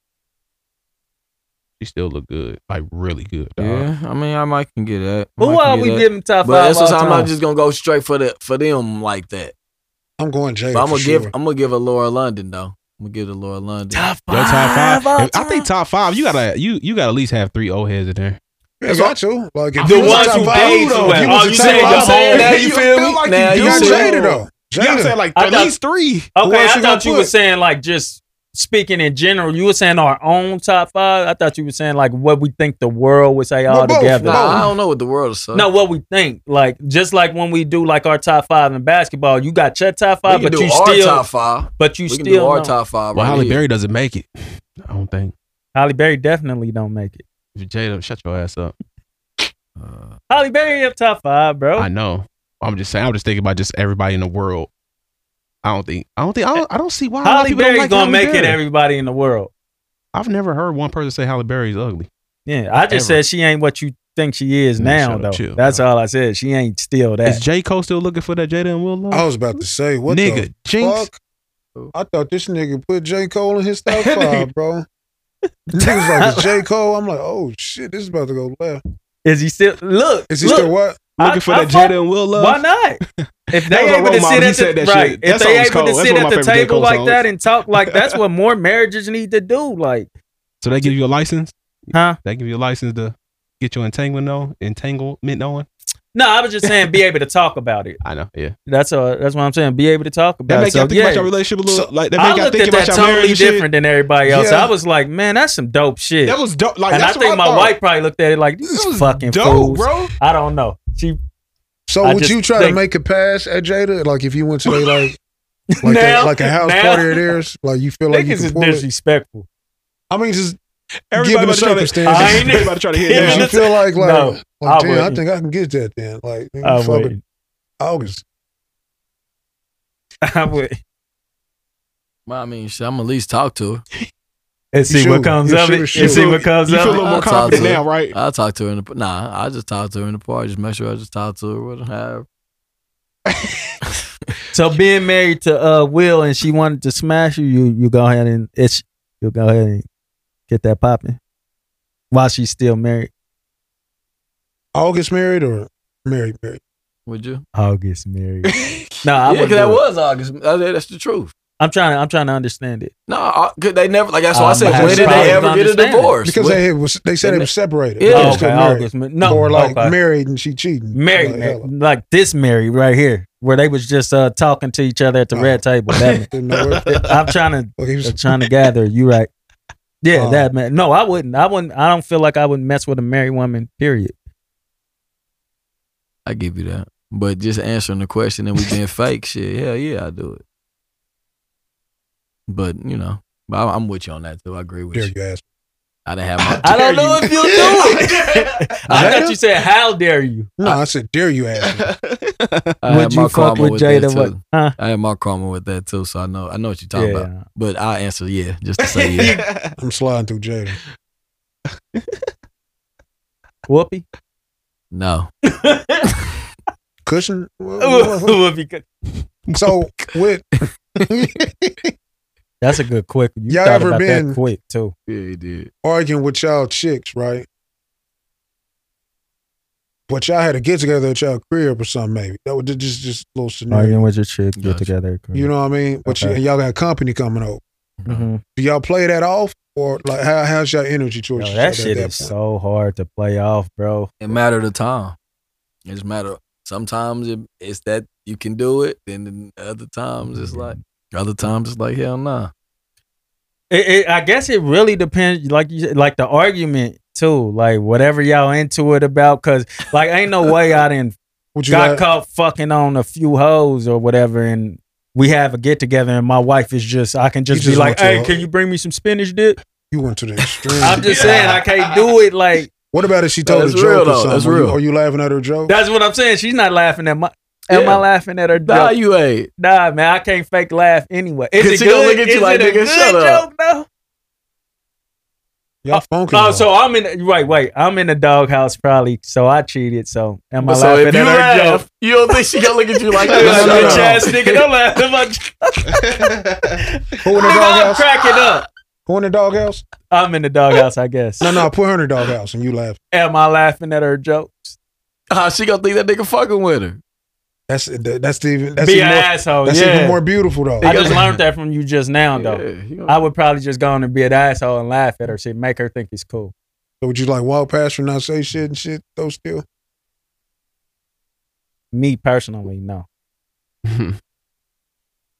[SPEAKER 8] She still look good. Like really good. Dog.
[SPEAKER 9] Yeah, I mean, I might can get that. I
[SPEAKER 3] Who
[SPEAKER 9] might can
[SPEAKER 3] are
[SPEAKER 9] get
[SPEAKER 3] we
[SPEAKER 9] that.
[SPEAKER 3] giving top
[SPEAKER 9] but
[SPEAKER 3] five
[SPEAKER 9] That's what
[SPEAKER 3] all
[SPEAKER 9] I'm not
[SPEAKER 3] time?
[SPEAKER 9] just gonna go straight for the for them like that.
[SPEAKER 7] I'm going Jada.
[SPEAKER 9] But I'm
[SPEAKER 7] for
[SPEAKER 9] gonna
[SPEAKER 7] sure.
[SPEAKER 9] give I'm gonna give a Laura London though. I'm gonna give a Laura London. Top
[SPEAKER 8] Your top five. If- I think top five. You gotta you you gotta at least have three old heads in there.
[SPEAKER 7] Yeah, got you. Like, if
[SPEAKER 8] The
[SPEAKER 7] you was
[SPEAKER 8] ones
[SPEAKER 7] a top
[SPEAKER 8] who
[SPEAKER 7] five,
[SPEAKER 8] aged
[SPEAKER 7] though,
[SPEAKER 8] well.
[SPEAKER 7] if
[SPEAKER 8] Oh,
[SPEAKER 7] was a
[SPEAKER 8] you
[SPEAKER 7] top
[SPEAKER 8] saying
[SPEAKER 7] five,
[SPEAKER 8] the whole- Now you feel me?
[SPEAKER 7] like
[SPEAKER 8] Now
[SPEAKER 7] you,
[SPEAKER 8] you
[SPEAKER 7] got
[SPEAKER 8] feel
[SPEAKER 7] Jada
[SPEAKER 8] me?
[SPEAKER 7] though.
[SPEAKER 8] You gotta
[SPEAKER 7] Jada.
[SPEAKER 8] say, like, I at thought- least three. Who
[SPEAKER 3] Okay,
[SPEAKER 8] else
[SPEAKER 3] I
[SPEAKER 8] you gonna
[SPEAKER 3] thought you
[SPEAKER 8] put?
[SPEAKER 3] were saying like just speaking in general. You were saying our own top five. I thought you were saying like what we think the world would say all together.
[SPEAKER 9] Nah, I don't know what the world is. son.
[SPEAKER 3] No, what we think. Like just like when we do like our top five in basketball, you got your top
[SPEAKER 9] we
[SPEAKER 3] five,
[SPEAKER 9] can
[SPEAKER 3] but
[SPEAKER 9] do
[SPEAKER 3] you
[SPEAKER 9] our
[SPEAKER 3] still
[SPEAKER 9] top five.
[SPEAKER 3] But you
[SPEAKER 9] we
[SPEAKER 3] still
[SPEAKER 9] can do our
[SPEAKER 3] know.
[SPEAKER 9] top five.
[SPEAKER 8] Well,
[SPEAKER 9] right
[SPEAKER 8] Holly
[SPEAKER 9] here.
[SPEAKER 8] Berry doesn't make it. I don't think.
[SPEAKER 3] Holly Berry definitely don't make it.
[SPEAKER 8] Jada, shut your ass up. Uh,
[SPEAKER 3] Holly Berry up top five, bro.
[SPEAKER 8] I know. I'm just saying. I'm just thinking about just everybody in the world. I don't think. I don't think. I don't, I don't see why. a lot of
[SPEAKER 3] Holly
[SPEAKER 8] people don't
[SPEAKER 3] Berry's
[SPEAKER 8] like
[SPEAKER 3] gonna
[SPEAKER 8] Halle
[SPEAKER 3] make it.
[SPEAKER 8] Berry.
[SPEAKER 3] Everybody in the world.
[SPEAKER 8] I've never heard one person say Halle Berry's ugly.
[SPEAKER 3] Yeah, I just
[SPEAKER 8] Ever.
[SPEAKER 3] said she ain't what you think she is
[SPEAKER 8] Man,
[SPEAKER 3] now,
[SPEAKER 8] shut up,
[SPEAKER 3] though.
[SPEAKER 8] chill,
[SPEAKER 3] That's all I said. She ain't still that.
[SPEAKER 8] Is J Cole still looking for that Jada and Will? Love?
[SPEAKER 7] I was about to say, what
[SPEAKER 8] Nigga,
[SPEAKER 7] the
[SPEAKER 8] Jinx.
[SPEAKER 7] fuck? I thought this nigga put J. Cole in his top five, bro. Niggas like, it's J. Cole. I'm like, oh shit, this is about to go left.
[SPEAKER 3] Is he still look?
[SPEAKER 7] Is he
[SPEAKER 3] look,
[SPEAKER 7] still what?
[SPEAKER 3] I- I fuck- Why not? If
[SPEAKER 8] That
[SPEAKER 3] they
[SPEAKER 8] was on
[SPEAKER 3] able to
[SPEAKER 8] Roma.
[SPEAKER 3] sit
[SPEAKER 8] He
[SPEAKER 3] at
[SPEAKER 8] said
[SPEAKER 3] the
[SPEAKER 8] that
[SPEAKER 3] right,
[SPEAKER 8] shit.
[SPEAKER 3] if
[SPEAKER 8] That
[SPEAKER 3] they
[SPEAKER 8] song's
[SPEAKER 3] able to
[SPEAKER 8] cold. That's
[SPEAKER 3] sit
[SPEAKER 8] one of
[SPEAKER 3] at
[SPEAKER 8] my
[SPEAKER 3] the
[SPEAKER 8] favorite J.
[SPEAKER 3] table
[SPEAKER 8] Cole
[SPEAKER 3] like
[SPEAKER 8] songs.
[SPEAKER 3] that and talk like that's what more marriages need to do. Like
[SPEAKER 8] So they give you a license?
[SPEAKER 3] Huh?
[SPEAKER 8] They give you a license to get your entanglement on, entanglement on.
[SPEAKER 3] no, I was just saying, be able to talk about it.
[SPEAKER 8] I know. Yeah.
[SPEAKER 3] That's uh that's what I'm saying. Be able to talk about
[SPEAKER 8] That
[SPEAKER 3] it.
[SPEAKER 8] make
[SPEAKER 3] So,
[SPEAKER 8] y'all think about
[SPEAKER 3] yeah.
[SPEAKER 8] your relationship a little. Like that
[SPEAKER 3] I
[SPEAKER 8] make y'all
[SPEAKER 3] looked
[SPEAKER 8] think
[SPEAKER 3] at
[SPEAKER 8] about
[SPEAKER 3] that
[SPEAKER 8] y'all marriage
[SPEAKER 3] totally
[SPEAKER 8] and shit.
[SPEAKER 3] different than everybody else.
[SPEAKER 8] Yeah.
[SPEAKER 3] I was like, man, that's some dope shit.
[SPEAKER 8] That was dope. Like,
[SPEAKER 3] and
[SPEAKER 8] that's
[SPEAKER 3] I think
[SPEAKER 8] what I
[SPEAKER 3] my
[SPEAKER 8] thought.
[SPEAKER 3] wife probably looked at it like this is fucking
[SPEAKER 7] dope,
[SPEAKER 3] fools.
[SPEAKER 7] bro.
[SPEAKER 3] I don't know. She.
[SPEAKER 7] So
[SPEAKER 3] I
[SPEAKER 7] would
[SPEAKER 3] just
[SPEAKER 7] you try to
[SPEAKER 3] think-
[SPEAKER 7] make a pass at Jada? Like if you went to they like like, a,
[SPEAKER 3] Now?
[SPEAKER 7] like a house
[SPEAKER 3] Now?
[SPEAKER 7] party of theirs, like you feel like you
[SPEAKER 3] Niggas
[SPEAKER 7] can
[SPEAKER 3] is
[SPEAKER 7] pull it?
[SPEAKER 3] disrespectful.
[SPEAKER 7] I mean, just
[SPEAKER 8] Everybody
[SPEAKER 7] given the
[SPEAKER 8] about to try to-
[SPEAKER 7] circumstances,
[SPEAKER 8] I ain't- everybody try to hear
[SPEAKER 7] Did
[SPEAKER 8] that.
[SPEAKER 7] You feel like like,
[SPEAKER 8] No,
[SPEAKER 7] like
[SPEAKER 8] I
[SPEAKER 7] damn, I
[SPEAKER 8] wouldn't.
[SPEAKER 7] think I can get that then. Like nigga,
[SPEAKER 8] I
[SPEAKER 7] fuck it.
[SPEAKER 8] wouldn't.
[SPEAKER 7] August.
[SPEAKER 3] I would.
[SPEAKER 9] Well, I mean, shit, I'm gonna at least talk to her.
[SPEAKER 3] And see what comes of it. And see what comes of it.
[SPEAKER 9] right? I talk to her in the nah. I just talk to her in the party. Just make sure I just talk to her. What have
[SPEAKER 3] So being married to uh Will and she wanted to smash you, you you go ahead and it's you'll go ahead and get that popping while she's still married.
[SPEAKER 7] August married or married married?
[SPEAKER 9] would you?
[SPEAKER 3] August married. no,
[SPEAKER 9] yeah,
[SPEAKER 3] I wouldn't.
[SPEAKER 9] because that
[SPEAKER 3] do it.
[SPEAKER 9] was August. Uh, that- That's the truth.
[SPEAKER 3] I'm trying. I'm trying to understand it.
[SPEAKER 9] No, I- could they never like that's why
[SPEAKER 3] Um,
[SPEAKER 9] I said. When
[SPEAKER 3] that's
[SPEAKER 9] did
[SPEAKER 3] probably
[SPEAKER 9] they ever get a
[SPEAKER 3] understandable.
[SPEAKER 9] divorce?
[SPEAKER 7] Because
[SPEAKER 9] When-
[SPEAKER 7] they had was they said they were separated.
[SPEAKER 9] Yeah.
[SPEAKER 7] They were
[SPEAKER 9] Okay,
[SPEAKER 7] still married.
[SPEAKER 3] August ma- no,
[SPEAKER 7] or like
[SPEAKER 3] okay.
[SPEAKER 7] married and she cheating.
[SPEAKER 3] Married,
[SPEAKER 7] Like,
[SPEAKER 3] married like this married right here, where they was just uh talking to each other at the red table. That
[SPEAKER 7] Didn't know
[SPEAKER 3] man.
[SPEAKER 7] it.
[SPEAKER 3] I'm trying to
[SPEAKER 7] was-
[SPEAKER 3] I'm trying to gather. You right? Yeah,
[SPEAKER 7] Um,
[SPEAKER 3] that man. No, I wouldn't. I wouldn't. I don't feel like I would mess with a married woman. Period.
[SPEAKER 9] I give you that. But just answering the question and we being fake shit. Hell yeah, I do it. But you know, but I- I'm with you on that too. I agree with you. I didn't have my.
[SPEAKER 3] I don't know if you do it. I thought you said, "How dare you?"
[SPEAKER 7] No, I said, dare you ask me.
[SPEAKER 9] I had
[SPEAKER 3] Would you
[SPEAKER 9] my
[SPEAKER 3] fuck
[SPEAKER 9] karma
[SPEAKER 3] with
[SPEAKER 9] that,
[SPEAKER 3] Jada? What-
[SPEAKER 9] too.
[SPEAKER 3] huh?
[SPEAKER 9] I had my karma with that too, so I know I know what you're talking
[SPEAKER 7] Yeah.
[SPEAKER 9] about. But I answer yeah, just to say yeah.
[SPEAKER 7] I'm sliding through Jada.
[SPEAKER 3] Whoopi?
[SPEAKER 9] No.
[SPEAKER 7] Cushion? Wha- wha- wha-
[SPEAKER 3] Whoopi Cus-
[SPEAKER 7] so, with.
[SPEAKER 3] That's a good quick. You
[SPEAKER 7] Y'all
[SPEAKER 3] thought
[SPEAKER 7] ever
[SPEAKER 3] about that
[SPEAKER 7] been-
[SPEAKER 3] quick too?
[SPEAKER 9] Yeah, he did.
[SPEAKER 7] arguing with y'all chicks, right? But y'all had to get together at y'all crib or something, maybe. That would just just a little scenario.
[SPEAKER 3] Arguing with your chick, get together.
[SPEAKER 7] You know what I mean? But you,
[SPEAKER 3] Okay.
[SPEAKER 7] and y'all got company coming over.
[SPEAKER 3] Mhm.
[SPEAKER 7] Do y'all play that off, or like how, how's your energy
[SPEAKER 3] Yo,
[SPEAKER 7] towards each
[SPEAKER 3] that
[SPEAKER 7] other at
[SPEAKER 3] shit
[SPEAKER 7] that
[SPEAKER 3] is
[SPEAKER 7] point?
[SPEAKER 3] so hard to play off, bro.
[SPEAKER 9] It matter the time. It's matter. Sometimes it, it's that you can do it, and other times it's like other times it's like hell nah.
[SPEAKER 3] It, it, I guess it really depends, like you, said, like the argument too, like whatever y'all into it about, because like ain't no way I didn't
[SPEAKER 7] Would you
[SPEAKER 3] got
[SPEAKER 7] like-
[SPEAKER 3] caught fucking on a few hoes or whatever, and we have a get together, and my wife is just I can just,
[SPEAKER 7] just
[SPEAKER 3] be like,
[SPEAKER 7] want
[SPEAKER 3] hey,
[SPEAKER 7] your-
[SPEAKER 3] can you bring me some spinach dip?
[SPEAKER 7] You went to the extreme.
[SPEAKER 3] I'm just saying I can't do it. Like
[SPEAKER 7] What about if she told
[SPEAKER 3] That's
[SPEAKER 7] a joke
[SPEAKER 3] real,
[SPEAKER 7] or
[SPEAKER 3] though.
[SPEAKER 7] something?
[SPEAKER 3] That's
[SPEAKER 7] Are you-
[SPEAKER 3] real.
[SPEAKER 7] Are you laughing at her joke?
[SPEAKER 3] that's what I'm saying. She's not laughing at my. Am
[SPEAKER 9] Yeah.
[SPEAKER 3] I laughing at her? Joke?
[SPEAKER 9] Nah, you ain't.
[SPEAKER 3] Nah, man, I can't fake laugh anyway. Is
[SPEAKER 9] 'Cause
[SPEAKER 3] it
[SPEAKER 9] she gonna
[SPEAKER 3] good?
[SPEAKER 9] look at you
[SPEAKER 3] Is
[SPEAKER 9] like,
[SPEAKER 3] it a
[SPEAKER 9] "Nigga,
[SPEAKER 3] good
[SPEAKER 9] shut up."
[SPEAKER 3] joke though?
[SPEAKER 7] Y'all funky.
[SPEAKER 3] Oh,
[SPEAKER 7] though.
[SPEAKER 3] so I'm in. Right, wait. I'm in the doghouse probably. So I cheated. So am I
[SPEAKER 9] But so
[SPEAKER 3] laughing
[SPEAKER 9] if
[SPEAKER 3] at
[SPEAKER 9] you
[SPEAKER 3] her
[SPEAKER 9] laugh,
[SPEAKER 3] joke?
[SPEAKER 9] you don't think she gonna look at you like
[SPEAKER 3] Like,
[SPEAKER 9] that?
[SPEAKER 3] "Bitch ass nigga, don't laugh at my joke."
[SPEAKER 7] Who in the
[SPEAKER 3] I'm
[SPEAKER 7] doghouse?
[SPEAKER 3] cracking up.
[SPEAKER 7] Who in the doghouse?
[SPEAKER 3] I'm in the doghouse, I guess.
[SPEAKER 7] No, no, put her in the doghouse and you laugh.
[SPEAKER 3] Am I laughing at her jokes?
[SPEAKER 9] How she gonna think that nigga fucking with her?
[SPEAKER 7] That's that's even that's
[SPEAKER 3] Be
[SPEAKER 7] even
[SPEAKER 3] an
[SPEAKER 7] more,
[SPEAKER 3] asshole,
[SPEAKER 7] That's
[SPEAKER 3] yeah.
[SPEAKER 7] even more beautiful though.
[SPEAKER 3] I just learned that from you just now, though.
[SPEAKER 9] he
[SPEAKER 3] I would probably just go on and be an asshole and laugh at her shit, make her think it's cool.
[SPEAKER 7] So would you like walk past her and not say shit and shit though still?
[SPEAKER 3] Me personally, no.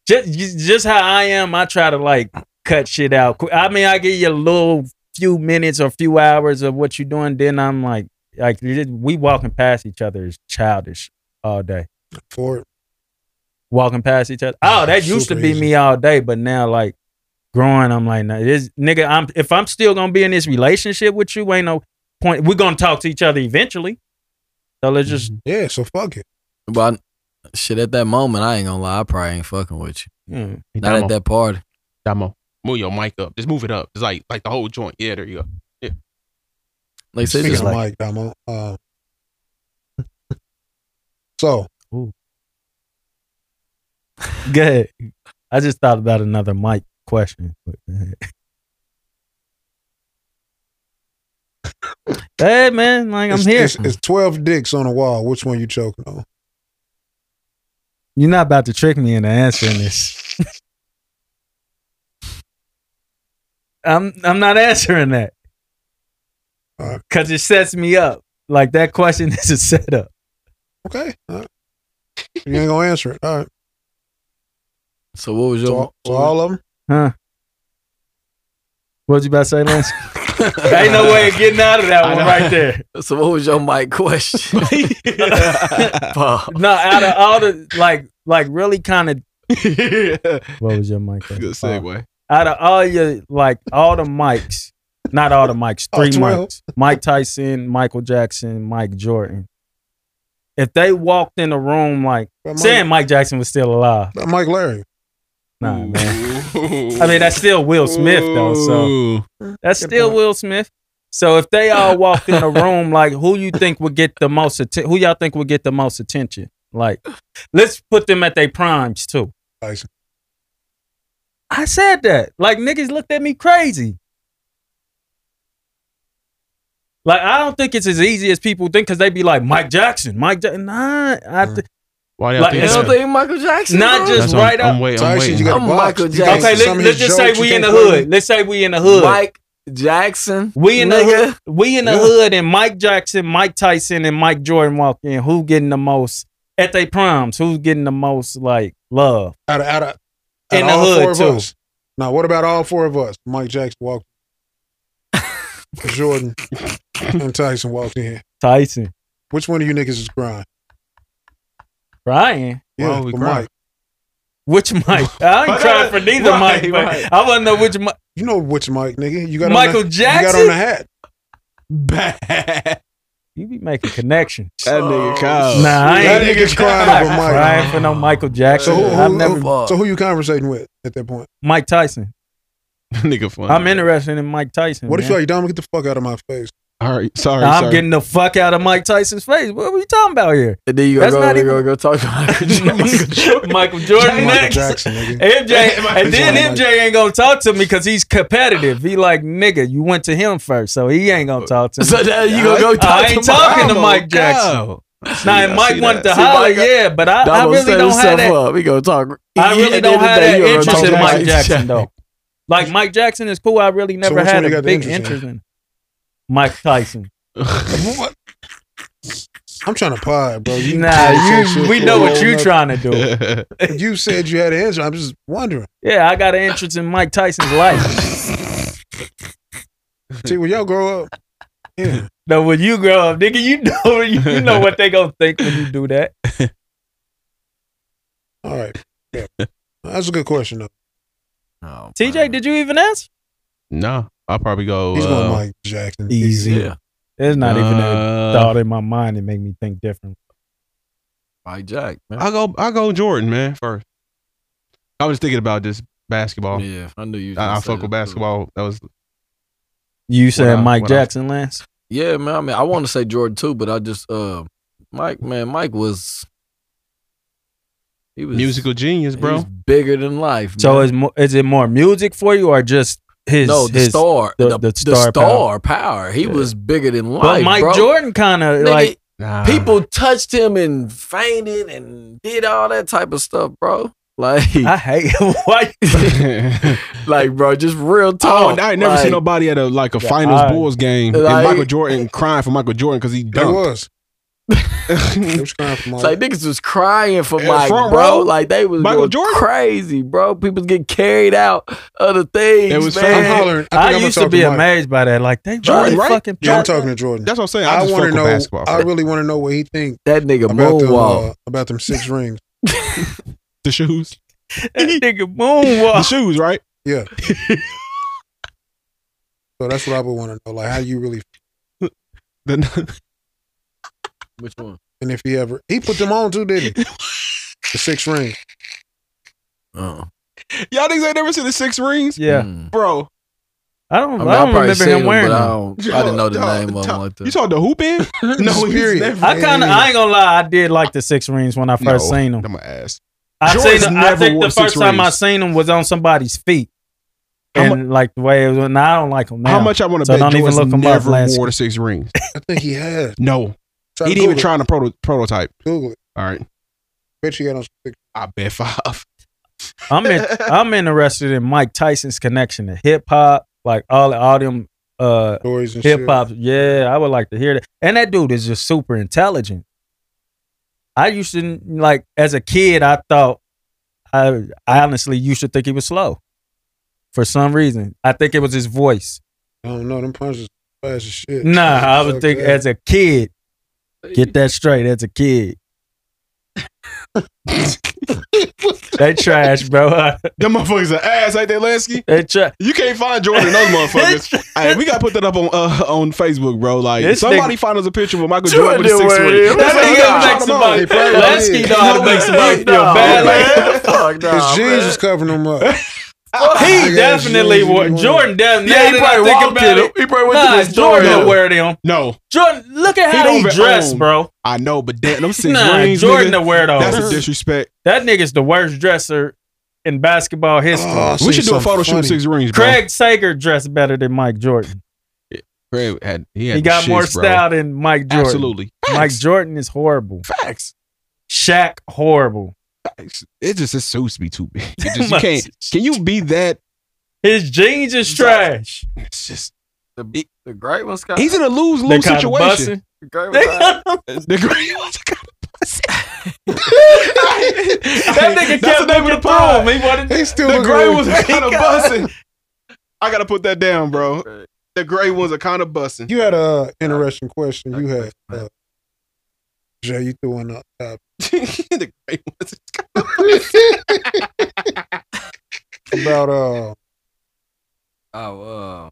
[SPEAKER 3] just ju- just how I am, I try to like cut shit out. Qu- I mean, I give you a little few minutes or few hours of what you're doing, then I'm like, like you just- we walking past each other is childish all day.
[SPEAKER 7] For it.
[SPEAKER 3] Walking past each other. Oh, that used to
[SPEAKER 7] Super
[SPEAKER 3] be
[SPEAKER 7] easy.
[SPEAKER 3] me all day, but now like growing, I'm like, nah, this nigga, I'm if I'm still gonna be in this relationship with you, ain't no point. We're gonna talk to each other eventually. So let's just
[SPEAKER 7] Mm-hmm. Yeah, so fuck it.
[SPEAKER 9] But I- shit, at that moment, I ain't gonna lie. I probably ain't fucking with you.
[SPEAKER 3] Mm.
[SPEAKER 9] Not at that party.
[SPEAKER 8] Damo. Move your mic up. Just move it up. It's like like the whole joint. Yeah, there you go. Yeah.
[SPEAKER 9] Like say
[SPEAKER 7] Speaking
[SPEAKER 9] just
[SPEAKER 7] of
[SPEAKER 9] like
[SPEAKER 7] Mike Damo. Uh, so
[SPEAKER 3] Go ahead. I just thought about another mic question. but go ahead. hey man, like I'm
[SPEAKER 7] it's,
[SPEAKER 3] here.
[SPEAKER 7] It's, it's twelve dicks on the wall. Which one you choking on?
[SPEAKER 3] You're not about to trick me into answering this. I'm I'm not answering that.
[SPEAKER 7] Uh,
[SPEAKER 3] Cause it sets me up. Like that question is a setup.
[SPEAKER 7] Okay. all right. You ain't gonna answer it. All right.
[SPEAKER 9] So what was your?
[SPEAKER 7] So, so all of them.
[SPEAKER 3] Huh? What was you about to say, Lance? Ain't no way of getting out of that one right there.
[SPEAKER 9] So what was your mic question? Pause.
[SPEAKER 3] No, out of all the like like really kind of what was your mic?
[SPEAKER 8] Good segue.
[SPEAKER 3] out of all your like all the mics, not all the mics,
[SPEAKER 7] Oh,
[SPEAKER 8] All
[SPEAKER 3] three
[SPEAKER 8] 12.
[SPEAKER 3] mics. Mike Tyson, Michael Jackson, Mike Jordan. If they walked in the room like
[SPEAKER 7] But
[SPEAKER 3] saying Mike Jackson was still alive,
[SPEAKER 7] But Mike Larry.
[SPEAKER 3] nah, man. I mean, that's still Will Smith though, so that's still Will Smith. So if they all walked in the room, like who you think would get the most attention? Who y'all think would get the most attention? Like, let's put them at their primes too.
[SPEAKER 7] Tyson.
[SPEAKER 3] I said that. Like niggas looked at me crazy. Like I don't think it's as easy as people think because they be like Mike Jackson, Mike Jackson. Nah, I th-
[SPEAKER 8] Why
[SPEAKER 3] Like,
[SPEAKER 9] You don't think Michael Jackson?
[SPEAKER 3] Not
[SPEAKER 9] bro?
[SPEAKER 3] just right up.
[SPEAKER 9] I'm Michael Jackson.
[SPEAKER 3] Okay, let, let's just say we in the hood. Let's say we in the hood.
[SPEAKER 9] Mike Jackson.
[SPEAKER 3] we in the
[SPEAKER 9] nigga.
[SPEAKER 3] hood. We in the
[SPEAKER 9] Yeah.
[SPEAKER 3] hood, and Mike Jackson, Mike Tyson, and Mike Jordan walk in. Who getting the most at they proms? Who's getting the most like love?
[SPEAKER 7] Out of out of out
[SPEAKER 3] In
[SPEAKER 7] of
[SPEAKER 3] the
[SPEAKER 7] all
[SPEAKER 3] hood,
[SPEAKER 7] four of
[SPEAKER 3] too.
[SPEAKER 7] us. Now what about all four of us? Mike Jackson walked. Jordan and Tyson walked in.
[SPEAKER 3] Tyson.
[SPEAKER 7] Which one of you niggas is crying?
[SPEAKER 3] Crying.
[SPEAKER 7] Yeah, Why would we for cry? Mike.
[SPEAKER 3] Which Mike? I ain't crying for neither
[SPEAKER 7] Right,
[SPEAKER 3] Mike, but
[SPEAKER 7] right.
[SPEAKER 3] I want to know which Mike.
[SPEAKER 7] You know which Mike, nigga. You got on
[SPEAKER 3] Michael
[SPEAKER 7] the- You got
[SPEAKER 3] Jackson?
[SPEAKER 7] on the hat.
[SPEAKER 3] You be making connections.
[SPEAKER 7] That nigga Kyle.
[SPEAKER 3] Nah, I
[SPEAKER 7] Oh, That
[SPEAKER 3] ain't
[SPEAKER 7] nigga's crying
[SPEAKER 3] I'm
[SPEAKER 7] over
[SPEAKER 3] not
[SPEAKER 7] Mike.
[SPEAKER 3] Crying for no Michael Jackson.
[SPEAKER 7] So who,
[SPEAKER 3] I've
[SPEAKER 7] who- uh,
[SPEAKER 3] never.
[SPEAKER 7] who- so who you conversating with at that point?
[SPEAKER 3] Mike Tyson.
[SPEAKER 8] nigga funny.
[SPEAKER 3] I'm interested in Mike Tyson.
[SPEAKER 7] What if
[SPEAKER 3] man.
[SPEAKER 7] you like, Dom, get the fuck out of my face?
[SPEAKER 8] All right, sorry.
[SPEAKER 3] I'm
[SPEAKER 8] sorry.
[SPEAKER 3] getting the fuck out of Mike Tyson's face. What are we talking about here?
[SPEAKER 9] And then you
[SPEAKER 3] That's
[SPEAKER 9] gonna go,
[SPEAKER 3] not
[SPEAKER 9] you
[SPEAKER 3] even-
[SPEAKER 9] gonna go talk about
[SPEAKER 3] Michael Jordan
[SPEAKER 9] Michael
[SPEAKER 3] next.
[SPEAKER 9] Jackson, nigga.
[SPEAKER 3] MJ,
[SPEAKER 9] Michael
[SPEAKER 3] and
[SPEAKER 9] Jordan.
[SPEAKER 3] then MJ ain't gonna talk to me because he's competitive. He like nigga, you went to him first, so he ain't gonna talk to me.
[SPEAKER 9] So now you gonna go talk
[SPEAKER 3] I
[SPEAKER 9] to
[SPEAKER 3] ain't
[SPEAKER 9] Mike.
[SPEAKER 3] talking to
[SPEAKER 9] Oh,
[SPEAKER 3] Mike
[SPEAKER 9] God.
[SPEAKER 3] Jackson. Now, if
[SPEAKER 9] I
[SPEAKER 3] Mike
[SPEAKER 9] see
[SPEAKER 3] wanted
[SPEAKER 9] that.
[SPEAKER 3] to
[SPEAKER 9] See,
[SPEAKER 3] holler,
[SPEAKER 9] Mike,
[SPEAKER 3] yeah, but I, I
[SPEAKER 9] Damo
[SPEAKER 3] really
[SPEAKER 9] set
[SPEAKER 3] don't have
[SPEAKER 9] himself
[SPEAKER 3] that.
[SPEAKER 9] Up. We gonna talk.
[SPEAKER 3] I
[SPEAKER 9] Yeah,
[SPEAKER 3] really
[SPEAKER 9] at the
[SPEAKER 3] don't
[SPEAKER 9] end of
[SPEAKER 3] have
[SPEAKER 9] the day,
[SPEAKER 3] that
[SPEAKER 9] you gonna
[SPEAKER 3] interest
[SPEAKER 9] talk
[SPEAKER 3] in
[SPEAKER 9] to
[SPEAKER 3] Mike Jackson though. Like Mike Jackson is cool. I really never
[SPEAKER 9] which one
[SPEAKER 3] had
[SPEAKER 9] you
[SPEAKER 3] a
[SPEAKER 9] got the
[SPEAKER 3] big
[SPEAKER 9] interest in?
[SPEAKER 3] interest in Mike Tyson.
[SPEAKER 7] I'm trying to pod, bro. You
[SPEAKER 3] Nah,
[SPEAKER 7] said
[SPEAKER 3] you-
[SPEAKER 7] some shit
[SPEAKER 3] we
[SPEAKER 7] for
[SPEAKER 3] know
[SPEAKER 7] a
[SPEAKER 3] what
[SPEAKER 7] whole
[SPEAKER 3] you
[SPEAKER 7] nother-
[SPEAKER 3] trying to do.
[SPEAKER 7] If you said you had an answer, I'm just wondering.
[SPEAKER 3] Yeah, I got an interest in Mike Tyson's life.
[SPEAKER 7] See, when y'all grow up, Oh, yeah.
[SPEAKER 3] No, when you grow up, nigga, you know you know what they gonna think when you do that.
[SPEAKER 7] All right. Yeah. That's a good question, though.
[SPEAKER 3] TJ, did you even ask?
[SPEAKER 8] Nah, I'll probably go.
[SPEAKER 7] He's
[SPEAKER 8] uh,
[SPEAKER 7] going Mike Jackson.
[SPEAKER 3] Easy.
[SPEAKER 8] Yeah.
[SPEAKER 3] There's not even a
[SPEAKER 8] Uh,
[SPEAKER 3] thought in my mind that make me think different.
[SPEAKER 9] Mike Jack. Man.
[SPEAKER 8] I go. I go Jordan, man. First, I was thinking about just basketball.
[SPEAKER 9] Yeah, I knew you. was
[SPEAKER 8] I,
[SPEAKER 9] gonna
[SPEAKER 8] I
[SPEAKER 9] say
[SPEAKER 8] fuck with
[SPEAKER 9] that, too.
[SPEAKER 8] basketball. That was
[SPEAKER 3] You said
[SPEAKER 8] I-
[SPEAKER 3] Mike
[SPEAKER 8] what I-
[SPEAKER 3] Jackson, Lance.
[SPEAKER 9] Yeah, man. I mean, I want to say Jordan too, but I just uh, Mike, man, Mike was he was
[SPEAKER 8] musical genius,
[SPEAKER 9] he
[SPEAKER 8] bro.
[SPEAKER 9] was bigger than life. Man.
[SPEAKER 3] So is mo- is it more music for you or just his?
[SPEAKER 9] no the
[SPEAKER 3] his-
[SPEAKER 9] star,
[SPEAKER 3] the,
[SPEAKER 9] the,
[SPEAKER 3] the
[SPEAKER 9] the star,
[SPEAKER 3] power?
[SPEAKER 9] power. He
[SPEAKER 3] Yeah.
[SPEAKER 9] was bigger than life.
[SPEAKER 3] But Mike
[SPEAKER 9] bro.
[SPEAKER 3] Jordan kind of
[SPEAKER 9] Nigga,
[SPEAKER 3] like
[SPEAKER 9] Uh, people touched him and fainted and did all that type of stuff, bro. Like I
[SPEAKER 3] hate why,
[SPEAKER 9] like bro, just real
[SPEAKER 8] Oh,
[SPEAKER 9] talk.
[SPEAKER 8] I ain't never
[SPEAKER 9] like,
[SPEAKER 8] seen nobody at a like a
[SPEAKER 9] Yeah,
[SPEAKER 8] finals
[SPEAKER 9] I-
[SPEAKER 8] Bulls game
[SPEAKER 9] Like-
[SPEAKER 8] and Michael Jordan crying for Michael Jordan because he dunked.
[SPEAKER 7] was. It was crying for
[SPEAKER 9] It's
[SPEAKER 7] Mike.
[SPEAKER 9] like niggas was crying for
[SPEAKER 8] Yeah,
[SPEAKER 9] Mike,
[SPEAKER 8] front
[SPEAKER 9] bro.
[SPEAKER 8] row.
[SPEAKER 9] Like they was
[SPEAKER 8] Michael
[SPEAKER 9] going
[SPEAKER 8] Jordan?
[SPEAKER 9] crazy, bro. People getting carried out of the things.
[SPEAKER 8] It was
[SPEAKER 9] man.
[SPEAKER 8] front row. I think
[SPEAKER 3] I,
[SPEAKER 8] I'm gonna
[SPEAKER 3] used to
[SPEAKER 8] talk
[SPEAKER 3] be
[SPEAKER 8] to Mike.
[SPEAKER 3] amazed by that. Like they
[SPEAKER 8] Jordan,
[SPEAKER 3] really
[SPEAKER 8] right?
[SPEAKER 3] fucking
[SPEAKER 7] Yeah, I'm
[SPEAKER 3] talking.
[SPEAKER 7] talking to Jordan.
[SPEAKER 8] That's what I'm saying. I,
[SPEAKER 7] I,
[SPEAKER 8] just
[SPEAKER 7] want
[SPEAKER 8] fuck
[SPEAKER 7] to
[SPEAKER 8] with
[SPEAKER 7] know.
[SPEAKER 8] basketball.
[SPEAKER 7] I really want to know what he think
[SPEAKER 9] that nigga
[SPEAKER 7] about them,
[SPEAKER 9] moonwalk.
[SPEAKER 7] uh, about them six rings.
[SPEAKER 8] the shoes.
[SPEAKER 3] That nigga
[SPEAKER 8] The
[SPEAKER 3] moonwalk.
[SPEAKER 8] shoes, right?
[SPEAKER 7] Yeah. so that's what I would want to know. Like, how you really?
[SPEAKER 8] The,
[SPEAKER 9] Which one?
[SPEAKER 7] And if he ever he put them on too, did he? The six rings.
[SPEAKER 9] Oh.
[SPEAKER 8] Y'all niggas ain't never seen the six rings?
[SPEAKER 3] Yeah.
[SPEAKER 8] Bro.
[SPEAKER 3] I
[SPEAKER 9] Mm-hmm. I,
[SPEAKER 3] don't. I,
[SPEAKER 9] mean, I
[SPEAKER 3] don't
[SPEAKER 9] probably
[SPEAKER 3] remember
[SPEAKER 9] seen
[SPEAKER 3] him
[SPEAKER 9] him,
[SPEAKER 3] wearing
[SPEAKER 9] but I,
[SPEAKER 3] them.
[SPEAKER 9] don't, I didn't know the
[SPEAKER 8] Y'all-
[SPEAKER 9] name of him
[SPEAKER 8] y'all-
[SPEAKER 9] like that.
[SPEAKER 8] You talking the hoop in? no, he's
[SPEAKER 7] Period.
[SPEAKER 8] never.
[SPEAKER 3] I kind of. I ain't gonna lie. I did like the six rings when I first
[SPEAKER 8] No,
[SPEAKER 3] seen them.
[SPEAKER 8] I'm gonna ask.
[SPEAKER 3] I,
[SPEAKER 8] Jordan's
[SPEAKER 3] seen, them- I
[SPEAKER 8] never
[SPEAKER 3] think
[SPEAKER 8] wore
[SPEAKER 3] the
[SPEAKER 8] six
[SPEAKER 3] first time I
[SPEAKER 8] rings.
[SPEAKER 3] seen them was on somebody's feet,
[SPEAKER 8] How
[SPEAKER 3] and like the way it was. And I don't like them. Now.
[SPEAKER 8] How much I want to
[SPEAKER 3] so
[SPEAKER 8] bet
[SPEAKER 3] Don't even
[SPEAKER 8] Jordan's
[SPEAKER 3] look them up.
[SPEAKER 8] never
[SPEAKER 3] Lance.
[SPEAKER 8] wore the six rings?
[SPEAKER 7] I think he has.
[SPEAKER 8] No,
[SPEAKER 7] Try to
[SPEAKER 8] he didn't even
[SPEAKER 7] Google
[SPEAKER 8] try on a proto- prototype.
[SPEAKER 7] it. Google it.
[SPEAKER 8] All right,
[SPEAKER 7] Bet you got on some six.
[SPEAKER 8] I bet five.
[SPEAKER 3] I'm in, I'm interested in Mike Tyson's connection to hip hop, like all all them uh
[SPEAKER 7] Stories and
[SPEAKER 3] hip hop. Yeah, I would like to hear that. And that dude is just super intelligent. I used to like as a kid, I thought I, I honestly used to think he was slow. For some reason, I think it was his voice.
[SPEAKER 7] I don't know. Them punches fast as shit.
[SPEAKER 3] Nah, I would
[SPEAKER 7] Fuck
[SPEAKER 3] think
[SPEAKER 7] that.
[SPEAKER 3] as a kid. Get that straight as a kid. they trash, bro.
[SPEAKER 8] Them motherfuckers are ass, ain't they, Lansky?
[SPEAKER 3] they trash.
[SPEAKER 8] You can't find Jordan in those motherfuckers. hey, we gotta put that up on uh, on Facebook, bro. Like
[SPEAKER 3] This
[SPEAKER 8] somebody
[SPEAKER 3] nigga-
[SPEAKER 8] find us a picture with Michael
[SPEAKER 9] Jordan
[SPEAKER 8] Jordan with the six
[SPEAKER 9] wearing
[SPEAKER 8] rings.
[SPEAKER 9] it. That's
[SPEAKER 8] That's
[SPEAKER 9] what
[SPEAKER 8] what
[SPEAKER 9] he
[SPEAKER 8] I'm
[SPEAKER 9] gotta
[SPEAKER 8] talking
[SPEAKER 9] make
[SPEAKER 8] about.
[SPEAKER 7] He probably
[SPEAKER 3] Lansky
[SPEAKER 7] did.
[SPEAKER 3] know how to make somebody feel bad. Like,
[SPEAKER 9] Fuck no.
[SPEAKER 7] His jeans was covering them up.
[SPEAKER 3] he
[SPEAKER 7] Nigga,
[SPEAKER 3] definitely
[SPEAKER 7] jeans,
[SPEAKER 3] wore
[SPEAKER 7] he wore-
[SPEAKER 3] Jordan. Definitely,
[SPEAKER 9] Yeah, he
[SPEAKER 3] now that I
[SPEAKER 9] probably
[SPEAKER 3] think
[SPEAKER 9] walked
[SPEAKER 3] about
[SPEAKER 9] in
[SPEAKER 3] it.
[SPEAKER 9] them. He probably went to
[SPEAKER 3] nah,
[SPEAKER 9] the store.
[SPEAKER 3] Jordan
[SPEAKER 8] No.
[SPEAKER 3] don't wear them.
[SPEAKER 8] No,
[SPEAKER 3] Jordan, look at
[SPEAKER 8] He
[SPEAKER 3] how
[SPEAKER 8] don't
[SPEAKER 3] he,
[SPEAKER 8] even
[SPEAKER 3] dressed,
[SPEAKER 8] own-
[SPEAKER 3] bro.
[SPEAKER 8] I know, but damn, them six
[SPEAKER 3] Nah,
[SPEAKER 8] rings.
[SPEAKER 3] Jordan
[SPEAKER 8] nigga,
[SPEAKER 3] to wear those.
[SPEAKER 8] That's a disrespect.
[SPEAKER 3] That nigga's the worst dresser in basketball history.
[SPEAKER 7] Oh, I
[SPEAKER 8] we
[SPEAKER 7] seen
[SPEAKER 8] should do a
[SPEAKER 7] something
[SPEAKER 8] photo shoot with
[SPEAKER 7] funny.
[SPEAKER 8] six rings, bro.
[SPEAKER 3] Craig Sager dressed better than Mike Jordan.
[SPEAKER 8] Craig had he,
[SPEAKER 3] He,
[SPEAKER 8] had the
[SPEAKER 3] got
[SPEAKER 8] shits,
[SPEAKER 3] more
[SPEAKER 8] bro.
[SPEAKER 3] style than Mike Jordan.
[SPEAKER 8] Absolutely,
[SPEAKER 3] Mike
[SPEAKER 8] Facts.
[SPEAKER 3] Jordan is horrible.
[SPEAKER 8] Facts.
[SPEAKER 3] Shaq horrible.
[SPEAKER 8] Facts. It just it suits me too big. It just, you can't. Can you be that?
[SPEAKER 3] His jeans is trash.
[SPEAKER 8] It's just
[SPEAKER 9] The, the great one, Scott.
[SPEAKER 8] he's in a lose
[SPEAKER 3] They
[SPEAKER 8] lose
[SPEAKER 3] kind of
[SPEAKER 8] situation.
[SPEAKER 3] bussing.
[SPEAKER 9] the great
[SPEAKER 3] They-
[SPEAKER 9] one.
[SPEAKER 8] The great ones are kinda bussing.
[SPEAKER 3] That nigga
[SPEAKER 8] That's
[SPEAKER 3] kept
[SPEAKER 8] the name
[SPEAKER 3] him
[SPEAKER 8] of
[SPEAKER 3] in the
[SPEAKER 8] the pod.
[SPEAKER 3] problem. He wanted
[SPEAKER 7] They still
[SPEAKER 8] The
[SPEAKER 7] look
[SPEAKER 8] gray
[SPEAKER 7] like-
[SPEAKER 8] ones are kind of
[SPEAKER 3] got-
[SPEAKER 8] bussing. I gotta put that down, bro. The gray ones are kind of bussing.
[SPEAKER 7] You had a interesting question. You had uh, Jay. You threw in the top.
[SPEAKER 8] the great ones.
[SPEAKER 7] about uh
[SPEAKER 9] Oh, uh,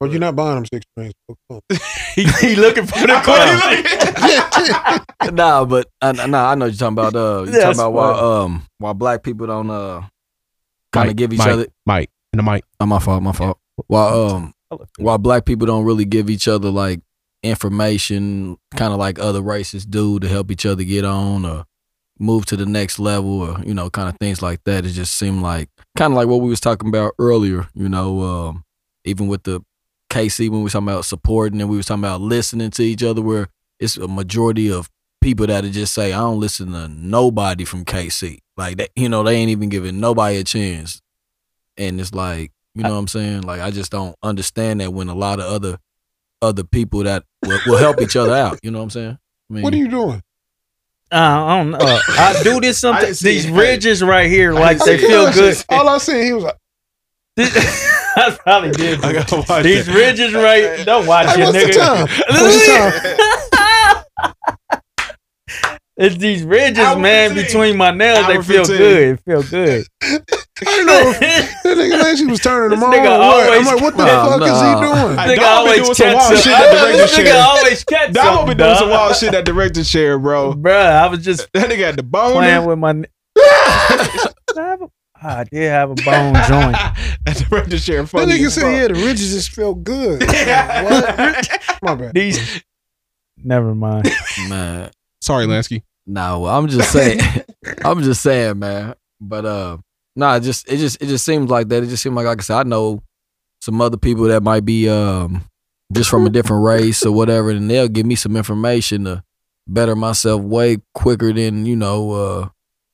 [SPEAKER 7] well you're not buying them six rings.
[SPEAKER 9] he looking for the nah, but uh, nah, I know you're talking about. Uh, you talking
[SPEAKER 8] That's
[SPEAKER 9] about why
[SPEAKER 8] funny.
[SPEAKER 9] um why black people don't uh kind
[SPEAKER 8] Mike,
[SPEAKER 9] of give each
[SPEAKER 8] Mike,
[SPEAKER 9] other
[SPEAKER 8] Mike and the mic.
[SPEAKER 9] Oh, my fault, my fault. Why um why black people don't really give each other like information, kind of like other races do to help each other get on or move to the next level or you know kind of things like that. It just seemed like kind of like what we was talking about earlier. You know, um, even with the KC when we was talking about supporting and we was talking about listening to each other, where it's a majority of people that just say I don't listen to nobody from KC. Like that, you know, they ain't even giving nobody a chance and it's like you know what I'm saying. Like I just don't understand that when a lot of other other people that will, will help each other out. You know what I'm saying? I mean,
[SPEAKER 7] What are you doing?
[SPEAKER 3] Uh, I don't know. I do this
[SPEAKER 7] I
[SPEAKER 3] sometimes.
[SPEAKER 7] didn't see
[SPEAKER 3] These
[SPEAKER 7] it.
[SPEAKER 3] ridges right here,
[SPEAKER 7] I
[SPEAKER 3] like
[SPEAKER 7] didn't
[SPEAKER 3] they
[SPEAKER 7] see it.
[SPEAKER 3] feel good.
[SPEAKER 7] All I seen, he was like,
[SPEAKER 3] I probably did. I
[SPEAKER 8] gotta watch
[SPEAKER 3] These ridges right. Don't watch
[SPEAKER 7] Hey,
[SPEAKER 3] it,
[SPEAKER 7] what's the time?
[SPEAKER 3] nigga.
[SPEAKER 7] What's the time?
[SPEAKER 3] It's these ridges, man, between my nails.
[SPEAKER 7] Hour
[SPEAKER 3] they feel
[SPEAKER 7] 15.
[SPEAKER 3] good. It feel good
[SPEAKER 7] I didn't know if that nigga thinks he was turning them on. or
[SPEAKER 3] nigga
[SPEAKER 7] what. Oh, I'm
[SPEAKER 3] always-
[SPEAKER 7] like, what the
[SPEAKER 3] Nah,
[SPEAKER 7] fuck
[SPEAKER 3] nah.
[SPEAKER 7] is he doing?
[SPEAKER 3] Nigga always catch up. This nigga always catch
[SPEAKER 8] Damo
[SPEAKER 3] up,
[SPEAKER 8] been doing
[SPEAKER 3] dog.
[SPEAKER 8] some wild shit that director chair, bro.
[SPEAKER 3] Bruh, I was just
[SPEAKER 8] that nigga had the bone.
[SPEAKER 3] playing with my. n- I did have a bone joint.
[SPEAKER 8] That director chair.
[SPEAKER 7] That
[SPEAKER 8] funny
[SPEAKER 7] nigga
[SPEAKER 8] as
[SPEAKER 7] said,
[SPEAKER 8] fuck.
[SPEAKER 7] yeah, the ridges just feel good. What? My bad.
[SPEAKER 3] These. Never mind.
[SPEAKER 9] man.
[SPEAKER 8] Sorry, Lansky.
[SPEAKER 9] No, well, I'm just saying. I'm just saying, man. But uh, nah, it just it just it just seems like that. It just seems like like I said, I know some other people that might be um just from a different race or whatever, and they'll give me some information to better myself way quicker than you know uh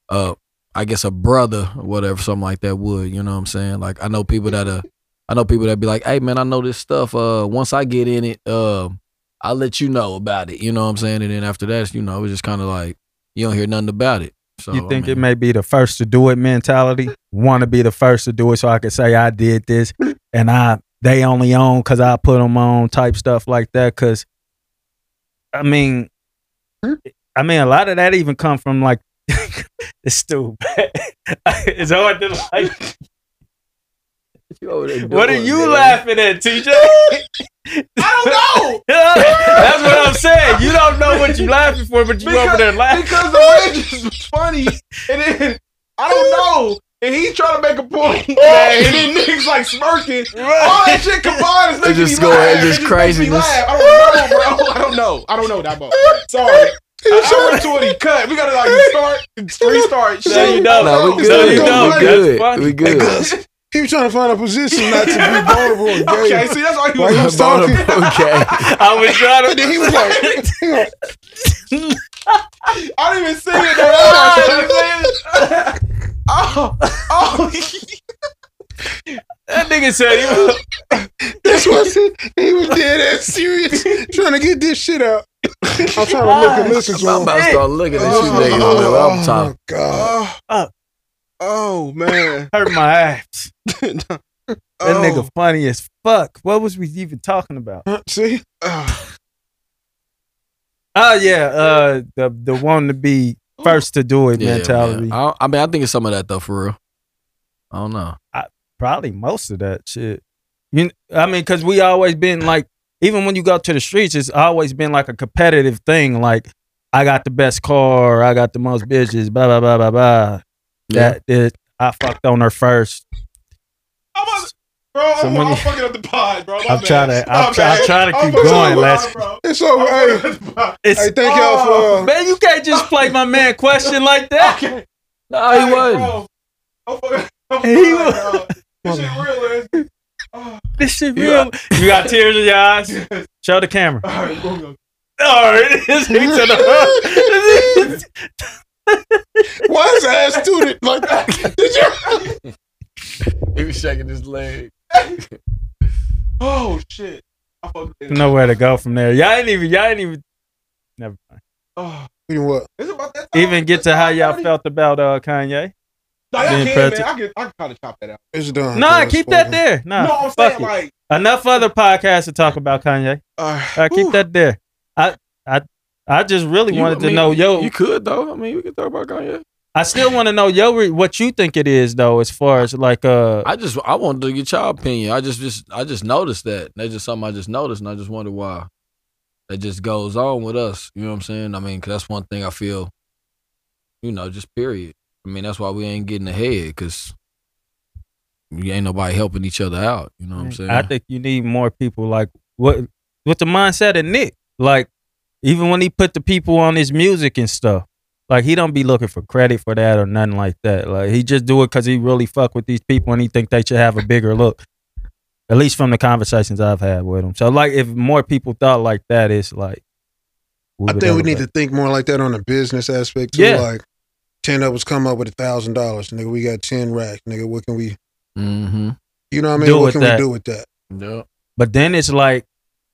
[SPEAKER 9] uh I guess a brother or whatever something like that would. You know what I'm saying? Like I know people that uh I know people that be like, hey man, I know this stuff. Uh, once I get in it, um. I'll let you know about it. You know what I'm saying? And then after that, you know, it was just kind of like you don't hear nothing about it. So
[SPEAKER 3] you think it may be the first to do it mentality? Want to be the first to do it so I could say I did this and I they only own because I put them on type stuff like that. Because I mean, I mean a lot of that even come from like it's stupid. it's hard to like. What are you laughing at, TJ?
[SPEAKER 8] I
[SPEAKER 3] don't know. That's what I'm saying. You don't know what you laughing for, but you over there laughing
[SPEAKER 8] because the ridges was funny, and then I don't know. And he's trying to make a point, man. And then niggas like smirking. All that shit combined is
[SPEAKER 9] It
[SPEAKER 8] making
[SPEAKER 9] just
[SPEAKER 8] me
[SPEAKER 9] go-
[SPEAKER 8] laugh.
[SPEAKER 9] it just
[SPEAKER 8] makes me
[SPEAKER 9] craziness.
[SPEAKER 8] laugh. I don't know, bro. I don't know. I don't know that much. Sorry. I, I went to it. He cut. We gotta like start, restart.
[SPEAKER 3] No, you
[SPEAKER 8] shit.
[SPEAKER 3] don't.
[SPEAKER 8] I
[SPEAKER 3] No,
[SPEAKER 8] don't
[SPEAKER 3] we good.
[SPEAKER 8] know.
[SPEAKER 3] No, you
[SPEAKER 8] Don't
[SPEAKER 3] don't.
[SPEAKER 8] blame
[SPEAKER 3] That's
[SPEAKER 8] me.
[SPEAKER 3] funny. We good.
[SPEAKER 7] Because He was trying to find a position not to be vulnerable and gay.
[SPEAKER 8] Okay, see, that's all he
[SPEAKER 7] While
[SPEAKER 8] was-
[SPEAKER 7] was talking.
[SPEAKER 9] okay.
[SPEAKER 3] I was trying to.
[SPEAKER 7] But then he was like, he was like,
[SPEAKER 8] I didn't even see it. though. That's what I'm trying to say. Oh, oh.
[SPEAKER 3] That nigga said he was.
[SPEAKER 7] that's what I said. He was dead ass serious trying to get this shit out. I'm trying to look and listen to him.
[SPEAKER 9] I'm about to start looking at you niggas over there. I'm talking.
[SPEAKER 8] Oh,
[SPEAKER 3] oh,
[SPEAKER 8] oh man.
[SPEAKER 3] Hurt my ass. That
[SPEAKER 7] Oh.
[SPEAKER 3] nigga funny as fuck. What was we even talking about?
[SPEAKER 7] See?
[SPEAKER 3] Oh yeah, uh, the the one to be first to do it
[SPEAKER 9] Yeah,
[SPEAKER 3] mentality.
[SPEAKER 9] man. I, I mean, I think it's some of that though, for real. I don't know.
[SPEAKER 3] I, probably most of that shit. You, kn- I mean, because we always been like, even when you go to the streets, it's always been like a competitive thing. Like, I got the best car, I got the most bitches, blah blah blah blah blah.
[SPEAKER 9] Yeah.
[SPEAKER 3] That that I fucked on her first.
[SPEAKER 8] Bro, I'm,
[SPEAKER 3] Someone-
[SPEAKER 8] I'm fucking up the pod, bro. My
[SPEAKER 3] I'm
[SPEAKER 8] bad.
[SPEAKER 3] trying to- I'm
[SPEAKER 8] My
[SPEAKER 3] try- I'm
[SPEAKER 8] bad.
[SPEAKER 3] trying to keep
[SPEAKER 8] fucking
[SPEAKER 3] going,
[SPEAKER 8] up the
[SPEAKER 3] Les.
[SPEAKER 8] pod, bro.
[SPEAKER 7] It's over. Hey,
[SPEAKER 3] It's- Oh,
[SPEAKER 7] hey thank y'all for. Uh,
[SPEAKER 3] man, you can't just play my man question like that.
[SPEAKER 9] No, he wasn't.
[SPEAKER 3] He was.
[SPEAKER 8] This shit real, Les.
[SPEAKER 3] This shit real. You got tears in your eyes. Show the camera.
[SPEAKER 8] All right, we'll go.
[SPEAKER 3] All right, it's heat to the
[SPEAKER 7] Why is that ass student like that? Did you?
[SPEAKER 9] He was shaking his leg.
[SPEAKER 8] Oh shit. I fucked it.
[SPEAKER 3] Nowhere to go from there. Y'all ain't even. Y'all ain't even. Never mind.
[SPEAKER 8] Oh,
[SPEAKER 7] what?
[SPEAKER 8] it's about that time.
[SPEAKER 3] Even get to how y'all felt about uh Kanye.
[SPEAKER 8] Nah, y'all
[SPEAKER 3] Being
[SPEAKER 8] can,
[SPEAKER 3] president.
[SPEAKER 8] man. I can, I can kind of chop that out.
[SPEAKER 7] It's done.
[SPEAKER 3] Nah, keep that there. Nah,
[SPEAKER 8] no, I'm
[SPEAKER 3] fuck
[SPEAKER 8] saying
[SPEAKER 3] it.
[SPEAKER 8] like
[SPEAKER 3] Enough other podcasts to talk about Kanye.
[SPEAKER 8] Uh,
[SPEAKER 3] All right, keep that there. I I I just really
[SPEAKER 9] You-
[SPEAKER 3] wanted
[SPEAKER 9] I
[SPEAKER 3] to
[SPEAKER 9] mean,
[SPEAKER 3] know yo.
[SPEAKER 9] You could though. I mean, we could talk about Kanye.
[SPEAKER 3] I still want to know yo re- what you think it is though, as far as like uh.
[SPEAKER 9] I just I wanted to get your opinion. I just just I just noticed that. That's just something I just noticed, and I just wonder why that just goes on with us. You know what I'm saying? I mean, 'cause that's one thing I feel. You know, just period. I mean, that's why we ain't getting ahead because we ain't nobody helping each other out. You know what I'm saying?
[SPEAKER 3] I think you need more people like what with the mindset of Nick. Like even when he put the people on his music and stuff, like he don't be looking for credit for that or nothing like that. Like he just do it because he really fuck with these people and he think they should have a bigger look. At least from the conversations I've had with him. So like if more people thought like that, it's like
[SPEAKER 7] I think we need to think more like that on the business aspect too.
[SPEAKER 3] Yeah.
[SPEAKER 7] Like ten of us come up with a thousand dollars, nigga. We got ten racks, nigga. What can we?
[SPEAKER 9] Mm-hmm.
[SPEAKER 7] You know what I mean?
[SPEAKER 3] Do
[SPEAKER 7] what
[SPEAKER 3] with
[SPEAKER 7] can
[SPEAKER 3] that.
[SPEAKER 7] we do with that?
[SPEAKER 9] Yeah.
[SPEAKER 3] But then it's like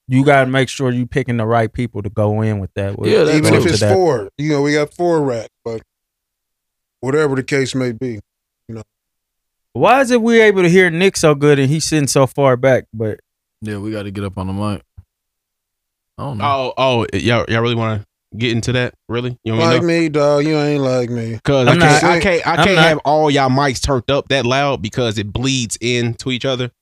[SPEAKER 3] you gotta make sure you picking the right people to go in with that. with-
[SPEAKER 7] even
[SPEAKER 3] go
[SPEAKER 7] if
[SPEAKER 3] to
[SPEAKER 7] it's
[SPEAKER 3] that.
[SPEAKER 7] four, you know, we got four racks, but whatever the case may be, you know.
[SPEAKER 3] Why is it we're able to hear Nick so good and he's sitting so far back? But
[SPEAKER 9] yeah, we got to get up on the mic. Oh,
[SPEAKER 8] oh, oh, y'all, y'all really want to get into that? Really? You want me to
[SPEAKER 7] Like
[SPEAKER 8] know?
[SPEAKER 7] me, dog. You ain't like me.
[SPEAKER 8] Cause I
[SPEAKER 7] I'm
[SPEAKER 8] can't,
[SPEAKER 7] not-
[SPEAKER 8] I can't, I
[SPEAKER 7] I'm
[SPEAKER 8] can't
[SPEAKER 7] not-
[SPEAKER 8] have all y'all mics turned up that loud because it bleeds into each other.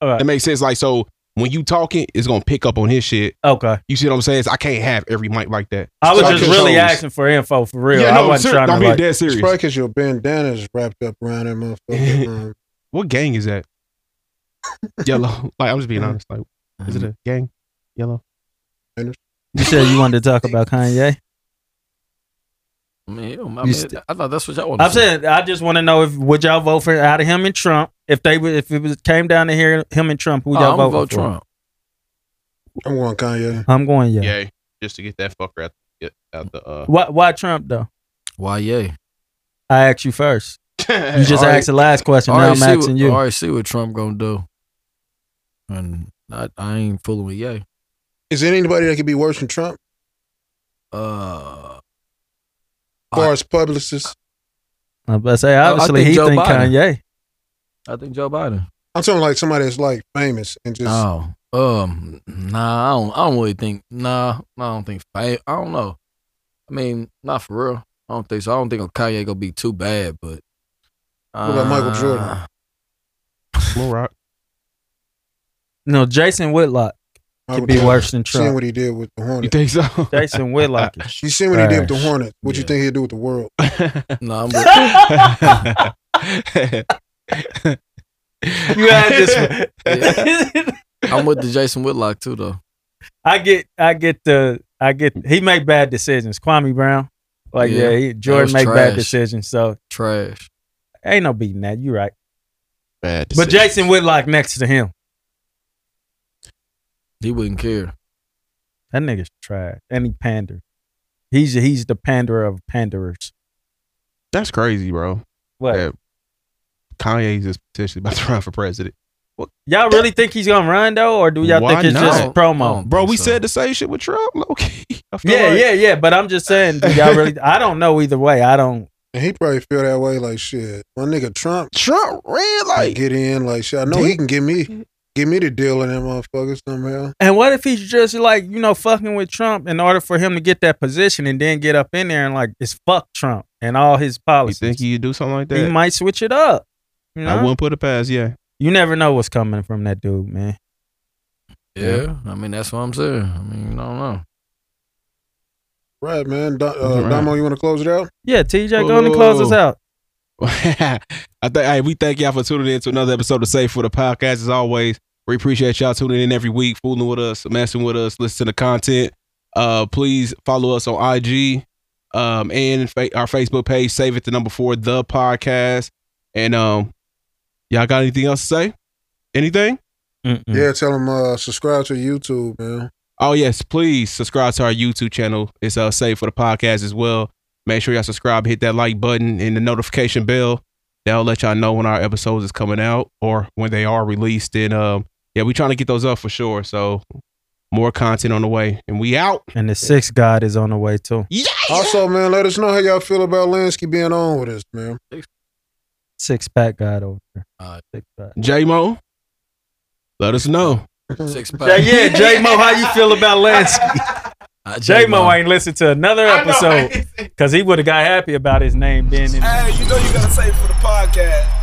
[SPEAKER 8] That makes sense. Like so, when you talking, it's gonna pick up on his shit.
[SPEAKER 3] Okay,
[SPEAKER 8] you see what I'm saying? So I can't have every mic like that.
[SPEAKER 3] I was
[SPEAKER 8] So
[SPEAKER 3] just
[SPEAKER 8] can-
[SPEAKER 3] really
[SPEAKER 8] so-
[SPEAKER 3] asking for info for real.
[SPEAKER 8] Yeah,
[SPEAKER 3] I
[SPEAKER 8] no,
[SPEAKER 3] wasn't
[SPEAKER 8] ser-
[SPEAKER 3] trying to
[SPEAKER 8] I'm being
[SPEAKER 3] like,
[SPEAKER 8] dead serious.
[SPEAKER 7] It's probably because your bandana is wrapped up around that motherfucker. um,
[SPEAKER 8] What gang is that? Yellow. Like I'm just being honest. Like,
[SPEAKER 9] Mm-hmm.
[SPEAKER 8] is it a gang? Yellow.
[SPEAKER 3] You said you wanted to talk about Kanye.
[SPEAKER 9] I mean, hell, I,
[SPEAKER 3] You
[SPEAKER 9] mean,
[SPEAKER 3] st-
[SPEAKER 9] I thought that's what y'all want.
[SPEAKER 3] I'm saying I just want to know if would y'all vote for out of him and Trump if they would if it was came down to here him and Trump who
[SPEAKER 9] Oh,
[SPEAKER 3] y'all
[SPEAKER 9] I'm gonna
[SPEAKER 3] vote,
[SPEAKER 9] vote
[SPEAKER 3] for?
[SPEAKER 9] Trump.
[SPEAKER 7] I'm going Kanye.
[SPEAKER 3] I'm going yeah.
[SPEAKER 8] Yay. Just to get that fucker out, get out the. Uh,
[SPEAKER 3] Why why Trump though?
[SPEAKER 9] Why yay?
[SPEAKER 3] I asked you first. You just
[SPEAKER 9] Alright.
[SPEAKER 3] asked the last question.
[SPEAKER 9] Alright,
[SPEAKER 3] Now I'm
[SPEAKER 9] see
[SPEAKER 3] asking
[SPEAKER 9] what,
[SPEAKER 3] you.
[SPEAKER 9] I already see what Trump gonna do, and I, I ain't fooling with yay.
[SPEAKER 7] Is there anybody that could be worse than Trump?
[SPEAKER 9] Uh,
[SPEAKER 7] as far as publicists,
[SPEAKER 3] I'm about to say
[SPEAKER 7] I- I
[SPEAKER 3] obviously
[SPEAKER 7] think
[SPEAKER 3] he
[SPEAKER 7] Joe
[SPEAKER 3] think
[SPEAKER 7] Biden.
[SPEAKER 3] Kanye.
[SPEAKER 9] I think Joe Biden.
[SPEAKER 7] I'm talking like somebody that's like famous and just.
[SPEAKER 9] Oh, um, nah, I don't. I don't really think. Nah, I don't think. I, I don't know. I mean, not for real. I don't think so. I don't think Kanye gonna be too bad, but. uh,
[SPEAKER 7] What about Michael Jordan?
[SPEAKER 8] Little Rock.
[SPEAKER 3] No, Jason Whitlock
[SPEAKER 7] Michael
[SPEAKER 3] could be
[SPEAKER 7] Jordan.
[SPEAKER 3] worse than Trump.
[SPEAKER 7] Seeing what he did with the Hornets.
[SPEAKER 8] think so?
[SPEAKER 3] Jason Whitlock.
[SPEAKER 7] You seen what he did with the
[SPEAKER 3] Trash.
[SPEAKER 7] Hornets? What you think he'll do with the world?
[SPEAKER 9] no, I'm
[SPEAKER 3] You had this one.
[SPEAKER 9] I'm with the Jason Whitlock too, though.
[SPEAKER 3] I get, I get the, I get. He make bad decisions. Kwame Brown, like yeah,
[SPEAKER 9] Yeah,
[SPEAKER 3] he,
[SPEAKER 9] that
[SPEAKER 3] Jordan
[SPEAKER 9] was
[SPEAKER 3] make bad
[SPEAKER 9] trash.
[SPEAKER 3] decisions. So
[SPEAKER 9] trash.
[SPEAKER 3] Ain't no beating that. You right.
[SPEAKER 8] Bad.
[SPEAKER 3] But Jason Whitlock next to him,
[SPEAKER 9] He wouldn't care.
[SPEAKER 3] that nigga's trash. And he pander. He's he's the panderer of panderers.
[SPEAKER 8] That's crazy, bro.
[SPEAKER 3] What?
[SPEAKER 8] That Kanye's is potentially about to run for president.
[SPEAKER 3] Y'all really think he's gonna run though, or do y'all
[SPEAKER 8] Why
[SPEAKER 3] think it's
[SPEAKER 8] not?
[SPEAKER 3] just promo?
[SPEAKER 8] Bro, we said the same shit with Trump. Okay.
[SPEAKER 3] Yeah, yeah, yeah. But I'm just saying, do y'all really? I don't know either way. I don't.
[SPEAKER 7] And he probably feel that way like shit. My nigga Trump.
[SPEAKER 8] Trump ran
[SPEAKER 7] like get in like shit. I know he can get me get me the deal in that motherfucker somehow.
[SPEAKER 3] And what if he's just like, you know, fucking with Trump in order for him to get that position and then get up in there and like, it's fuck Trump and all his policies.
[SPEAKER 8] You think he'd do something like that?
[SPEAKER 3] He might switch it up. You
[SPEAKER 8] I
[SPEAKER 3] know?
[SPEAKER 8] wouldn't put it past, yeah.
[SPEAKER 3] You never know what's coming from that dude, man.
[SPEAKER 9] Yeah, I mean that's what I'm saying. I mean, I don't know.
[SPEAKER 7] Right, man. Do, uh,
[SPEAKER 8] Right.
[SPEAKER 7] Damo, you want to close it out? Uh,
[SPEAKER 3] Yeah, TJ,
[SPEAKER 8] go on and close us
[SPEAKER 3] out.
[SPEAKER 8] I think hey, we thank y'all for tuning in to another episode of Safe for the Podcast. As always, we appreciate y'all tuning in every week, fooling with us, messing with us, listening to content. Uh, please follow us on IG um, and fa- our Facebook page. Save it the number four, the podcast. And um, y'all got anything else to say? Anything?
[SPEAKER 7] Yeah, tell him uh, subscribe to YouTube, man.
[SPEAKER 8] Oh yes, please subscribe to our YouTube channel. It's uh safe for the podcast as well. Make sure y'all subscribe, hit that like button and the notification bell. That'll let y'all know when our episodes is coming out or when they are released. And um, yeah, we trying to get those up for sure. So more content on the way, and we out.
[SPEAKER 3] And the sixth god is on the way too.
[SPEAKER 7] Also, man, let us know how y'all feel about Lansky being on with us, man.
[SPEAKER 3] Six pack god over there. Six pack.
[SPEAKER 8] J Mo, let us know.
[SPEAKER 9] Six
[SPEAKER 3] Yeah, yeah, J Mo, how you feel about Lansky? J Mo ain't listened to another episode because he would have got happy about his name being in.
[SPEAKER 8] Hey, you know you gotta save it for the podcast.